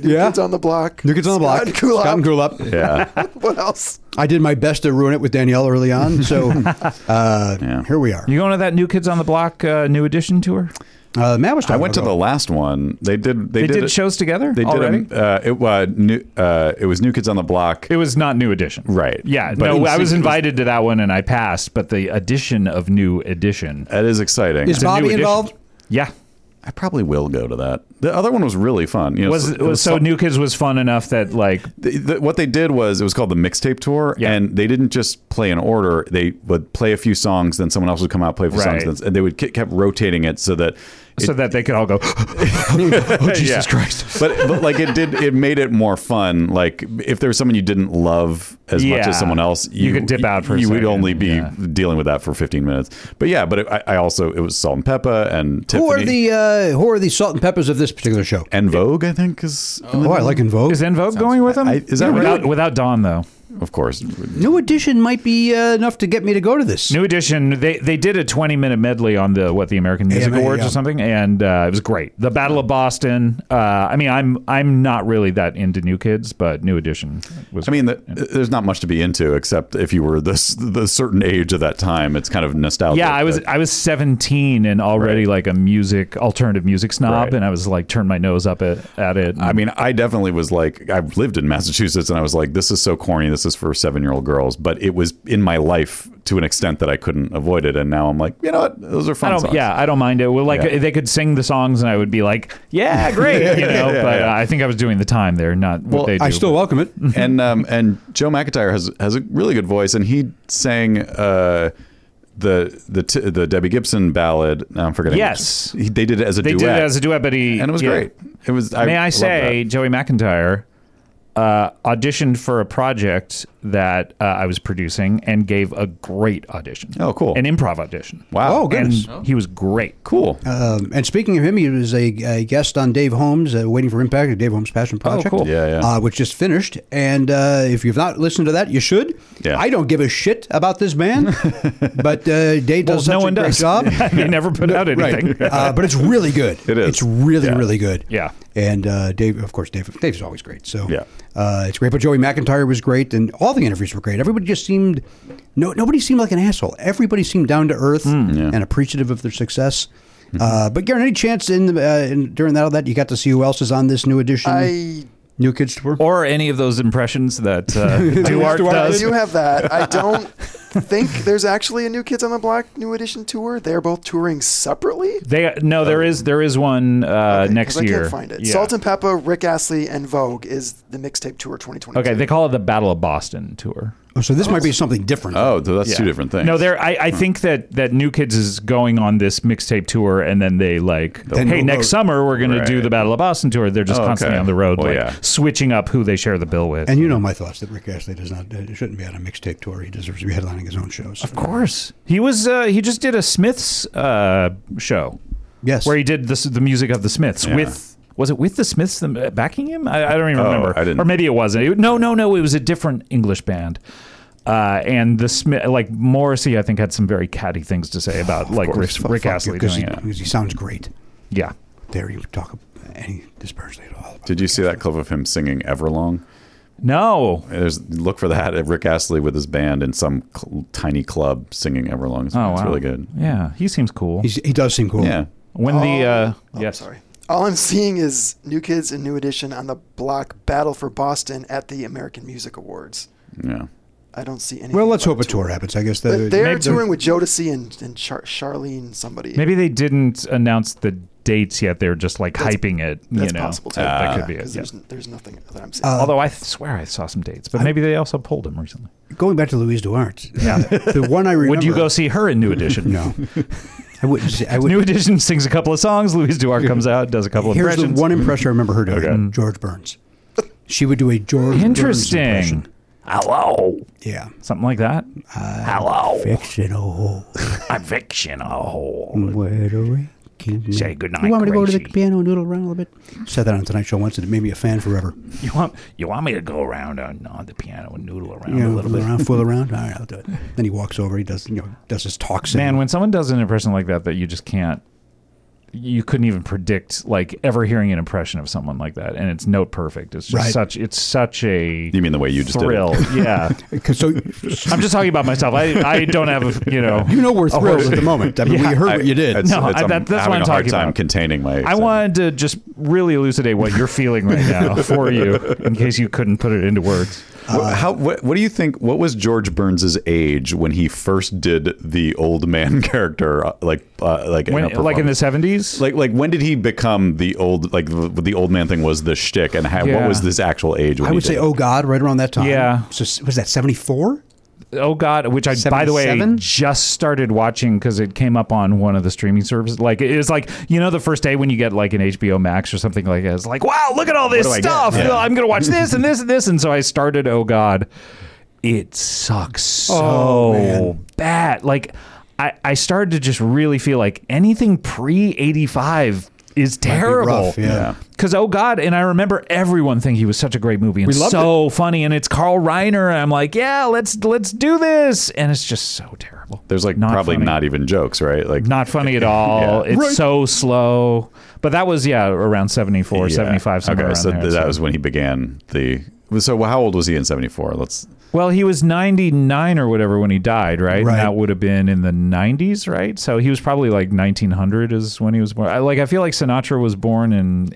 Yeah.
Kids on the block.
New Kids on the Block.
Scott Kulop.
Scott and Kulop.
Yeah.
What else?
I did my best to ruin it with Danielle early on. So uh, here we are.
You going to that New Kids on the Block uh, New Edition tour?
Uh, Matt was talking
I went to
about
the last one. They did. They,
They did
it-
shows together
They
already?
did. A, uh, it was new. Uh, it was New Kids on the Block.
It was not New Edition,
Right.
Yeah,
But-
no, I was invited to that one and I passed, but the edition of New Edition.
that is exciting.
Is
a new
Bobby
edition.
involved?
Yeah,
I probably will go to that. The other one was really fun. You know,
was,
it
was so
some-
New Kids was fun enough that like
the, the, what they did was it was called the mixtape tour,
Yeah.
and they didn't just play in order. They would play a few songs, then someone else would come out play a few
Right.
songs, then- and they would ke- kept rotating it so that. It,
so that they could all go.
oh, Jesus Christ! But, but like it did, it made it more fun. Like if there was someone you didn't love as much
Yeah.
as someone else,
You could dip out for a
You would
second,
only be
yeah.
dealing with that for 15 minutes. But yeah, but it, I, I also it was Salt and Peppa and
Who are
Tiffany
the uh, who are the salt and peppers of this particular show?
and Vogue. I think is
Oh, I like In Vogue.
Is En Vogue going with them?
I- is that
Yeah,
right?
without, without Dawn though?
of course.
New Edition might be uh, enough to get me to go to this.
New Edition. They they did a twenty minute medley on the what the American Music
AMA,
Awards
yeah.
or something, and uh, it was great. The Battle of Boston. Uh, I mean, I'm I'm not really that into New Kids, but New Edition was.
I mean, the, there's not much to be into except if you were this the certain age of that time. It's kind of nostalgic.
yeah, I was
but-
I was 17 and already like a music alternative music snob,
Right.
and I was like turned my nose up at, at it.
I mean, I definitely was like, I've lived in Massachusetts, and I was like, this is so corny. This is for seven-year-old girls. But it was in my life to an extent that I couldn't avoid it. And now I'm like, you know what? Those are
I
fun
don't.
songs.
Yeah, I don't mind it. Well, like
Yeah.
they could sing the songs, and I would be like, "Yeah, great," you know. but Uh, I think I was doing the time there, not what they do.
I still welcome it.
and um, and Joe McIntyre has has a really good voice, and he sang uh, the the t- the Debbie Gibson ballad. now I'm forgetting.
Yes.
He- they did it as a
they
duet.
did it as a duet, but he
and it was
yeah.
great. It was. I
May I
loved
say,
that.
Joey McIntyre uh, auditioned for a project that uh, I was producing and gave a great audition.
Oh, cool.
An improv audition.
Wow.
Oh, goodness.
And he was great.
Cool.
Um, and speaking of him, he was a, a guest on Dave Holmes' uh, Waiting for Impact, the Dave Holmes Passion Project.
Oh, cool.
Yeah, yeah.
Uh, which just finished. And uh, if you've not listened to that, you should.
Yeah.
I don't give a shit about this man, but uh, Dave
Well,
does such
no
a
one
great
does.
job.
they never put out anything.
Right. Uh, but it's really good.
It is.
It's really,
Yeah.
really good.
Yeah.
And uh, Dave, of course, Dave, Dave's always great. So
Yeah.
uh, it's great. But Joey McIntyre was great, and all the interviews were great. Everybody just seemed no, nobody seemed like an asshole. Everybody seemed down to earth
Mm.
and appreciative of their success. Uh, but Garen, any chance in, the, uh, in during that all that you got to see who else is on this new edition,
I
new kids tour?
Or any of those impressions that uh, Duarte
Duarte
I
does.
do have that. I don't think there's actually a New Kids on the Block New Edition tour. They're both touring separately.
They no, there is there is one uh,
Okay, 'cause
next
I
year.
can't find it.
Yeah.
Salt and Peppa, Rick Astley, and Vogue is the mixtape tour 2020.
Okay, they call it the Battle of Boston tour.
oh, so this might be something different.
Oh, so that's two
Yeah.
different things.
No, there. I, I think that that New Kids is going on this mixtape tour, and then they like,
Then
hey,
go
next
vote.
summer we're going to do
Right.
the Battle of Boston tour. They're just
Oh,
constantly
okay.
on the road,
Well,
like
yeah.
switching up who they share the bill with.
And you know my thoughts that Rick Astley does not uh, shouldn't be on a mixtape tour. He deserves to be headlining his own shows.
of course, he was. Uh, he just did a Smiths uh, show
Yes.
where he did this, the music of the Smiths
Yeah.
with. Was it with the Smiths them- backing him? I, I don't even
Oh,
remember.
I didn't-
Or maybe it wasn't. It- no, no, no. It was a different English band. Uh, and the Smith, like Morrissey, I think had some very catty things to say about like Rick,
Fu-
Rick
fuck you,
Astley
'cause
doing
he,
it.
'cause he sounds great.
Yeah.
There you talk about any dispersely at all.
Did you see that clip of him singing Everlong?
No.
There's look for that at Rick Astley with his band in some cl- tiny club singing Everlong. It's,
Oh,
it's
wow.
really good.
Yeah, he seems cool.
He's, he does seem cool.
Yeah.
when the uh,
Oh,
yes,
Sorry. All I'm seeing is New Kids and New Edition on the block Battle for Boston at the American Music Awards.
Yeah.
I don't see any.
Well, let's hope a tour happens. I guess the
They're
Maybe-
touring with Jodeci and, and Char- Charlene somebody.
Maybe they didn't announce the dates yet. They're just like hyping it.
That's
you know,
possible too.
That,
Ah.
that could be
Because
it. yeah.
There's, there's nothing that I'm
Uh,
seeing.
Although I swear I saw some dates, but maybe they also pulled them recently.
Going back to Louise Duarte, yeah, the one I remember.
Would you go see her in New Edition?
No, I wouldn't. say- I would.
New Edition sings a couple of songs. Louise Duarte comes out, does a couple of
Here's the
impressions.
one impression I remember her doing: George Burns. She would do a George Burns impression.
Interesting. Hello.
Yeah,
Something like that.
Uh,
Hello.
fictional.
I'm fictional.
Mm. Where do we keep
Say
me?
goodnight,
You want me to go to the
Gracie.
piano and noodle around a little bit? Said that on Tonight Show once, and it made me a fan forever.
You want you want me to go around on, on the piano and noodle around
You know,
a little bit?
around, fool around. All right, I'll do it. Then he walks over. He does, you know, does his talk. sing.
Man, when someone does an impression like that, that you just can't, you couldn't even predict like ever hearing an impression of someone like that, and it's note perfect. It's just
Right.
such it's such a
You mean the way you just did it?
thrill. Yeah,
'Cause so
I'm just talking about myself. I I don't have you know
you know we're
a
thrilled
horse-
at the moment. I mean,
Oh, Yeah.
we heard what you did.
It's-
No,
it's-
I-
I'm
that- that's
having
what I'm
a hard
talking
time
about.
containing my.
I
excitement.
wanted to just really elucidate what you're feeling right now for you, in case you couldn't put it into words.
Wh- How? What, what do you think? What was George Burns's age when he first did the old man character? uh, Like, uh, like,
When,
a
like in the
performance?
70s,
Like, like when did he become the old? Like the, the old man thing was the shtick, and how,
Yeah.
what was his actual age? When
I
he
would say,
did it?
oh God, right around that time.
Yeah.
So s- was that seventy four?
Oh God, which I by the way
77?
just started watching because it came up on one of the streaming services. Like it was like you know the first day when you get like an HBO Max or something like that. It's like wow, look at all this
do I get?
stuff.
Yeah.
I'm gonna watch this and this and this. And so I started. Oh God, it sucks so
Oh,
bad. Like I I started to just really feel like anything pre eighty five is terrible.
rough, yeah. Yeah.
Because oh god, and I remember everyone thinking he was such a great movie and
We loved
so funny, and it's Carl Reiner, and I'm like, yeah, let's let's do this, and it's just so terrible.
there's like probably
funny.
not even jokes, right? Like,
not funny at all.
Yeah.
It's
Right.
so slow. But that was yeah around 74,
yeah.
75, somewhere
Okay,
around
so
there.
th- that was when he began the. So how old was he in '74? Let's.
Well, he was 99 or whatever when he died, right?
Right.
And that would have been in the 90s, right? So he was probably like 1900 is when he was born. I, like I feel like Sinatra was born in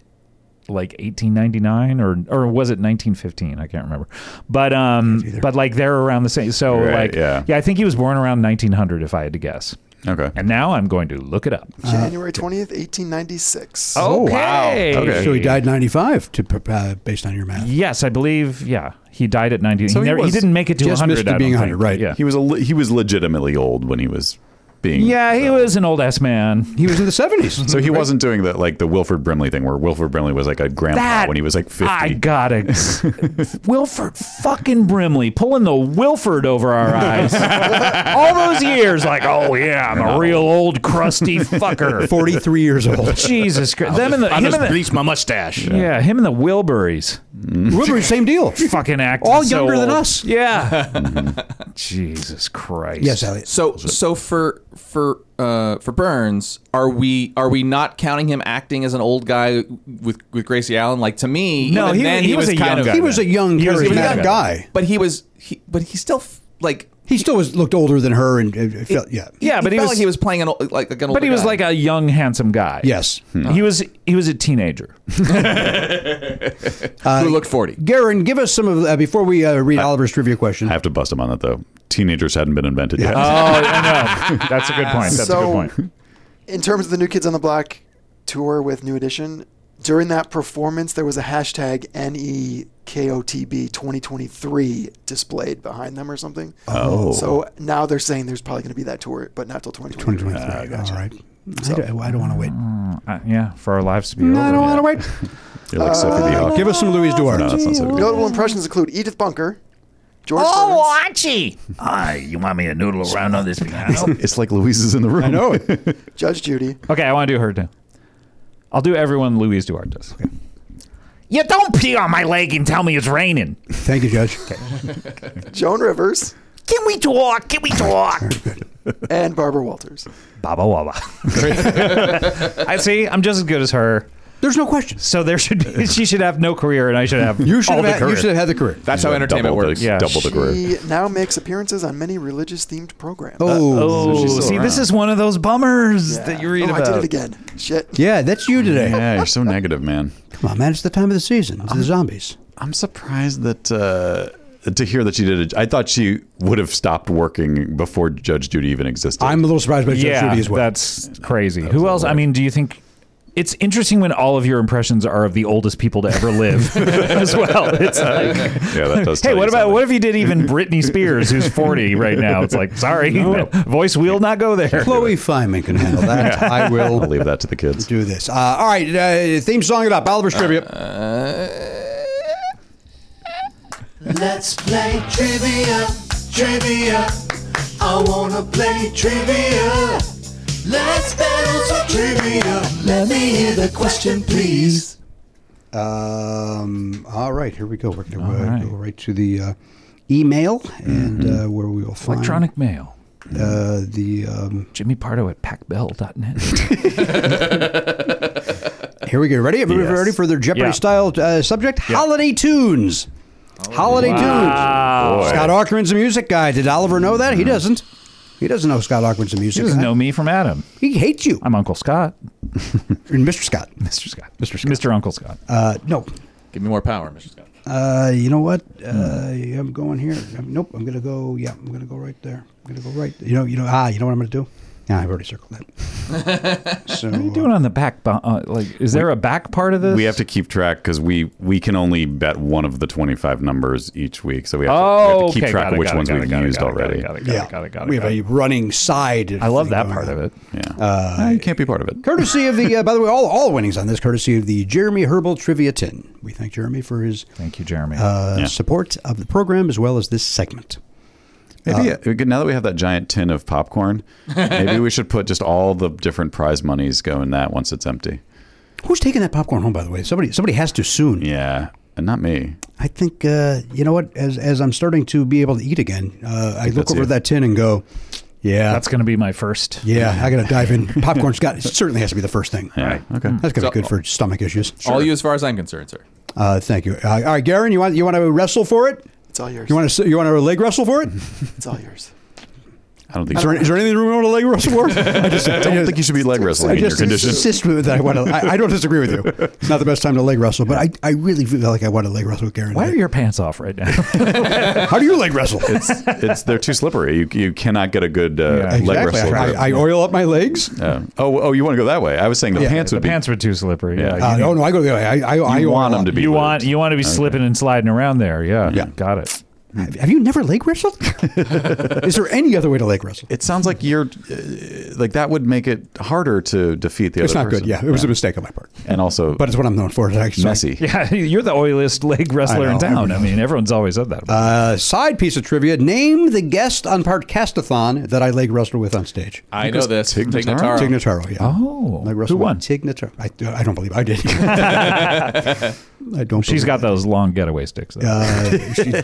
like 1899 or or was it 1915? I can't remember. But um but like they're around the same. So
Right,
like
yeah.
I think he was born around 1900 if I had to guess.
Okay.
And now I'm going to look it up.
January 20th, 1896.
Oh. Okay.
Oh, Okay.
So he died ninety five. To p- uh, based on your math,
Yes, I believe. Yeah, he died at 90.
So
he,
he
never, he
was-
didn't make it to
just
100.
missed it
I don't
being 100,
think.
right.
Yeah.
He was a le- he was legitimately old when he was being.
yeah, he was an old ass man.
he was in the seventies.
So he wasn't doing the like the Wilford Brimley thing, where Wilford Brimley was like a grandpa
That
when he was like fifty.
I got it. Wilford fucking Brimley pulling the Wilford over our eyes. All those years, like, oh yeah, I'm a real old crusty fucker.
Forty three years old.
Jesus Christ, them and the
I
him
just
and the,
bleached my mustache.
yeah, him and the Wilburys.
Remember, same deal.
Fucking act
All younger than us.
Yeah. Jesus Christ.
Yes, Elliot.
So so for for uh, for Burns, are we are we not counting him acting as an old guy with with Gracie Allen? Like to me,
No,
even
he-
then,
he
he,
was
was,
a young
kind
guy.
of,
He was a young,
He was a young
charismatic
guy.
guy.
but he was he, but he still f- like
He still was looked older than her, and uh, felt, yeah,
Yeah, but he
felt
was-
like he was playing an old, like, like an old.
But he was like a young, handsome guy.
yes.
He was he was a teenager.
who looked forty.
Garen, give us some of uh, before we uh, read Oliver's trivia question.
I have to bust him on that though. Teenagers hadn't been invented yet.
Oh, I know. That's a good point. That's
So-
a good point.
in terms of the New Kids on the Block tour with New Edition, during that performance, there was a hashtag E NEKOTB 2023 displayed behind them or something.
Oh.
So now they're saying there's probably going to be that tour, but not till 2023.
2023. All right. I don't, I don't want to wait.
Uh, yeah, for our lives to be over.
I don't want to wait.
You're like Sophie D.
Oh.
Hawk.
Give us some Louise Duarte.
No, that's not Sophie D. Hawk.
Notable impressions include Edith Bunker, George
Oh,
Burns,
Archie! Hi, you want me to noodle around on this piano?
It's like Louise is in the room. I
know
Judge Judy,
Okay, I want to do her too. I'll do everyone Louise Duarte does.
you don't pee on my leg and tell me it's raining.
Thank you, Judge.
Joan Rivers,
Can we talk? Can we talk?
and Barbara Walters.
Baba Waba. I see. I'm just as good as her.
There's no question.
So there should be. She should have no career, and I should have.
You should,
all
have
the
had, you
career.
should have had the career.
That's how entertainment works.
The,
Yeah.
Double the group.
She now makes appearances on many religious themed programs.
Oh,
Oh, see, this is one of those bummers that you read
oh,
about.
I did it again. Shit.
yeah, Uh-huh. that's you today.
Yeah, you're so negative, man.
Come on, man. It's the time of the season. It's the zombies.
I'm surprised that uh, to hear that she did it. I thought she would have stopped working before Judge Judy even existed.
I'm a little surprised by Judge
Yeah,
Judy as well.
that's crazy. Who else? I mean, do you think it's interesting when all of your impressions are of the oldest people to ever live as well. It's like,
Yeah, that does
hey,
tell
what
you
about what if you did even Britney Spears, who's forty right now? It's like, sorry, voice will not go there.
Chloe Feynman can handle that. I
I'll
will
leave that to the kids.
do this. Uh, all right, uh, theme song it up. Oliver's tribute.
Let's play trivia, trivia. I wanna play trivia. Let's battle some trivia. Let me hear the question, please.
Um, all right, here we go. We're going to
All right. Mm-hmm.
go right to the uh, email and uh, where we will find
Electronic mail.
uh, the. Um,
Jimmy Pardo at pacbell.net.
here we go. Ready? Everybody
Yes.
ready for their Jeopardy
Yeah.
style uh, subject? Holiday tunes. Holiday tunes. Scott Ackerman's the music guy. Did Oliver know that? He doesn't. He doesn't know Scott Ackerman's the music
She Mm-hmm. doesn't
guy.
know me from Adam.
He hates you.
I'm Uncle Scott.
And Mr. Scott.
Mr. Scott. Mr. Scott. Mr. Uncle Scott.
Uh, no.
Give me more power, Mr. Scott.
Uh, you know what? Uh,
Hmm.
I'm going here. Um, Nope. I'm gonna go. Yeah, I'm gonna go right there. I'm gonna go right. You know. You know. Ah. You know what I'm gonna do? Yeah, I've already circled that. so
what are you doing on the back? bu- Uh, like, is there a back part of this?
We have to keep track because we we can only bet one of the twenty five numbers each week, so we have to, we have
Oh,
to keep
okay,
track
got it,
of which
got it,
ones
got it,
we've
got it,
used
got it,
already.
Got it, got it,
uh, yeah.
got it, got it,
we have
got
a
it.
running side.
I love
thing
that
going
part
on.
of it.
Yeah,
Uh,
No, you can't be part of it.
Courtesy of the. Uh, by the way, all all winnings on this. Courtesy of the Jeremy Herbal Trivia Tin. We thank Jeremy for his
Thank you, Jeremy.
uh,
Yeah.
support of the program as well as this segment.
Maybe uh, we could- now that we have that giant tin of popcorn, maybe we should put just all the different prize monies go in that once it's empty.
Who's taking that popcorn home? By the way, somebody somebody has to soon.
Yeah, and not me.
I think uh, you know what. As as I'm starting to be able to eat again, uh, I look
that's
over
you.
that tin and go, "Yeah,
That's going to be my first.
yeah." I got to dive in. Popcorn's got it certainly has to be the first thing.
Yeah, okay.
Hmm.
That's gonna
So-
be good for stomach issues.
All you, as far as I'm concerned, sir.
Uh, thank you. Uh, all right, Garen, you want you want to wrestle for it?
It's all yours.
You want to you want to leg wrestle for it? Is
It's all yours.
I don't think.
there, is there anything you want to leg wrestle for? I just I
I don't think you should be leg
I
wrestling in your
just
condition.
insist with that I want to. I, I don't disagree with you. It's not the best time to leg wrestle, but I, I really feel like I want to leg wrestle with Garen.
Why are
today.
your pants off right now?
How do you leg wrestle?
It's, it's they're too slippery. You, you cannot get a good uh, leg
exactly.
wrestle.
I, I oil up my legs.
Yeah. oh, oh, you want to go that way? I was saying the pants
the
would be.
pants were too slippery. Yeah.
Uh,
you
oh no, I go the other way. I, I, I
you
oil
want
up.
them to be.
you
lubed.
want you want to be slipping and sliding around there. Yeah.
Yeah.
Got it.
Have have you never leg wrestled? Is there any other way to leg wrestle?
It sounds like you're uh, like that would make it harder to defeat the
It's
other
not good.
person.
Yeah, it was a mistake on my part,
and also
but it's what I'm known for. It's actually-
messy.
Yeah. You're the oiliest leg wrestler
know,
in town. I
everyone
mean, everyone's always said that.
Uh, side piece of trivia: Name the guest on Partcastathon that I leg wrestled with on stage.
I know this.
Tignataro?
Tignataro.
Tignataro, yeah.
Oh,
leg wrestle
who won?
with Tignataro. I, I don't believe I did. I don't.
She's
believe
got
I
those long getaway sticks. Though.
did. Uh, she,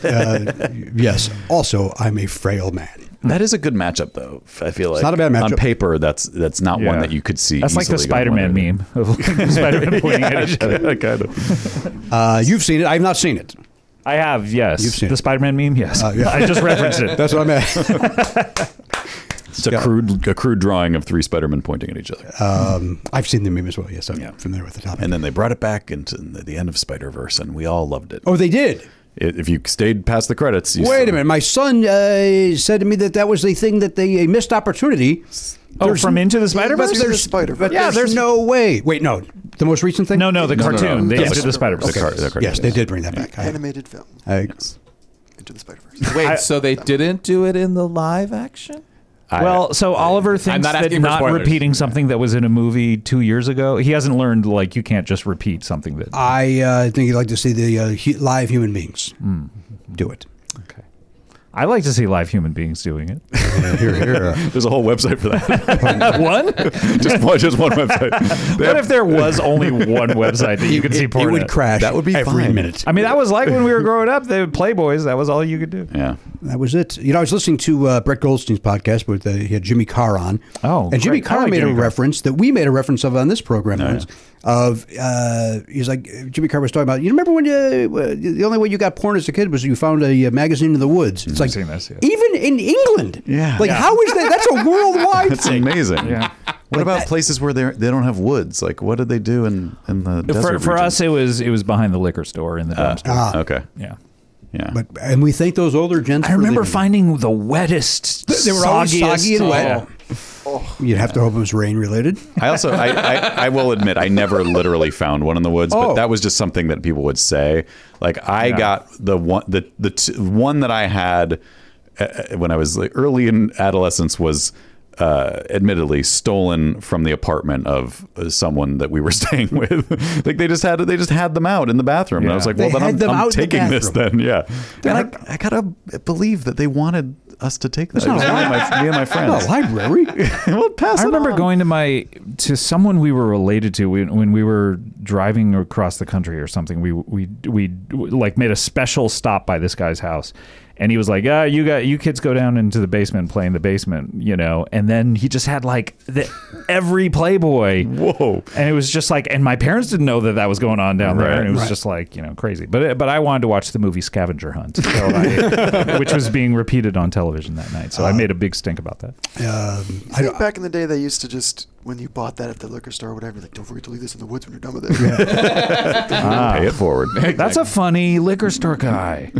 uh, yes. Also, I'm a frail man.
That is a good matchup, though. I feel like
not a bad
On
matchup.
paper, that's that's not one
Yeah.
that you could see.
That's like the
easily going
Spider-Man
one way or
meme of like, Spider-Man pointing at each
the
other.
other. kind of.
Uh, you've seen it. I've not seen it.
I have, yes.
You've seen
the
it.
Spider-Man meme, yes.
Oh, yeah.
I just referenced it.
That's what I'm at.
It's a crude, a crude drawing of three Spider-Men pointing at each other,
Um, I've seen the meme as well. Yes, I'm
Yeah.
familiar with the topic.
and then they brought it back into the end of Spider-Verse, and we all loved it.
oh, they did.
I- If you stayed past the credits, you
Wait
saw-
a minute. My son uh, said to me that that was the thing that they a missed opportunity.
Oh,
There's-
from Into the
But
Spider-Verse?
there's spider.
But yeah, there's, no way. Wait, no. The most recent thing?
no, no, the
No, no, no.
cartoon. They
Yes.
Into the Spider-Verse.
The car- the cartoon.
Yes, they did bring that back. I,
animated film
I,
into the Spider Verse.
Wait,
I-
so they didn't do it in the live action?
I-
Well, so Oliver thinks
not
that
asking for
not
spoilers.
repeating something that was in a movie two years ago, he hasn't learned, like, you can't just repeat something that...
I uh, think you'd like to see the uh, hu- live human beings
Hmm.
do it.
okay. I like to see live human beings doing it.
Here, here.
there's a whole website for that.
one?
just one, just one website. They
What
have-
if there was only one website that you could
it,
see
it
porn
would
at?
crash.
That would be
every
fine.
minute.
I mean, that was like when we were growing up, the Playboys, that was all you could do.
Yeah.
That was it. You know, I was listening to uh, Brett Goldstein's podcast, but uh, he had Jimmy Carr on.
Oh,
and Jimmy
great. I
Carr
like
made
Jimmy
a
Carr.
reference that we made a reference of on this program once. Of uh, he's like Jimmy Carr was talking about. You remember when uh, the only way you got porn as a kid was you found a, uh magazine in the woods. It's like
seen this, yeah.
even in England.
Yeah.
like
Yeah.
how is that? That's a worldwide
That's
thing.
amazing.
Yeah.
What about places where they they don't have woods? Like, what did they do in in the
For,
desert
for
region? Uh,
uh,
Ah.
us, it was it was behind the liquor store in the dumpster.
okay.
yeah.
Yeah.
But and we thank those older gents.
I remember
for
finding the wettest.
They- they were always
soggiest-
soggy and wet.
Yeah. Oh.
the, Oh. you'd have to hope it was rain related.
I also, I, I, I will admit, I never literally found one in the woods, but
Oh.
that was just something that people would say. Like I got the one, the the t- one that I had uh, when I was like, early in adolescence was. Uh, admittedly stolen from the apartment of uh, someone that we were staying with like they just had they just had them out in the bathroom and i was like well
They
then
had
i'm,
them
I'm
out in the
taking this then yeah and I, I gotta believe that they wanted us to take this
not a
me, and my, me and my
Not
friends
Oh,
a library.
well pass
I
it
remember
on.
going to my to someone we were related to when, when we were driving across the country or something. We we we like made a special stop by this guy's house, and he was like, "Ah, you got you kids go down into the basement and play in the basement, you know." And then he just had like the, every Playboy.
Whoa.
And it was just like, and my parents didn't know that that was going on down there,
Right.
and it was
Right.
just like you know crazy. But it, but I wanted to watch the movie Scavenger Hunt, so I, which was being repeated on television that night.
Uh,
So I made a big stink about that.
Um,
I think back in the day, they used to just when you bought that at the liquor store or whatever, like don't forget to leave this in the woods when you're done with it.
Ah.
pay it forward
That's a funny liquor store guy.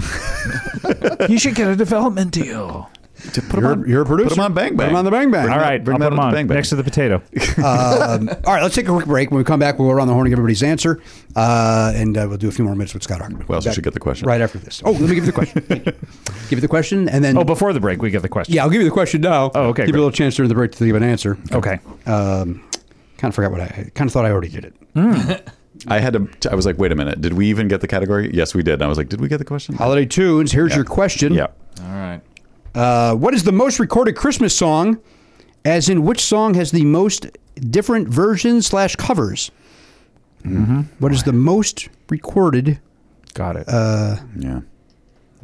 you should get a development deal.
you're, you're a producer.
Put them on Bang Bang.
Put 'em on the Bang Bang.
Bring
All
that-
right,
bring that
I'll put them
up to
on
Bang Bang.
next to the potato.
Um, all right, let's take a quick break. When we come back, we'll go around the horn and give everybody's answer, uh, and uh, we'll do a few more minutes with Scott Hartman.
We also
Back
should get the question.
right after this. Oh, let me give you the question. Thank you. give you the question, and then
Oh, before the break, we get the question.
yeah, I'll give you the question now.
Oh, okay,
Give
great.
you a little chance during the break to give an answer.
Okay.
Um, kind of forgot what I, I kind of thought I already did it.
Mm-hmm.
I had to. I was like, wait a minute. Did we even get the category? Yes, we did. And I was like, did we get the question?
Holiday tunes. Here's your question.
yeah.
All right.
Uh, what is the most recorded Christmas song? As in, which song has the most different versions slash covers?
Mm-hmm.
What is the most recorded?
Got it.
Uh,
Yeah.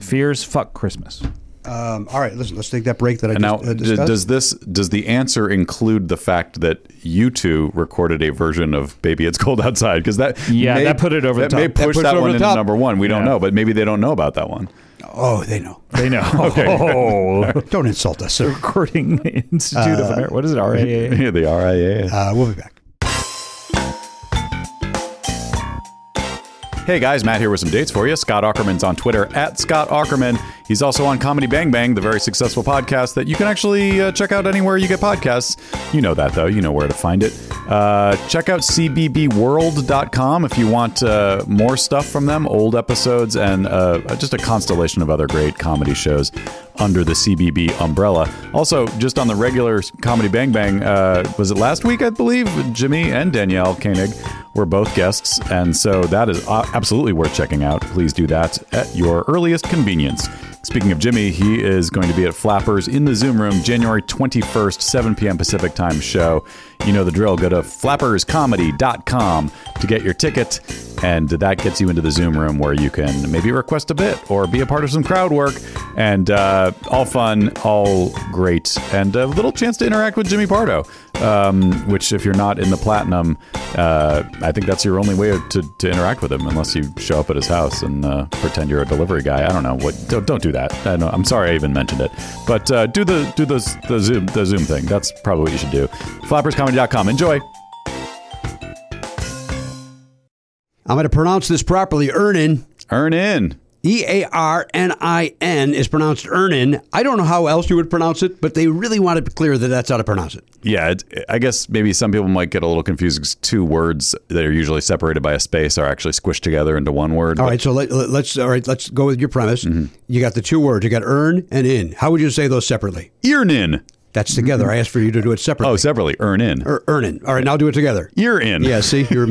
Fears fuck Christmas.
Um, all right, listen. Let's take that break that I
And now,
just uh,
d-
discussed.
does this does the answer include the fact that you two recorded a version of "Baby It's Cold Outside"? Because that
Yeah,
may,
that put it over the
that may
top. That
push
puts
that,
it over
one
the
into
top.
number one. We don't
Yeah.
know, but maybe they don't know about that one.
oh, they know.
They know. Oh,
Don't insult us, sir.
Recording Institute of America. What is it? RAA.
Yeah, the RIA.
Uh, we'll be back.
Hey guys, Matt here with some dates for you. Scott Ackerman's on Twitter at Scott Ackerman. He's also on Comedy Bang Bang, the very successful podcast that you can actually uh, check out anywhere you get podcasts. You know that though, you know where to find it. Uh, check out cbbworld.com if you want uh, more stuff from them, old episodes, and uh, just a constellation of other great comedy shows under the CBB umbrella. Also, just on the regular Comedy Bang Bang, uh, was it last week, I believe? Jimmy and Danielle Koenig were both guests, and so that is uh, absolutely worth checking out. Please do that at your earliest convenience. Speaking of Jimmy, he is going to be at Flappers in the Zoom Room January 21st, 7 p.m. Pacific Time show. You know the drill. Go to flapperscomedy.com to get your ticket, and that gets you into the Zoom room where you can maybe request a bit or be a part of some crowd work. And uh, all fun, all great, and a little chance to interact with Jimmy Pardo, um, which, if you're not in the platinum, uh, I think that's your only way to, to interact with him, unless you show up at his house and uh, pretend you're a delivery guy. I don't know what. Don't, don't do that. I know, I'm sorry I even mentioned it, but uh, do the do the, the Zoom the Zoom thing. That's probably what you should do. Flapperscomedy.com. Enjoy.
I'm going to pronounce this properly. Earnin,
Earn in.
E A R N I N, is pronounced Earnin. I don't know how else you would pronounce it, but they really want to be clear that that's how to pronounce it.
Yeah, it, I guess maybe some people might get a little confused because two words that are usually separated by a space are actually squished together into one word.
All
but
right, so let, let- let's all right. Let's go with your premise. You got the two words. You got earn and in. How would you say those separately?
Earn in.
That's together. I asked for you to do it separately.
Oh, separately. Earn in.
or earning. All right, now do it together.
Ear in.
Yeah, see, you're.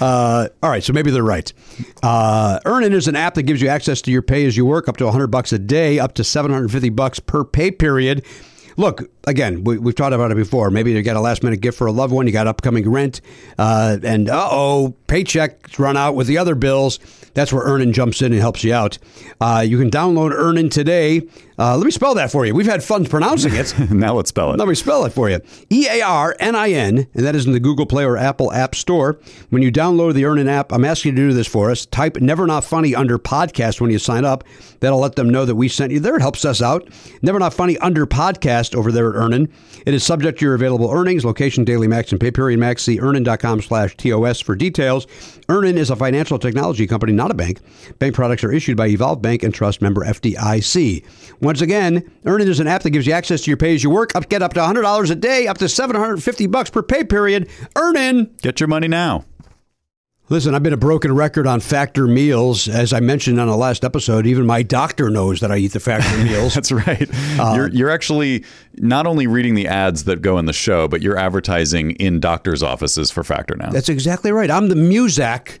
uh, all right, so maybe they're right. Uh, Earnin is an app that gives you access to your pay as you work, up to 100 bucks a day, up to 750 bucks per pay period. Look, again, we, we've talked about it before. Maybe you got a last minute gift for a loved one, you got upcoming rent, uh, and uh oh, paycheck's run out with the other bills. That's where Earnin jumps in and helps you out. Uh, you can download Earnin today. Uh, let me spell that for you. We've had fun pronouncing it.
now let's spell it.
Let me spell it for you. E A R N I N, and that is in the Google Play or Apple App Store. When you download the Earnin app, I'm asking you to do this for us. Type Never Not Funny under podcast when you sign up. That'll let them know that we sent you there. It helps us out. Never Not Funny under podcast over there at earnin. It is subject to your available earnings, location, daily max, and pay period max. See earnin.com slash TOS for details. Earnin is a financial technology company, not a bank. Bank products are issued by Evolve Bank and Trust member FDIC. Once again, Earnin is an app that gives you access to your pay as you work. Up, get up to $100 a day, up to 750 bucks per pay period. Earnin!
Get your money now.
Listen, I've been a broken record on factor meals. As I mentioned on the last episode, even my doctor knows that I eat the factor meals.
That's right.
Uh,
you're, you're actually not only reading the ads that go in the show, but you're advertising in doctors' offices for Factor now.
That's exactly right. I'm the Muzak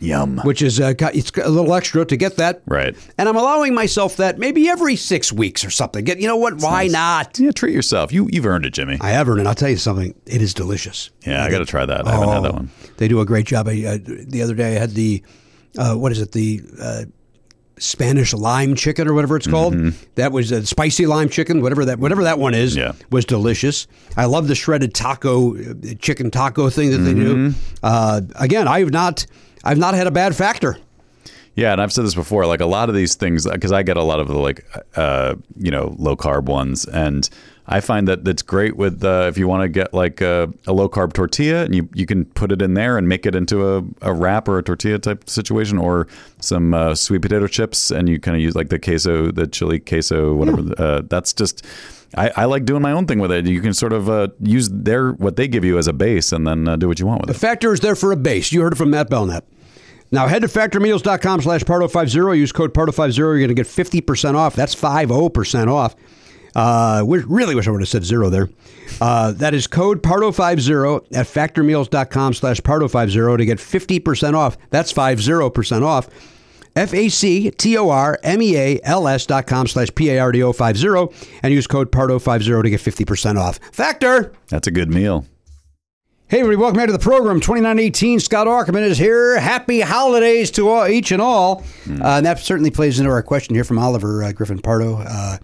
Yum.
Which is uh, got- it's got a little extra to get that
Right.
and I'm allowing myself that maybe every six weeks or something. Get- You know what? Why not?
Yeah, treat yourself. You you've earned it, Jimmy.
I have earned it. I'll tell you something. It is delicious.
yeah, I got to try that. I haven't
Oh.
had that one.
They do a great job. I, uh, the other day I had the, uh, what is it? The uh, Spanish lime chicken or whatever it's called.
Mm-hmm.
That was a spicy lime chicken, whatever that whatever that one is.
Yeah.
was delicious. I love the shredded taco, uh, chicken taco thing that they
Mm-hmm.
do. Uh, again, I have not, I've not had a bad factor.
Yeah, and I've said this before. Like a lot of these things, because I get a lot of the like, uh, you know, low carb ones, and I find that that's great with uh, if you want to get like a, a low carb tortilla, and you you can put it in there and make it into a, a wrap or a tortilla type situation, or some uh, sweet potato chips, and you kind of use like the queso, the chili queso, whatever. Uh, that's just. I, I like doing my own thing with it. You can sort of uh, use their what they give you as a base, and then uh, do what you want with
The
it.
Factor is there for a base. You heard it from Matt Belknap. Now head to factormeals.com slash pardo50. Use code pardo50. You're going to get 50% off. That's 50% off. Uh, wish, really wish I would have said zero there. Uh, that is code pardo50 at factormeals.com slash pardo50 to get 50% off. That's 50% off. E F-A-C-T-O-R-M-E-A-L-S dot com slash P-A-R-D-O-50 and use code pardo50 to get 50% off. Factor!
That's a good meal.
Hey, everybody, welcome back to the program. 2918, Scott Arkerman is here. Happy holidays to all, each and all.
Hmm.
Uh, and that certainly plays into our question here from Oliver uh, Griffin Pardo. Uh,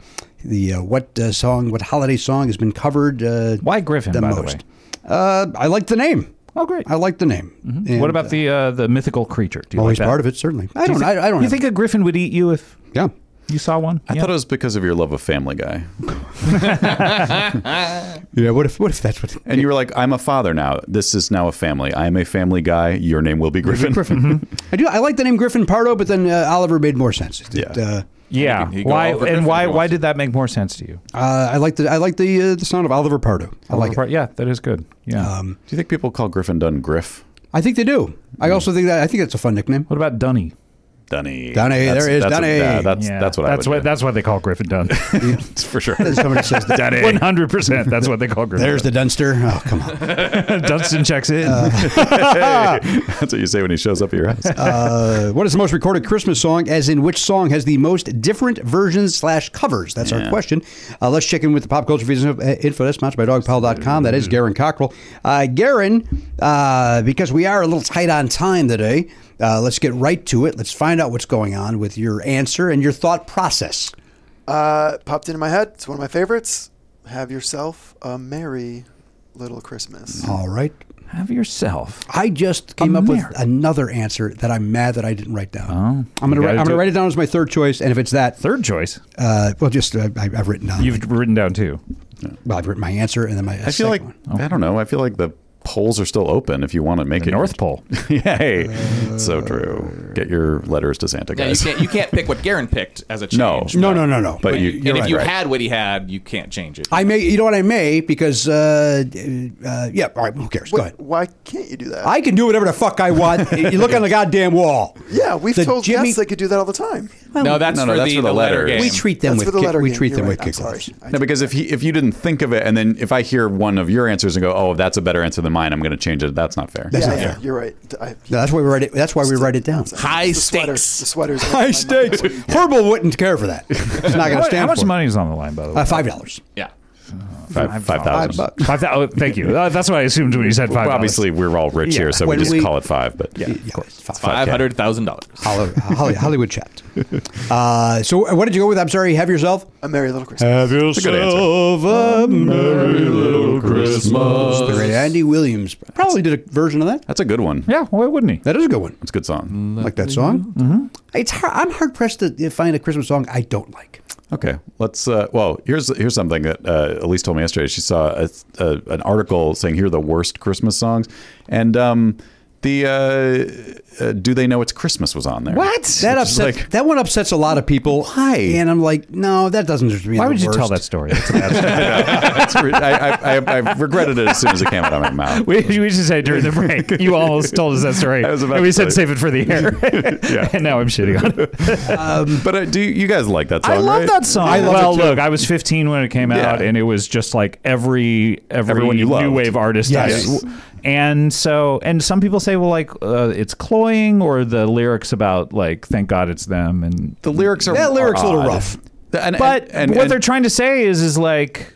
the uh, what uh, song, what holiday song has been covered uh,
Why Griffin,
the
by the way?
most? Uh, I like the name.
Oh, great.
I like the name. And,
what about
uh,
the uh, the mythical creature? Do you
always
like that?
part of it? Certainly. I
Do you
don't.
thi-
I, I don't.
You
have-
think a griffin would eat you if
Yeah.
you saw one?
I
Yeah.
thought it was because of your love of Family Guy.
Yeah. What if? What if that's what?
And you were like, I'm a father now. This is now a family. I am a family guy. Your name will be Griffin. Mm-hmm.
I do. I like the name Griffin Pardo, but then uh, Oliver made more sense. It- it,
Yeah.
uh,
He
yeah.
could- he could
why
go all for
and
Griffin
why
if he
why
wants.
did that make more sense to you?
uh, I like the. I like the uh, the sound of Oliver Pardo. I like it. Um,
Yeah, that is good. Yeah.
Do you think people call Griffin Dunn Griff?
I think they do. I also think that. I think it's a fun nickname.
what about Dunny?
Dunny.
Dunny, there is
that's
Dunny.
yeah, that's
Yeah.
that's what I
that's
would
what
do.
that's what they call Griffin Dunn.
That's for sure.
Somebody says that.
One hundred percent. That's what they call Griffin.
There's the Dunster. Oh, come on.
Dunstan checks in.
that's what you say when he shows up at your house.
Uh, what is the most recorded Christmas song? As in, which song has the most different versions slash covers? That's our question. Uh, let's check in with the pop culture feeds info, uh, info that's sponsored by dogpile.com. That is Garen Cockrell. Uh, Garen, uh, because we are a little tight on time today, uh, let's get right to it. Let's find out what's going on with your answer and your thought process.
Uh, popped into my head. It's one of my favorites. Have yourself a merry little Christmas.
All right.
Have yourself.
I just came up with
America.
another answer that I'm mad that I didn't write down. I'm going
You gotta
to
do it.
write it down as my third choice, and if it's that,
Third choice.
uh, well, just uh, I, I've written down.
You've written down two.
Well, I've written my answer and then my. uh,
I feel like I don't know. I feel like the polls are still open if you want to make
The
it.
North Pole.
Yay! so true. Get your letters to Santa,
Yeah, you
guys.
can't you can't pick what Garen picked as a
No.
change.
No, no, no, no.
But you-
and
you're
if
right,
you
right.
had what he had, you can't change it.
I may. You know what? I may because. Uh, uh, yeah. All right. Who cares? Go
Wh-
ahead.
Why can't you do that?
I can do whatever the fuck I want. you look on the goddamn wall.
yeah, we've
The
told
Jimmy-
guests they could do that all the time.
no, that's,
no,
for,
that's
the,
for the
the letter
letters.
game.
We treat them
That's for
with
the
kick,
letter
we
game.
treat
You're
them
right.
with
I'm
kick
sorry.
gloves.
I
No, because if he if you didn't think of it, and then if I hear one of your answers and go, "Oh, that's a better answer than mine," I'm going to change it. That's not fair.
That's
yeah,
not
yeah,
fair.
you're right. I,
No, that's why we write it. That's why we write it down.
High
the Sweater, the
stakes.
sweaters.
High stakes. Herbal wouldn't care for that. It's not going to
How
stand
much
for it.
money is on the line, by the way?
Uh, Five dollars.
Yeah.
Five, five thousand.
bucks. Five thou- oh, thank you. Uh, that's what I assumed when you said five.
Well, obviously, we're all rich
Yeah.
here, so
When
we just
we-
call it five. But yeah,
of course,
Five hundred thousand dollars.
Hollywood, Holly- Hollywood chat. Uh, so what did you go with? I'm sorry. Have yourself
a merry little Christmas.
Have
That's a good answer.
a merry little
Uh,
Christmas.
Andy Williams probably did a version of that.
That's a good one.
Yeah, why wouldn't he?
That is a good one.
It's a good song.
like that song.
Mm-hmm.
It's hard, I'm hard pressed to find a Christmas song I don't like.
Mm.
Okay, let's. Uh, well, here's here's something that uh, Elise told me yesterday. She saw a, a, an article saying here are the worst Christmas songs, and um, the uh, uh, "Do They Know It's Christmas" was on there. Oh,
What?
That
It's
upsets.
like-
that one upsets a lot of people.
Why?
And I'm like, no, that doesn't deserve to be.
Why
the
would you tell
worst.
that story? That's a bad story.
That's re- I, I, I, I regretted it as soon as it came out of my mouth.
We, we should say during the break. You almost told us that story.
I was about
and we
to
said
say.
save it for the air.
Yeah.
and now I'm shitting on it.
but uh, do you, you guys like that song?
I love
right?
that song.
I love
well,
it too.
look, I was 15 when it came
Yeah.
out, and it was just like every every
Everyone you
new
loved.
wave artist. I-
Yes.
and so, and some people say, well, like uh, it's cloying, or the lyrics about like thank God it's them, and
The lyrics are
That lyrics
are
a little
odd.
rough.
The- and-
but
and- and-
what
and-
they're trying to say is is like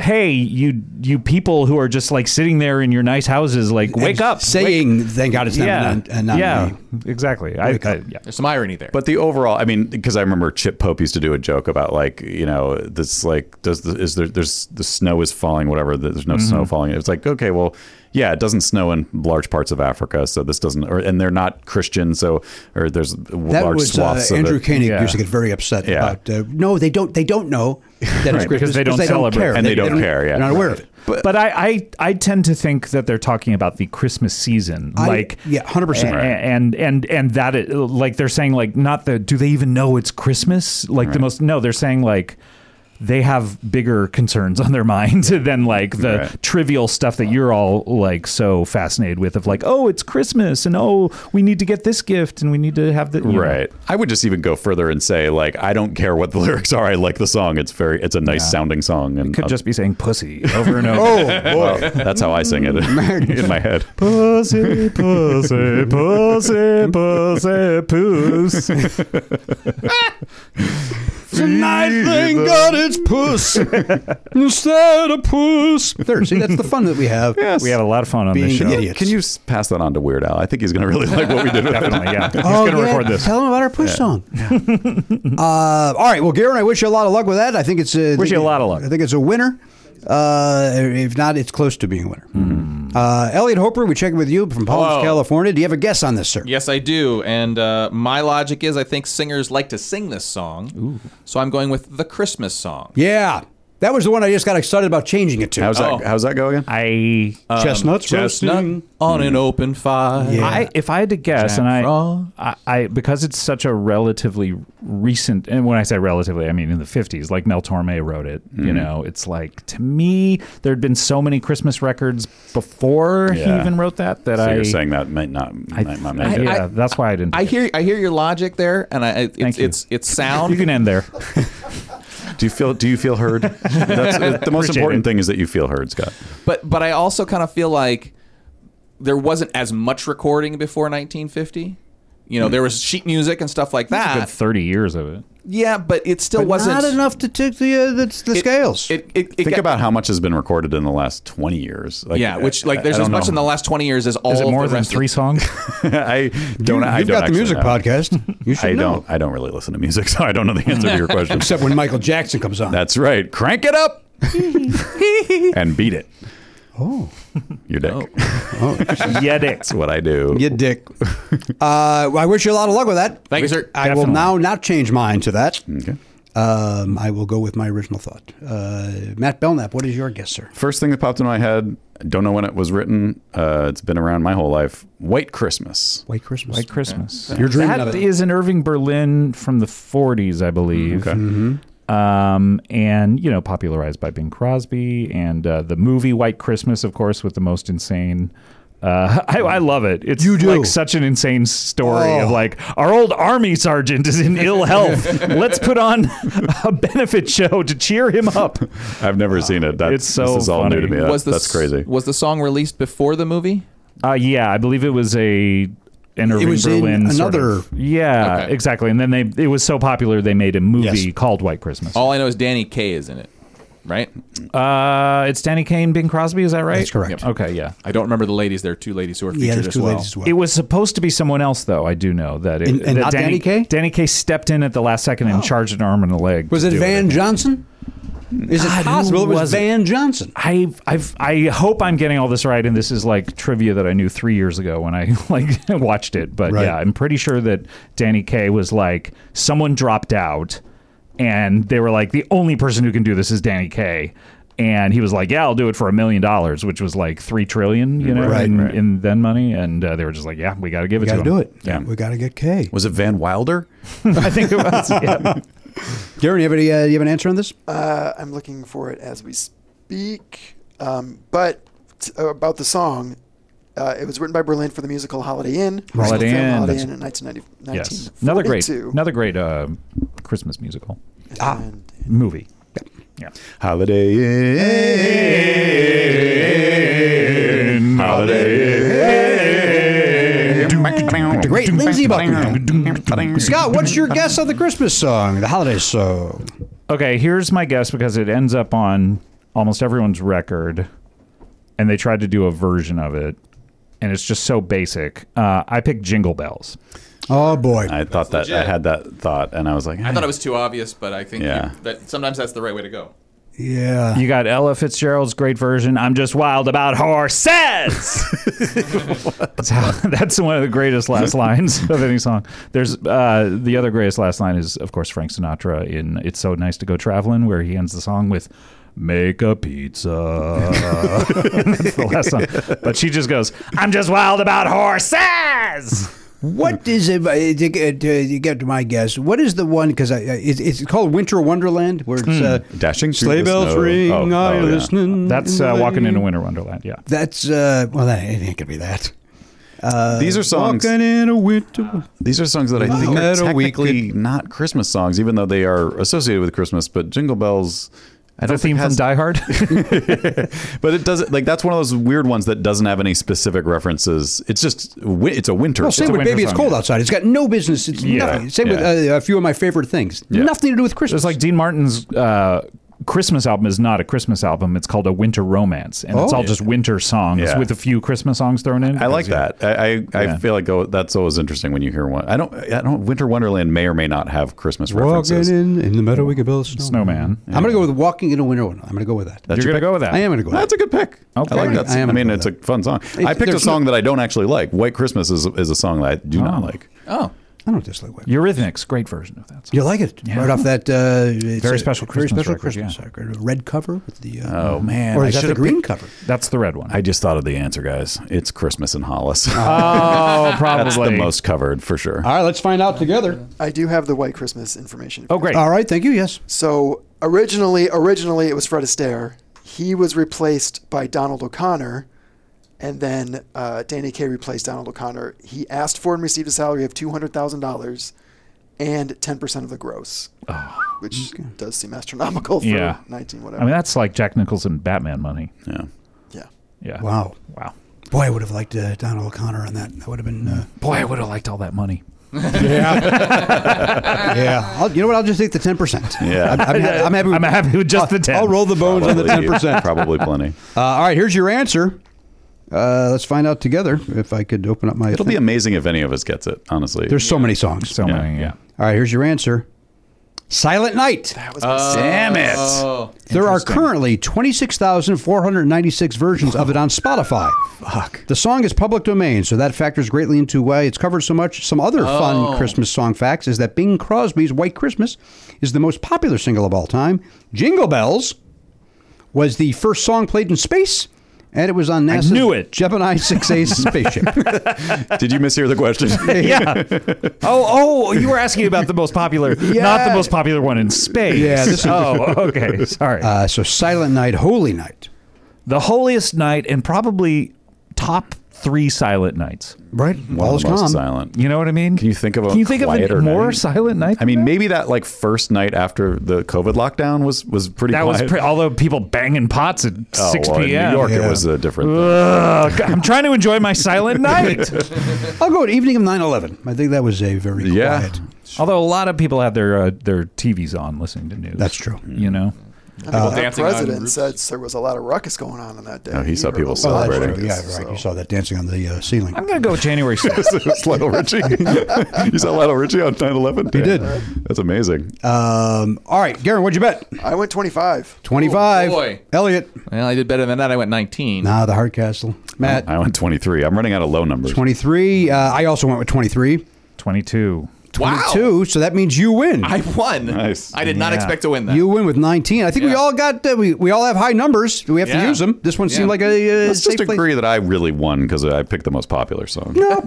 hey you you people who are just like sitting there in your nice houses like wake
And
up wake-
saying, "Thank God it's not
yeah
not, uh, not
yeah
me."
exactly I,
Wake
I-
up.
yeah
There's some irony there.
But the overall, I mean, because I remember Chip Pope used to do a joke about like, you know, this like, does the, is there? There's the snow is falling, whatever. There's no
Mm-hmm.
snow falling. It's like, okay, well, yeah, it doesn't snow in large parts of Africa, so this doesn't, or and they're not Christian, so or there's
That
large
was uh,
swaths
Andrew
of it.
Koenig
Yeah.
used to get very upset
Yeah.
about. Uh, no, they don't. They don't know that it's Christmas
because they don't celebrate.
care.
And they don't care, yeah.
they're not aware of it.
but, I, I I tend to think that they're talking about the Christmas season
I-
like
yeah, 100%.
a- and and and that it, like they're saying like not the do they even know it's Christmas like the most no they're saying like they have bigger concerns on their mind than like the
Right.
trivial stuff that you're all like so fascinated with of like oh it's Christmas and oh we need to get this gift and we need to have the you know.
Right. I would just even go further and say like, I don't care what the lyrics are. I like the song. It's very, it's a nice sounding song, and
could
I'll-
just be saying pussy over and over
well, that's how I sing it in my head.
pussy, pussy, pussy,
Oh,
pussy, poos. Tonight, thank God it's puss instead of puss.
There, see, that's the fun that we have.
We had a lot of fun on
Being
this show.
idiots.
Can you s- pass that on to Weird Al? I think he's going to really like what we did with that.
Definitely, yeah. He's
Oh,
going to
yeah,
record this.
Tell them about our push song. uh, all right. Well, Garen, I wish you a lot of luck with that. I think it's a,
Wish you a lot of luck.
I think it's a winner. Uh, if not, it's close to being a winner. Uh, Elliot Hopper, we check with you from Palms,
Oh.
Hello.
California. Do you have a guess on this, sir?
Yes, I do. And uh, my logic is I think singers like to sing this song. So I'm going with the Christmas song.
Yeah. That was the one I just got excited about changing it to.
How's that?
Oh.
How's that go again?
I,
Chestnuts
Um, Chestnut
roasting.
on an open fire.
Yeah.
I, if I had to guess,
Jack
and I,
Frost.
I, I, because it's such a relatively recent, and when I say relatively, I mean in the '50s, like Mel Torme wrote it. You know, it's like to me, there had been so many Christmas records before he
Yeah.
even wrote that that
So
I.
you're saying that might not
I,
might not
I-
make it.
yeah, that's why I didn't.
I
pick it.
hear I hear your logic there, and I it, it's,
you.
it's it's sound.
You can end there.
Do you feel Do you feel heard? That's, uh, the most
Appreciate
important
it.
thing is that you feel heard, Scott.
but but I also kind of feel like there wasn't as much recording before 1950. You know, there was sheet music and stuff like
Good
that.
thirty years of it.
Yeah, but it still
But
wasn't
not enough to take the, uh, the, the
it-
scales.
It, it, it
Think
got-
about how much has been recorded in the last 20 years. Like,
yeah, which
I-
like there's
I
as
don't
much
know.
in the last 20 years as all
Is it
of
more
the
than
rest of-
three songs?
I don't. I don't
You've got the
actually
music
know.
podcast. You should
I
know.
don't. I don't really listen to music, so I don't know the answer to your question.
Except when Michael Jackson comes on.
That's right. Crank it up and beat it. Oh, your dick.
yeah, Dick.
That's what I do.
You dick. uh, well, I wish you a lot of luck with that.
Thank you, sir.
I will
Definitely.
now not change mine to that.
Okay.
Um, I will go with my original thought. Uh, Matt Belknap, what is your guess, sir?
First thing that popped into my head. Don't know when it was written. Uh, it's been around my whole life. White Christmas.
White Christmas.
White Christmas.
You're dreaming
That
of it.
is an Irving Berlin from the 40s, I
Mm,
believe.
Okay. Mm-hmm.
Um, and, you know, popularized by Bing Crosby and uh, the movie White Christmas, of course, with the most insane. Uh, I, I love it. It's
You do.
like such an insane story
Oh.
of like our old army sergeant is in ill health. Let's put on a benefit show to cheer him up.
I've never seen it. That's,
It's so
this is all new to
funny.
me. That-
was the
that's
s-
crazy.
Was the song released before the movie?
Uh, yeah, I believe it was a an Irving
was in
Berlin sort
another-
of- yeah,
Okay.
exactly. And then they it was so popular they made a movie
Yes.
called White Christmas.
All I know is Danny Kaye is in it. right?
Uh, it's Danny Kaye, Bing Crosby. Is that right?
That's correct.
Okay, yeah.
I don't remember the ladies. There are two ladies who are featured
Yeah, there's
as
two
well.
ladies as well.
It was supposed to be someone else, though. I do know that. It,
And- and
that
not Danny Kaye?
Danny Kaye stepped in at the last second and charged an arm and a leg.
was
to
it
do
Van Johnson? Is it
God, who
possible it Mm. was,
was it?
Van Johnson?
I've, I've, I hope I'm getting all this right, and this is like trivia that I knew three years ago when I like watched it. But
Right.
yeah, I'm pretty sure that Danny Kaye was like someone dropped out, and they were like the only person who can do this is Danny Kaye, and he was like, yeah, I'll do it for a million dollars, which was like three trillion, you know,
Right,
in,
right.
in then money, and uh, they were just like, yeah, we got to give it
We
to
got to
him.
do it.
Yeah,
we got to get K.
Was it Van Wilder?
I think it was. Yeah.
Darren, you have any? Uh, you have an answer on this?
Uh, I'm looking for it as we speak. Um, but t- about the song, uh, it was written by Berlin for the musical Holiday Inn.
Holiday
Original film
Inn,
Holiday
that's-
Inn in 1990,
yes, another great,
1942.
another great uh, Christmas musical
Ah.
movie. Yeah.
Holiday Inn. Holiday Inn.
The great Lindsey Buckingham. Scott, what's your guess on the Christmas song, the holiday song?
Okay, here's my guess because it ends up on almost everyone's record, and they tried to do a version of it, and it's just so basic. Uh, I picked Jingle Bells.
Oh boy,
I thought that I
legit.
had that thought, and I was like,
I thought it was too obvious, but I think
Yeah.
you- that sometimes that's the right way to go.
yeah.
You got Ella Fitzgerald's great version. I'm just wild about horses. that's, how, that's one of the greatest last lines of any song. There's uh, the other greatest last line is of course Frank Sinatra in "It's So Nice to Go Traveling," where he ends the song with "Make a pizza." that's the last song. But she just goes, "I'm just wild about horses."
What is it? uh, To get, to get to my guess, what is the one? Because it's, it's called Winter Wonderland, where it's uh,
Dashing through
sleigh
the
bells
snow.
ring,
Oh,
I
oh, yeah.
listening.
That's
in
uh,
the
walking into
lane.
Winter Wonderland. Yeah.
That's uh, well, that it ain't gonna be that.
These are songs.
Walking in a winter.
These are songs that I think are
Metal
technically
Weekly.
not Christmas songs, even though they are associated with Christmas. But Jingle Bells, I
The
don't
theme
think
from
has,
Die Hard.
but it doesn't like that's one of those weird ones that doesn't have any specific references. It's just wi- it's a winter.
Well,
song.
same with
winter
Baby It's
song,
Cold
yeah.
Outside. It's got no business. It's
Yeah,
nothing. Same with
yeah.
uh, a few of my favorite things.
Yeah.
Nothing to do with Christmas.
It's like Dean Martin's uh, Christmas album is not a Christmas album. It's called a Winter Romance, and it's
Oh.
all just winter songs
Yeah.
with a few Christmas songs thrown in.
I like
because, yeah.
that. I I, I feel like oh, that's always interesting when you hear one. I don't. I don't. Winter Wonderland may or may not have Christmas
Walking
references.
in in the meadow, we can build a snowman.
Snowman.
I'm gonna go with walking in a winter one. I'm gonna go with that.
You're gonna go with that.
I am gonna go. With
That's a good pick. I
Okay.
like that.
I
I,
am
mean,
gonna
it's
go
a fun song. I picked a
there's
song that I don't actually like. White Christmas is is a song that I do not like.
Oh,
that. I don't dislike it.
Eurythmics, great version of that. Song.
You like it
Yeah.
right off that uh, it's
Very
a
special
very
Christmas
special
record,
Christmas
yeah.
record. A red cover with the uh,
Oh man!
or
I
is that the
should've
green
picked-
cover?
That's the red one.
I just thought of the answer, guys. It's Christmas in Hollis.
oh, probably
That's the most covered for sure.
All right, let's find out together.
I do have the White Christmas information.
Oh, great.
All right, thank you. Yes,
So originally, originally it was Fred Astaire. He was replaced by Donald O'Connor, and then uh, Danny Kaye replaced Donald O'Connor. He asked for and received a salary of two hundred thousand dollars, and ten percent of the gross, which does seem astronomical for
Yeah.
nineteen whatever.
I mean, that's like Jack Nicholson Batman money.
Yeah.
yeah.
Yeah.
Wow.
Wow.
boy, I would have liked uh, Donald O'Connor on that. That would have been. Uh,
Boy, I would have liked all that money.
yeah, I'll, you know what? I'll just take the ten percent.
Yeah.
I'm, I'm, ha- I'm happy. With,
I'm happy with just the 10.
I'll roll the bones on the ten
Probably-
percent.
Probably plenty.
Uh, all right, here's your answer. Uh, let's find out together if I could open up my.
It'll be amazing if any of us gets it. Honestly,
There's so many songs.
so
Yeah,
many. Yeah.
All right, here's your answer. Silent Night.
That was my second-
damn it.
oh,
There are currently 26,496 versions of it on Spotify. Fuck. The song is public domain, so that factors greatly into why it's covered so much. Some other fun
Oh.
Christmas song facts is that Bing Crosby's White Christmas is the most popular single of all time. Jingle Bells was the first song played in space, and it was on NASA's
knew it.
Gemini 6A spaceship.
Did you mishear the question?
Yeah. oh, oh, you were asking about the most popular, not the most popular one in space.
Yeah, this is-
oh, okay. Sorry.
uh, so Silent Night, Holy Night.
the holiest night and probably top three silent nights.
Right?
One
all
of
is
the most
calm.
silent.
You know what I mean?
Can you think of a
Can you think of a
quieter
more
night?
silent night?
I mean, maybe that like first night after the COVID lockdown was was pretty.
that was
quiet.
pre- although people banging pots at
Oh,
six
well, in
p.m.
New York,
Yeah.
it was a different. Thing.
Ugh, I'm trying to enjoy my silent night.
I'll go with Evening of 9 11. I think that was a very
Yeah.
quiet.
although a lot of people had their uh, their TVs on listening to news.
That's true.
You
I
know,
mean,
People
our
dancing on
president
roofs.
said there was a lot of ruckus going on on that day.
No, he saw
heard a
people
lot of
celebrating.
ruckus,
Yeah,
Oh, Right,
so-
you saw that dancing on the uh, ceiling.
I'm gonna go with January 6th.
It was Lionel Richie. you saw Lionel Richie on 9 11? He
did.
That's amazing.
Uh,
Um, all right, Garen, what'd you bet?
I went 25.
Twenty-five.
Oh, boy.
Elliot.
Well, I did better than that. I went 19.
Ah,
Nah, the Hardcastle. Matt.
Oh, I went 23. I'm running out of low numbers.
Twenty-three. Uh, I also went with twenty-three.
22.
Wow.
Twenty-two. So that means you win.
I won.
Nice.
I did not
Yeah.
expect to win that.
you win with 19. I think we
Yeah.
all got uh, we, we all have high numbers. We have to
Yeah.
use them. This one
Yeah.
seemed like a uh,
Let's
safe
just agree
place.
that I really won because I picked the most popular song.
No,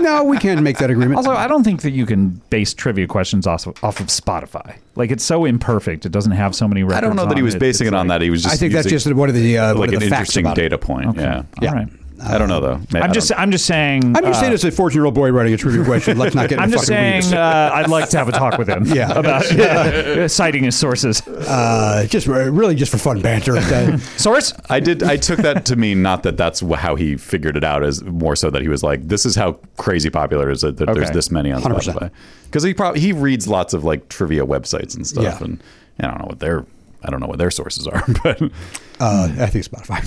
no, we can't make that agreement.
Also, I don't think that you can base trivia questions off of, off of Spotify. Like it's so imperfect; it doesn't have so many. Records
I don't know that he was basing it on that. He was just.
I think that's
using,
just one of the uh,
like
one of
an
the facts
interesting
about it.
data point. Yeah.
Yeah. All right.
I don't know though.
I'm just. I'm just saying.
I'm just
uh,
saying, as a 14 year old boy writing a trivia question, let's not get. in
I'm
a
just
fucking read.
saying. Uh, I'd like to have a talk with him.
Yeah.
About uh, citing his sources.
uh, just really just for fun banter.
Source.
I did. I took that to mean not that that's wh- how he figured it out, as more so that he was like, "This is how crazy popular it is that that there's
Okay.
this many on
100%.
Spotify." Because he probably he reads lots of like trivia websites and stuff,
Yeah.
and I don't know what their I don't know what their sources are, but
Uh, I think Spotify.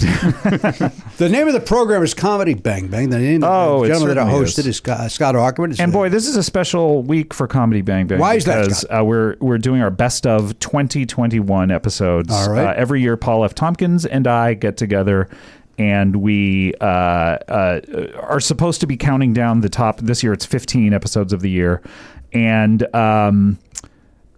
the name of the program is Comedy Bang Bang. The name
Oh,
of the
it
gentleman that I
certainly
hosted
is.
is, Scott, Scott Ackerman. It's, uh,
And boy, this is a special week for Comedy Bang Bang.
Why is that,
Because
Scott?
uh, we're we're doing our best of 2021 episodes.
All right.
Uh, every year, Paul F. Tompkins and I get together. And we uh, uh, are supposed to be counting down the top. This year, it's 15 episodes of the year, and um,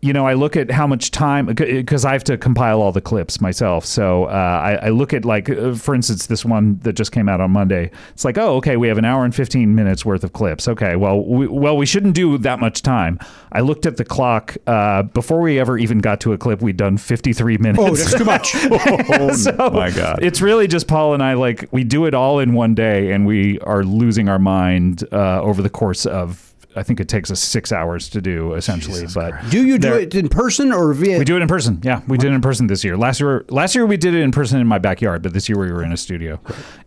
you know, I look at how much time because I have to compile all the clips myself. So uh, I, I look at like, uh, for instance, this one that just came out on Monday. It's like, oh, okay, we have an hour and fifteen minutes worth of clips. Okay, well, we, well, we shouldn't do that much time. I looked at the clock uh, before we ever even got to a clip. We'd done fifty three minutes.
Oh, that's too much. Oh
so
my God.
it's really just Paul and I. Like we do it all in one day, and we are losing our mind uh, over the course of. I think it takes us six hours to do essentially, but
do you do
There-
it in person or via?
we do it in person. Yeah, we did it in person this year. Last year, last year we did it in person in my backyard, but this year we were in a studio,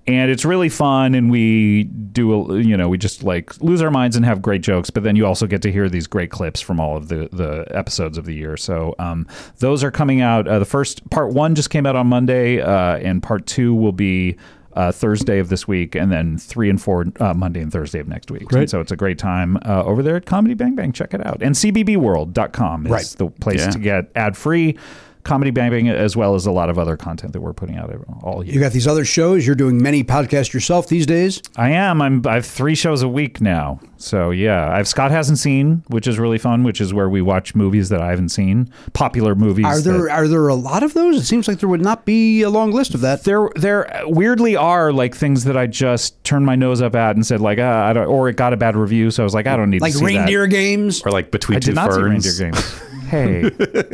and it's really fun. And we do, a, you know, we just like lose our minds and have great jokes. But then you also get to hear these great clips from all of the the episodes of the year. So um, those are coming out. Uh, the first part one just came out on Monday, uh, and part two will be. Uh, Thursday of this week, and then three and four uh, Monday and Thursday of next week.
Great.
So it's a great time uh, over there at Comedy Bang Bang. Check it out. And CBBWorld.com is
Right.
the place
Yeah.
to get ad free comedy bang bang as well as a lot of other content that we're putting out all year.
You got these other shows. You're doing many podcasts yourself these days.
I am. I'm. I have three shows a week now. So yeah, I've Scott hasn't seen, which is really fun. Which is where we watch movies that I haven't seen, popular movies.
Are there
that-
are there a lot of those? It seems like there would not be a long list of that.
there there weirdly are like things that I just turned my nose up at and said like ah, I don't, or it got a bad review, so I was like I don't need
like
to see
reindeer
That.
games.
or like between
I
two
did not
ferns.
see reindeer games. Hey,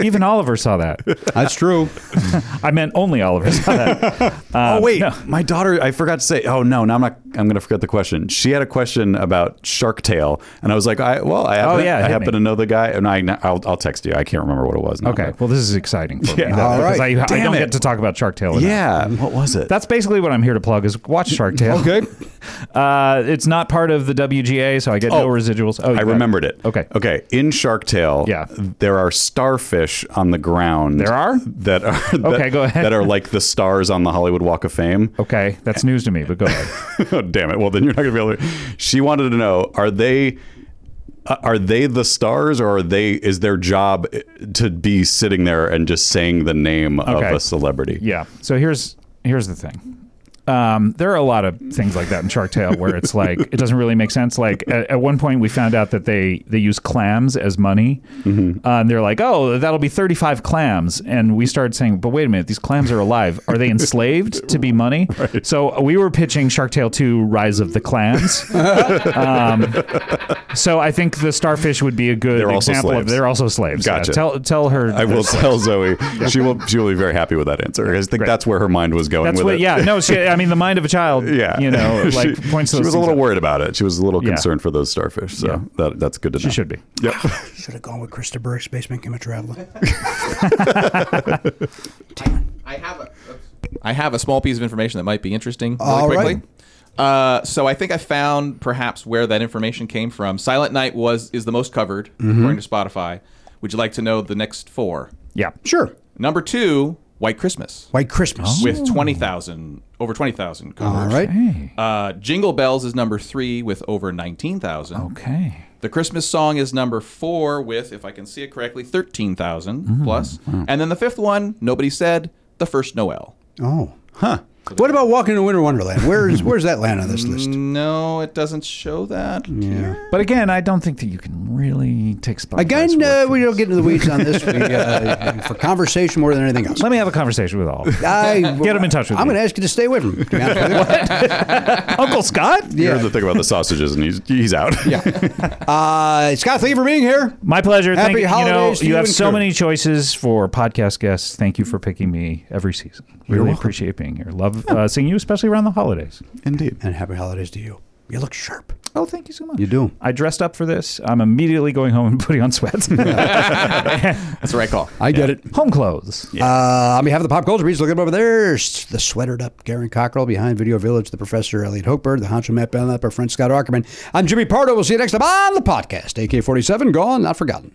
even Oliver saw that.
That's true.
I meant only Oliver saw that.
oh
Um,
wait, my daughter. I forgot to say. Oh no, now I'm not. I'm gonna forget the question. She had a question about Shark Tale, and I was like, I well, I happen,
Oh, yeah,
I
hit
happen
me.
to know the guy, and I I'll, I'll text you. I can't remember what it was. now,
Okay.
but-
Well, this is exciting for
Yeah.
me.
All
because
right.
I, I
Damn
don't
it.
get to talk about Shark Tale. enough.
Yeah. Mm, What was it?
That's basically what I'm here to plug is watch Shark Tale.
Okay.
Uh, it's not part of the WGA, so I get no
Oh.
residuals. Oh, you
I
got
remembered it.
Okay.
Okay. In Shark Tale,
Yeah.
there are starfish on the ground.
There are?
that are that,
Okay, go ahead.
That are like the stars on the Hollywood Walk of Fame.
Okay. That's news to me, but go ahead.
oh, damn it. Well, then you're not going to be able to. She wanted to know: Are they? uh, Are they the stars, or are they? Is their job uh, to be sitting there and just saying the name
Okay.
of a celebrity?
yeah. So here's here's the thing. Um, there are a lot of things like that in Shark Tale where it's like it doesn't really make sense. Like at, at one point we found out that they they use clams as money,
Mm-hmm.
Uh, and they're like, "Oh, that'll be thirty five clams," and we started saying, "But wait a minute, these clams are alive. Are they enslaved to be money?" So we were pitching Shark Tale Two: Rise of the Clams. um, so I think the starfish would be a good
They're also
example of
slaves.
they're also slaves. Yeah,
Gotcha.
Tell tell her
I will tell Zoe. She will. She will be very happy with that answer. I think that's where her mind was going
That's
with
what,
it.
yeah. No, she, I mean, the mind of a child,
Yeah,
you know, like
she,
points
she was a
to those things
little
out.
worried about it. She was a little
Yeah.
concerned for those starfish. So
Yeah.
that that's good to know.
She should be.
Yep.
Should have gone with Krista Burke's basement came a traveling.
I have a. I have a small piece of information that might be interesting. Really
All
quickly.
right.
Uh, so I think I found perhaps where that information came from. Silent Night
Mm-hmm.
was is the most covered according to Spotify. Would you like to know the next four?
Yeah.
Sure.
Number two, White Christmas.
White Christmas.
With 20,000, over 20,000
All
covers.
right.
Uh, Jingle Bells is number three with over 19,000.
Oh.
Okay.
The Christmas song is number four with, if I can see it correctly, 13,000
Mm-hmm.
plus. And then the fifth one, nobody said, The First Noel.
Oh, huh. What about Walking to Winter Wonderland? Where's Where's that land on this list?
No, it doesn't show that.
Yeah.
But again, I don't think that you can really take spot.
Again, uh, we don't get into the weeds on this we, uh, for conversation more than anything else.
Let me have a conversation with all. of them.
I,
Get 'em in touch with
I'm
you.
going to ask you to stay away from him. to be honest with you.
Uncle Scott.
You heard the thing about the sausages, and he's, he's out. Yeah.
Uh, Scott, thank you for being here.
My pleasure.
Happy
Thank you. you. know,
holidays to
you
you
have
and
so
crew.
many choices for podcast guests. Thank you for picking me every season. Really appreciate being here. Love uh, seeing you, especially around the holidays.
Indeed.
And happy holidays to you. You look sharp.
Oh, thank you so much.
You do.
I dressed up for this. I'm immediately going home and putting on sweats.
That's the right call.
I get it.
home clothes.
Uh, on behalf of the Pop Culture Beats, look at him over there. S- The sweatered up Garen Cockrell behind Video Village, the Professor Elliot Hochberg, the Honcho Matt Belknap, our friend Scott Ackerman. I'm Jimmy Pardo. We'll see you next time on the podcast. AK 47, gone, not forgotten.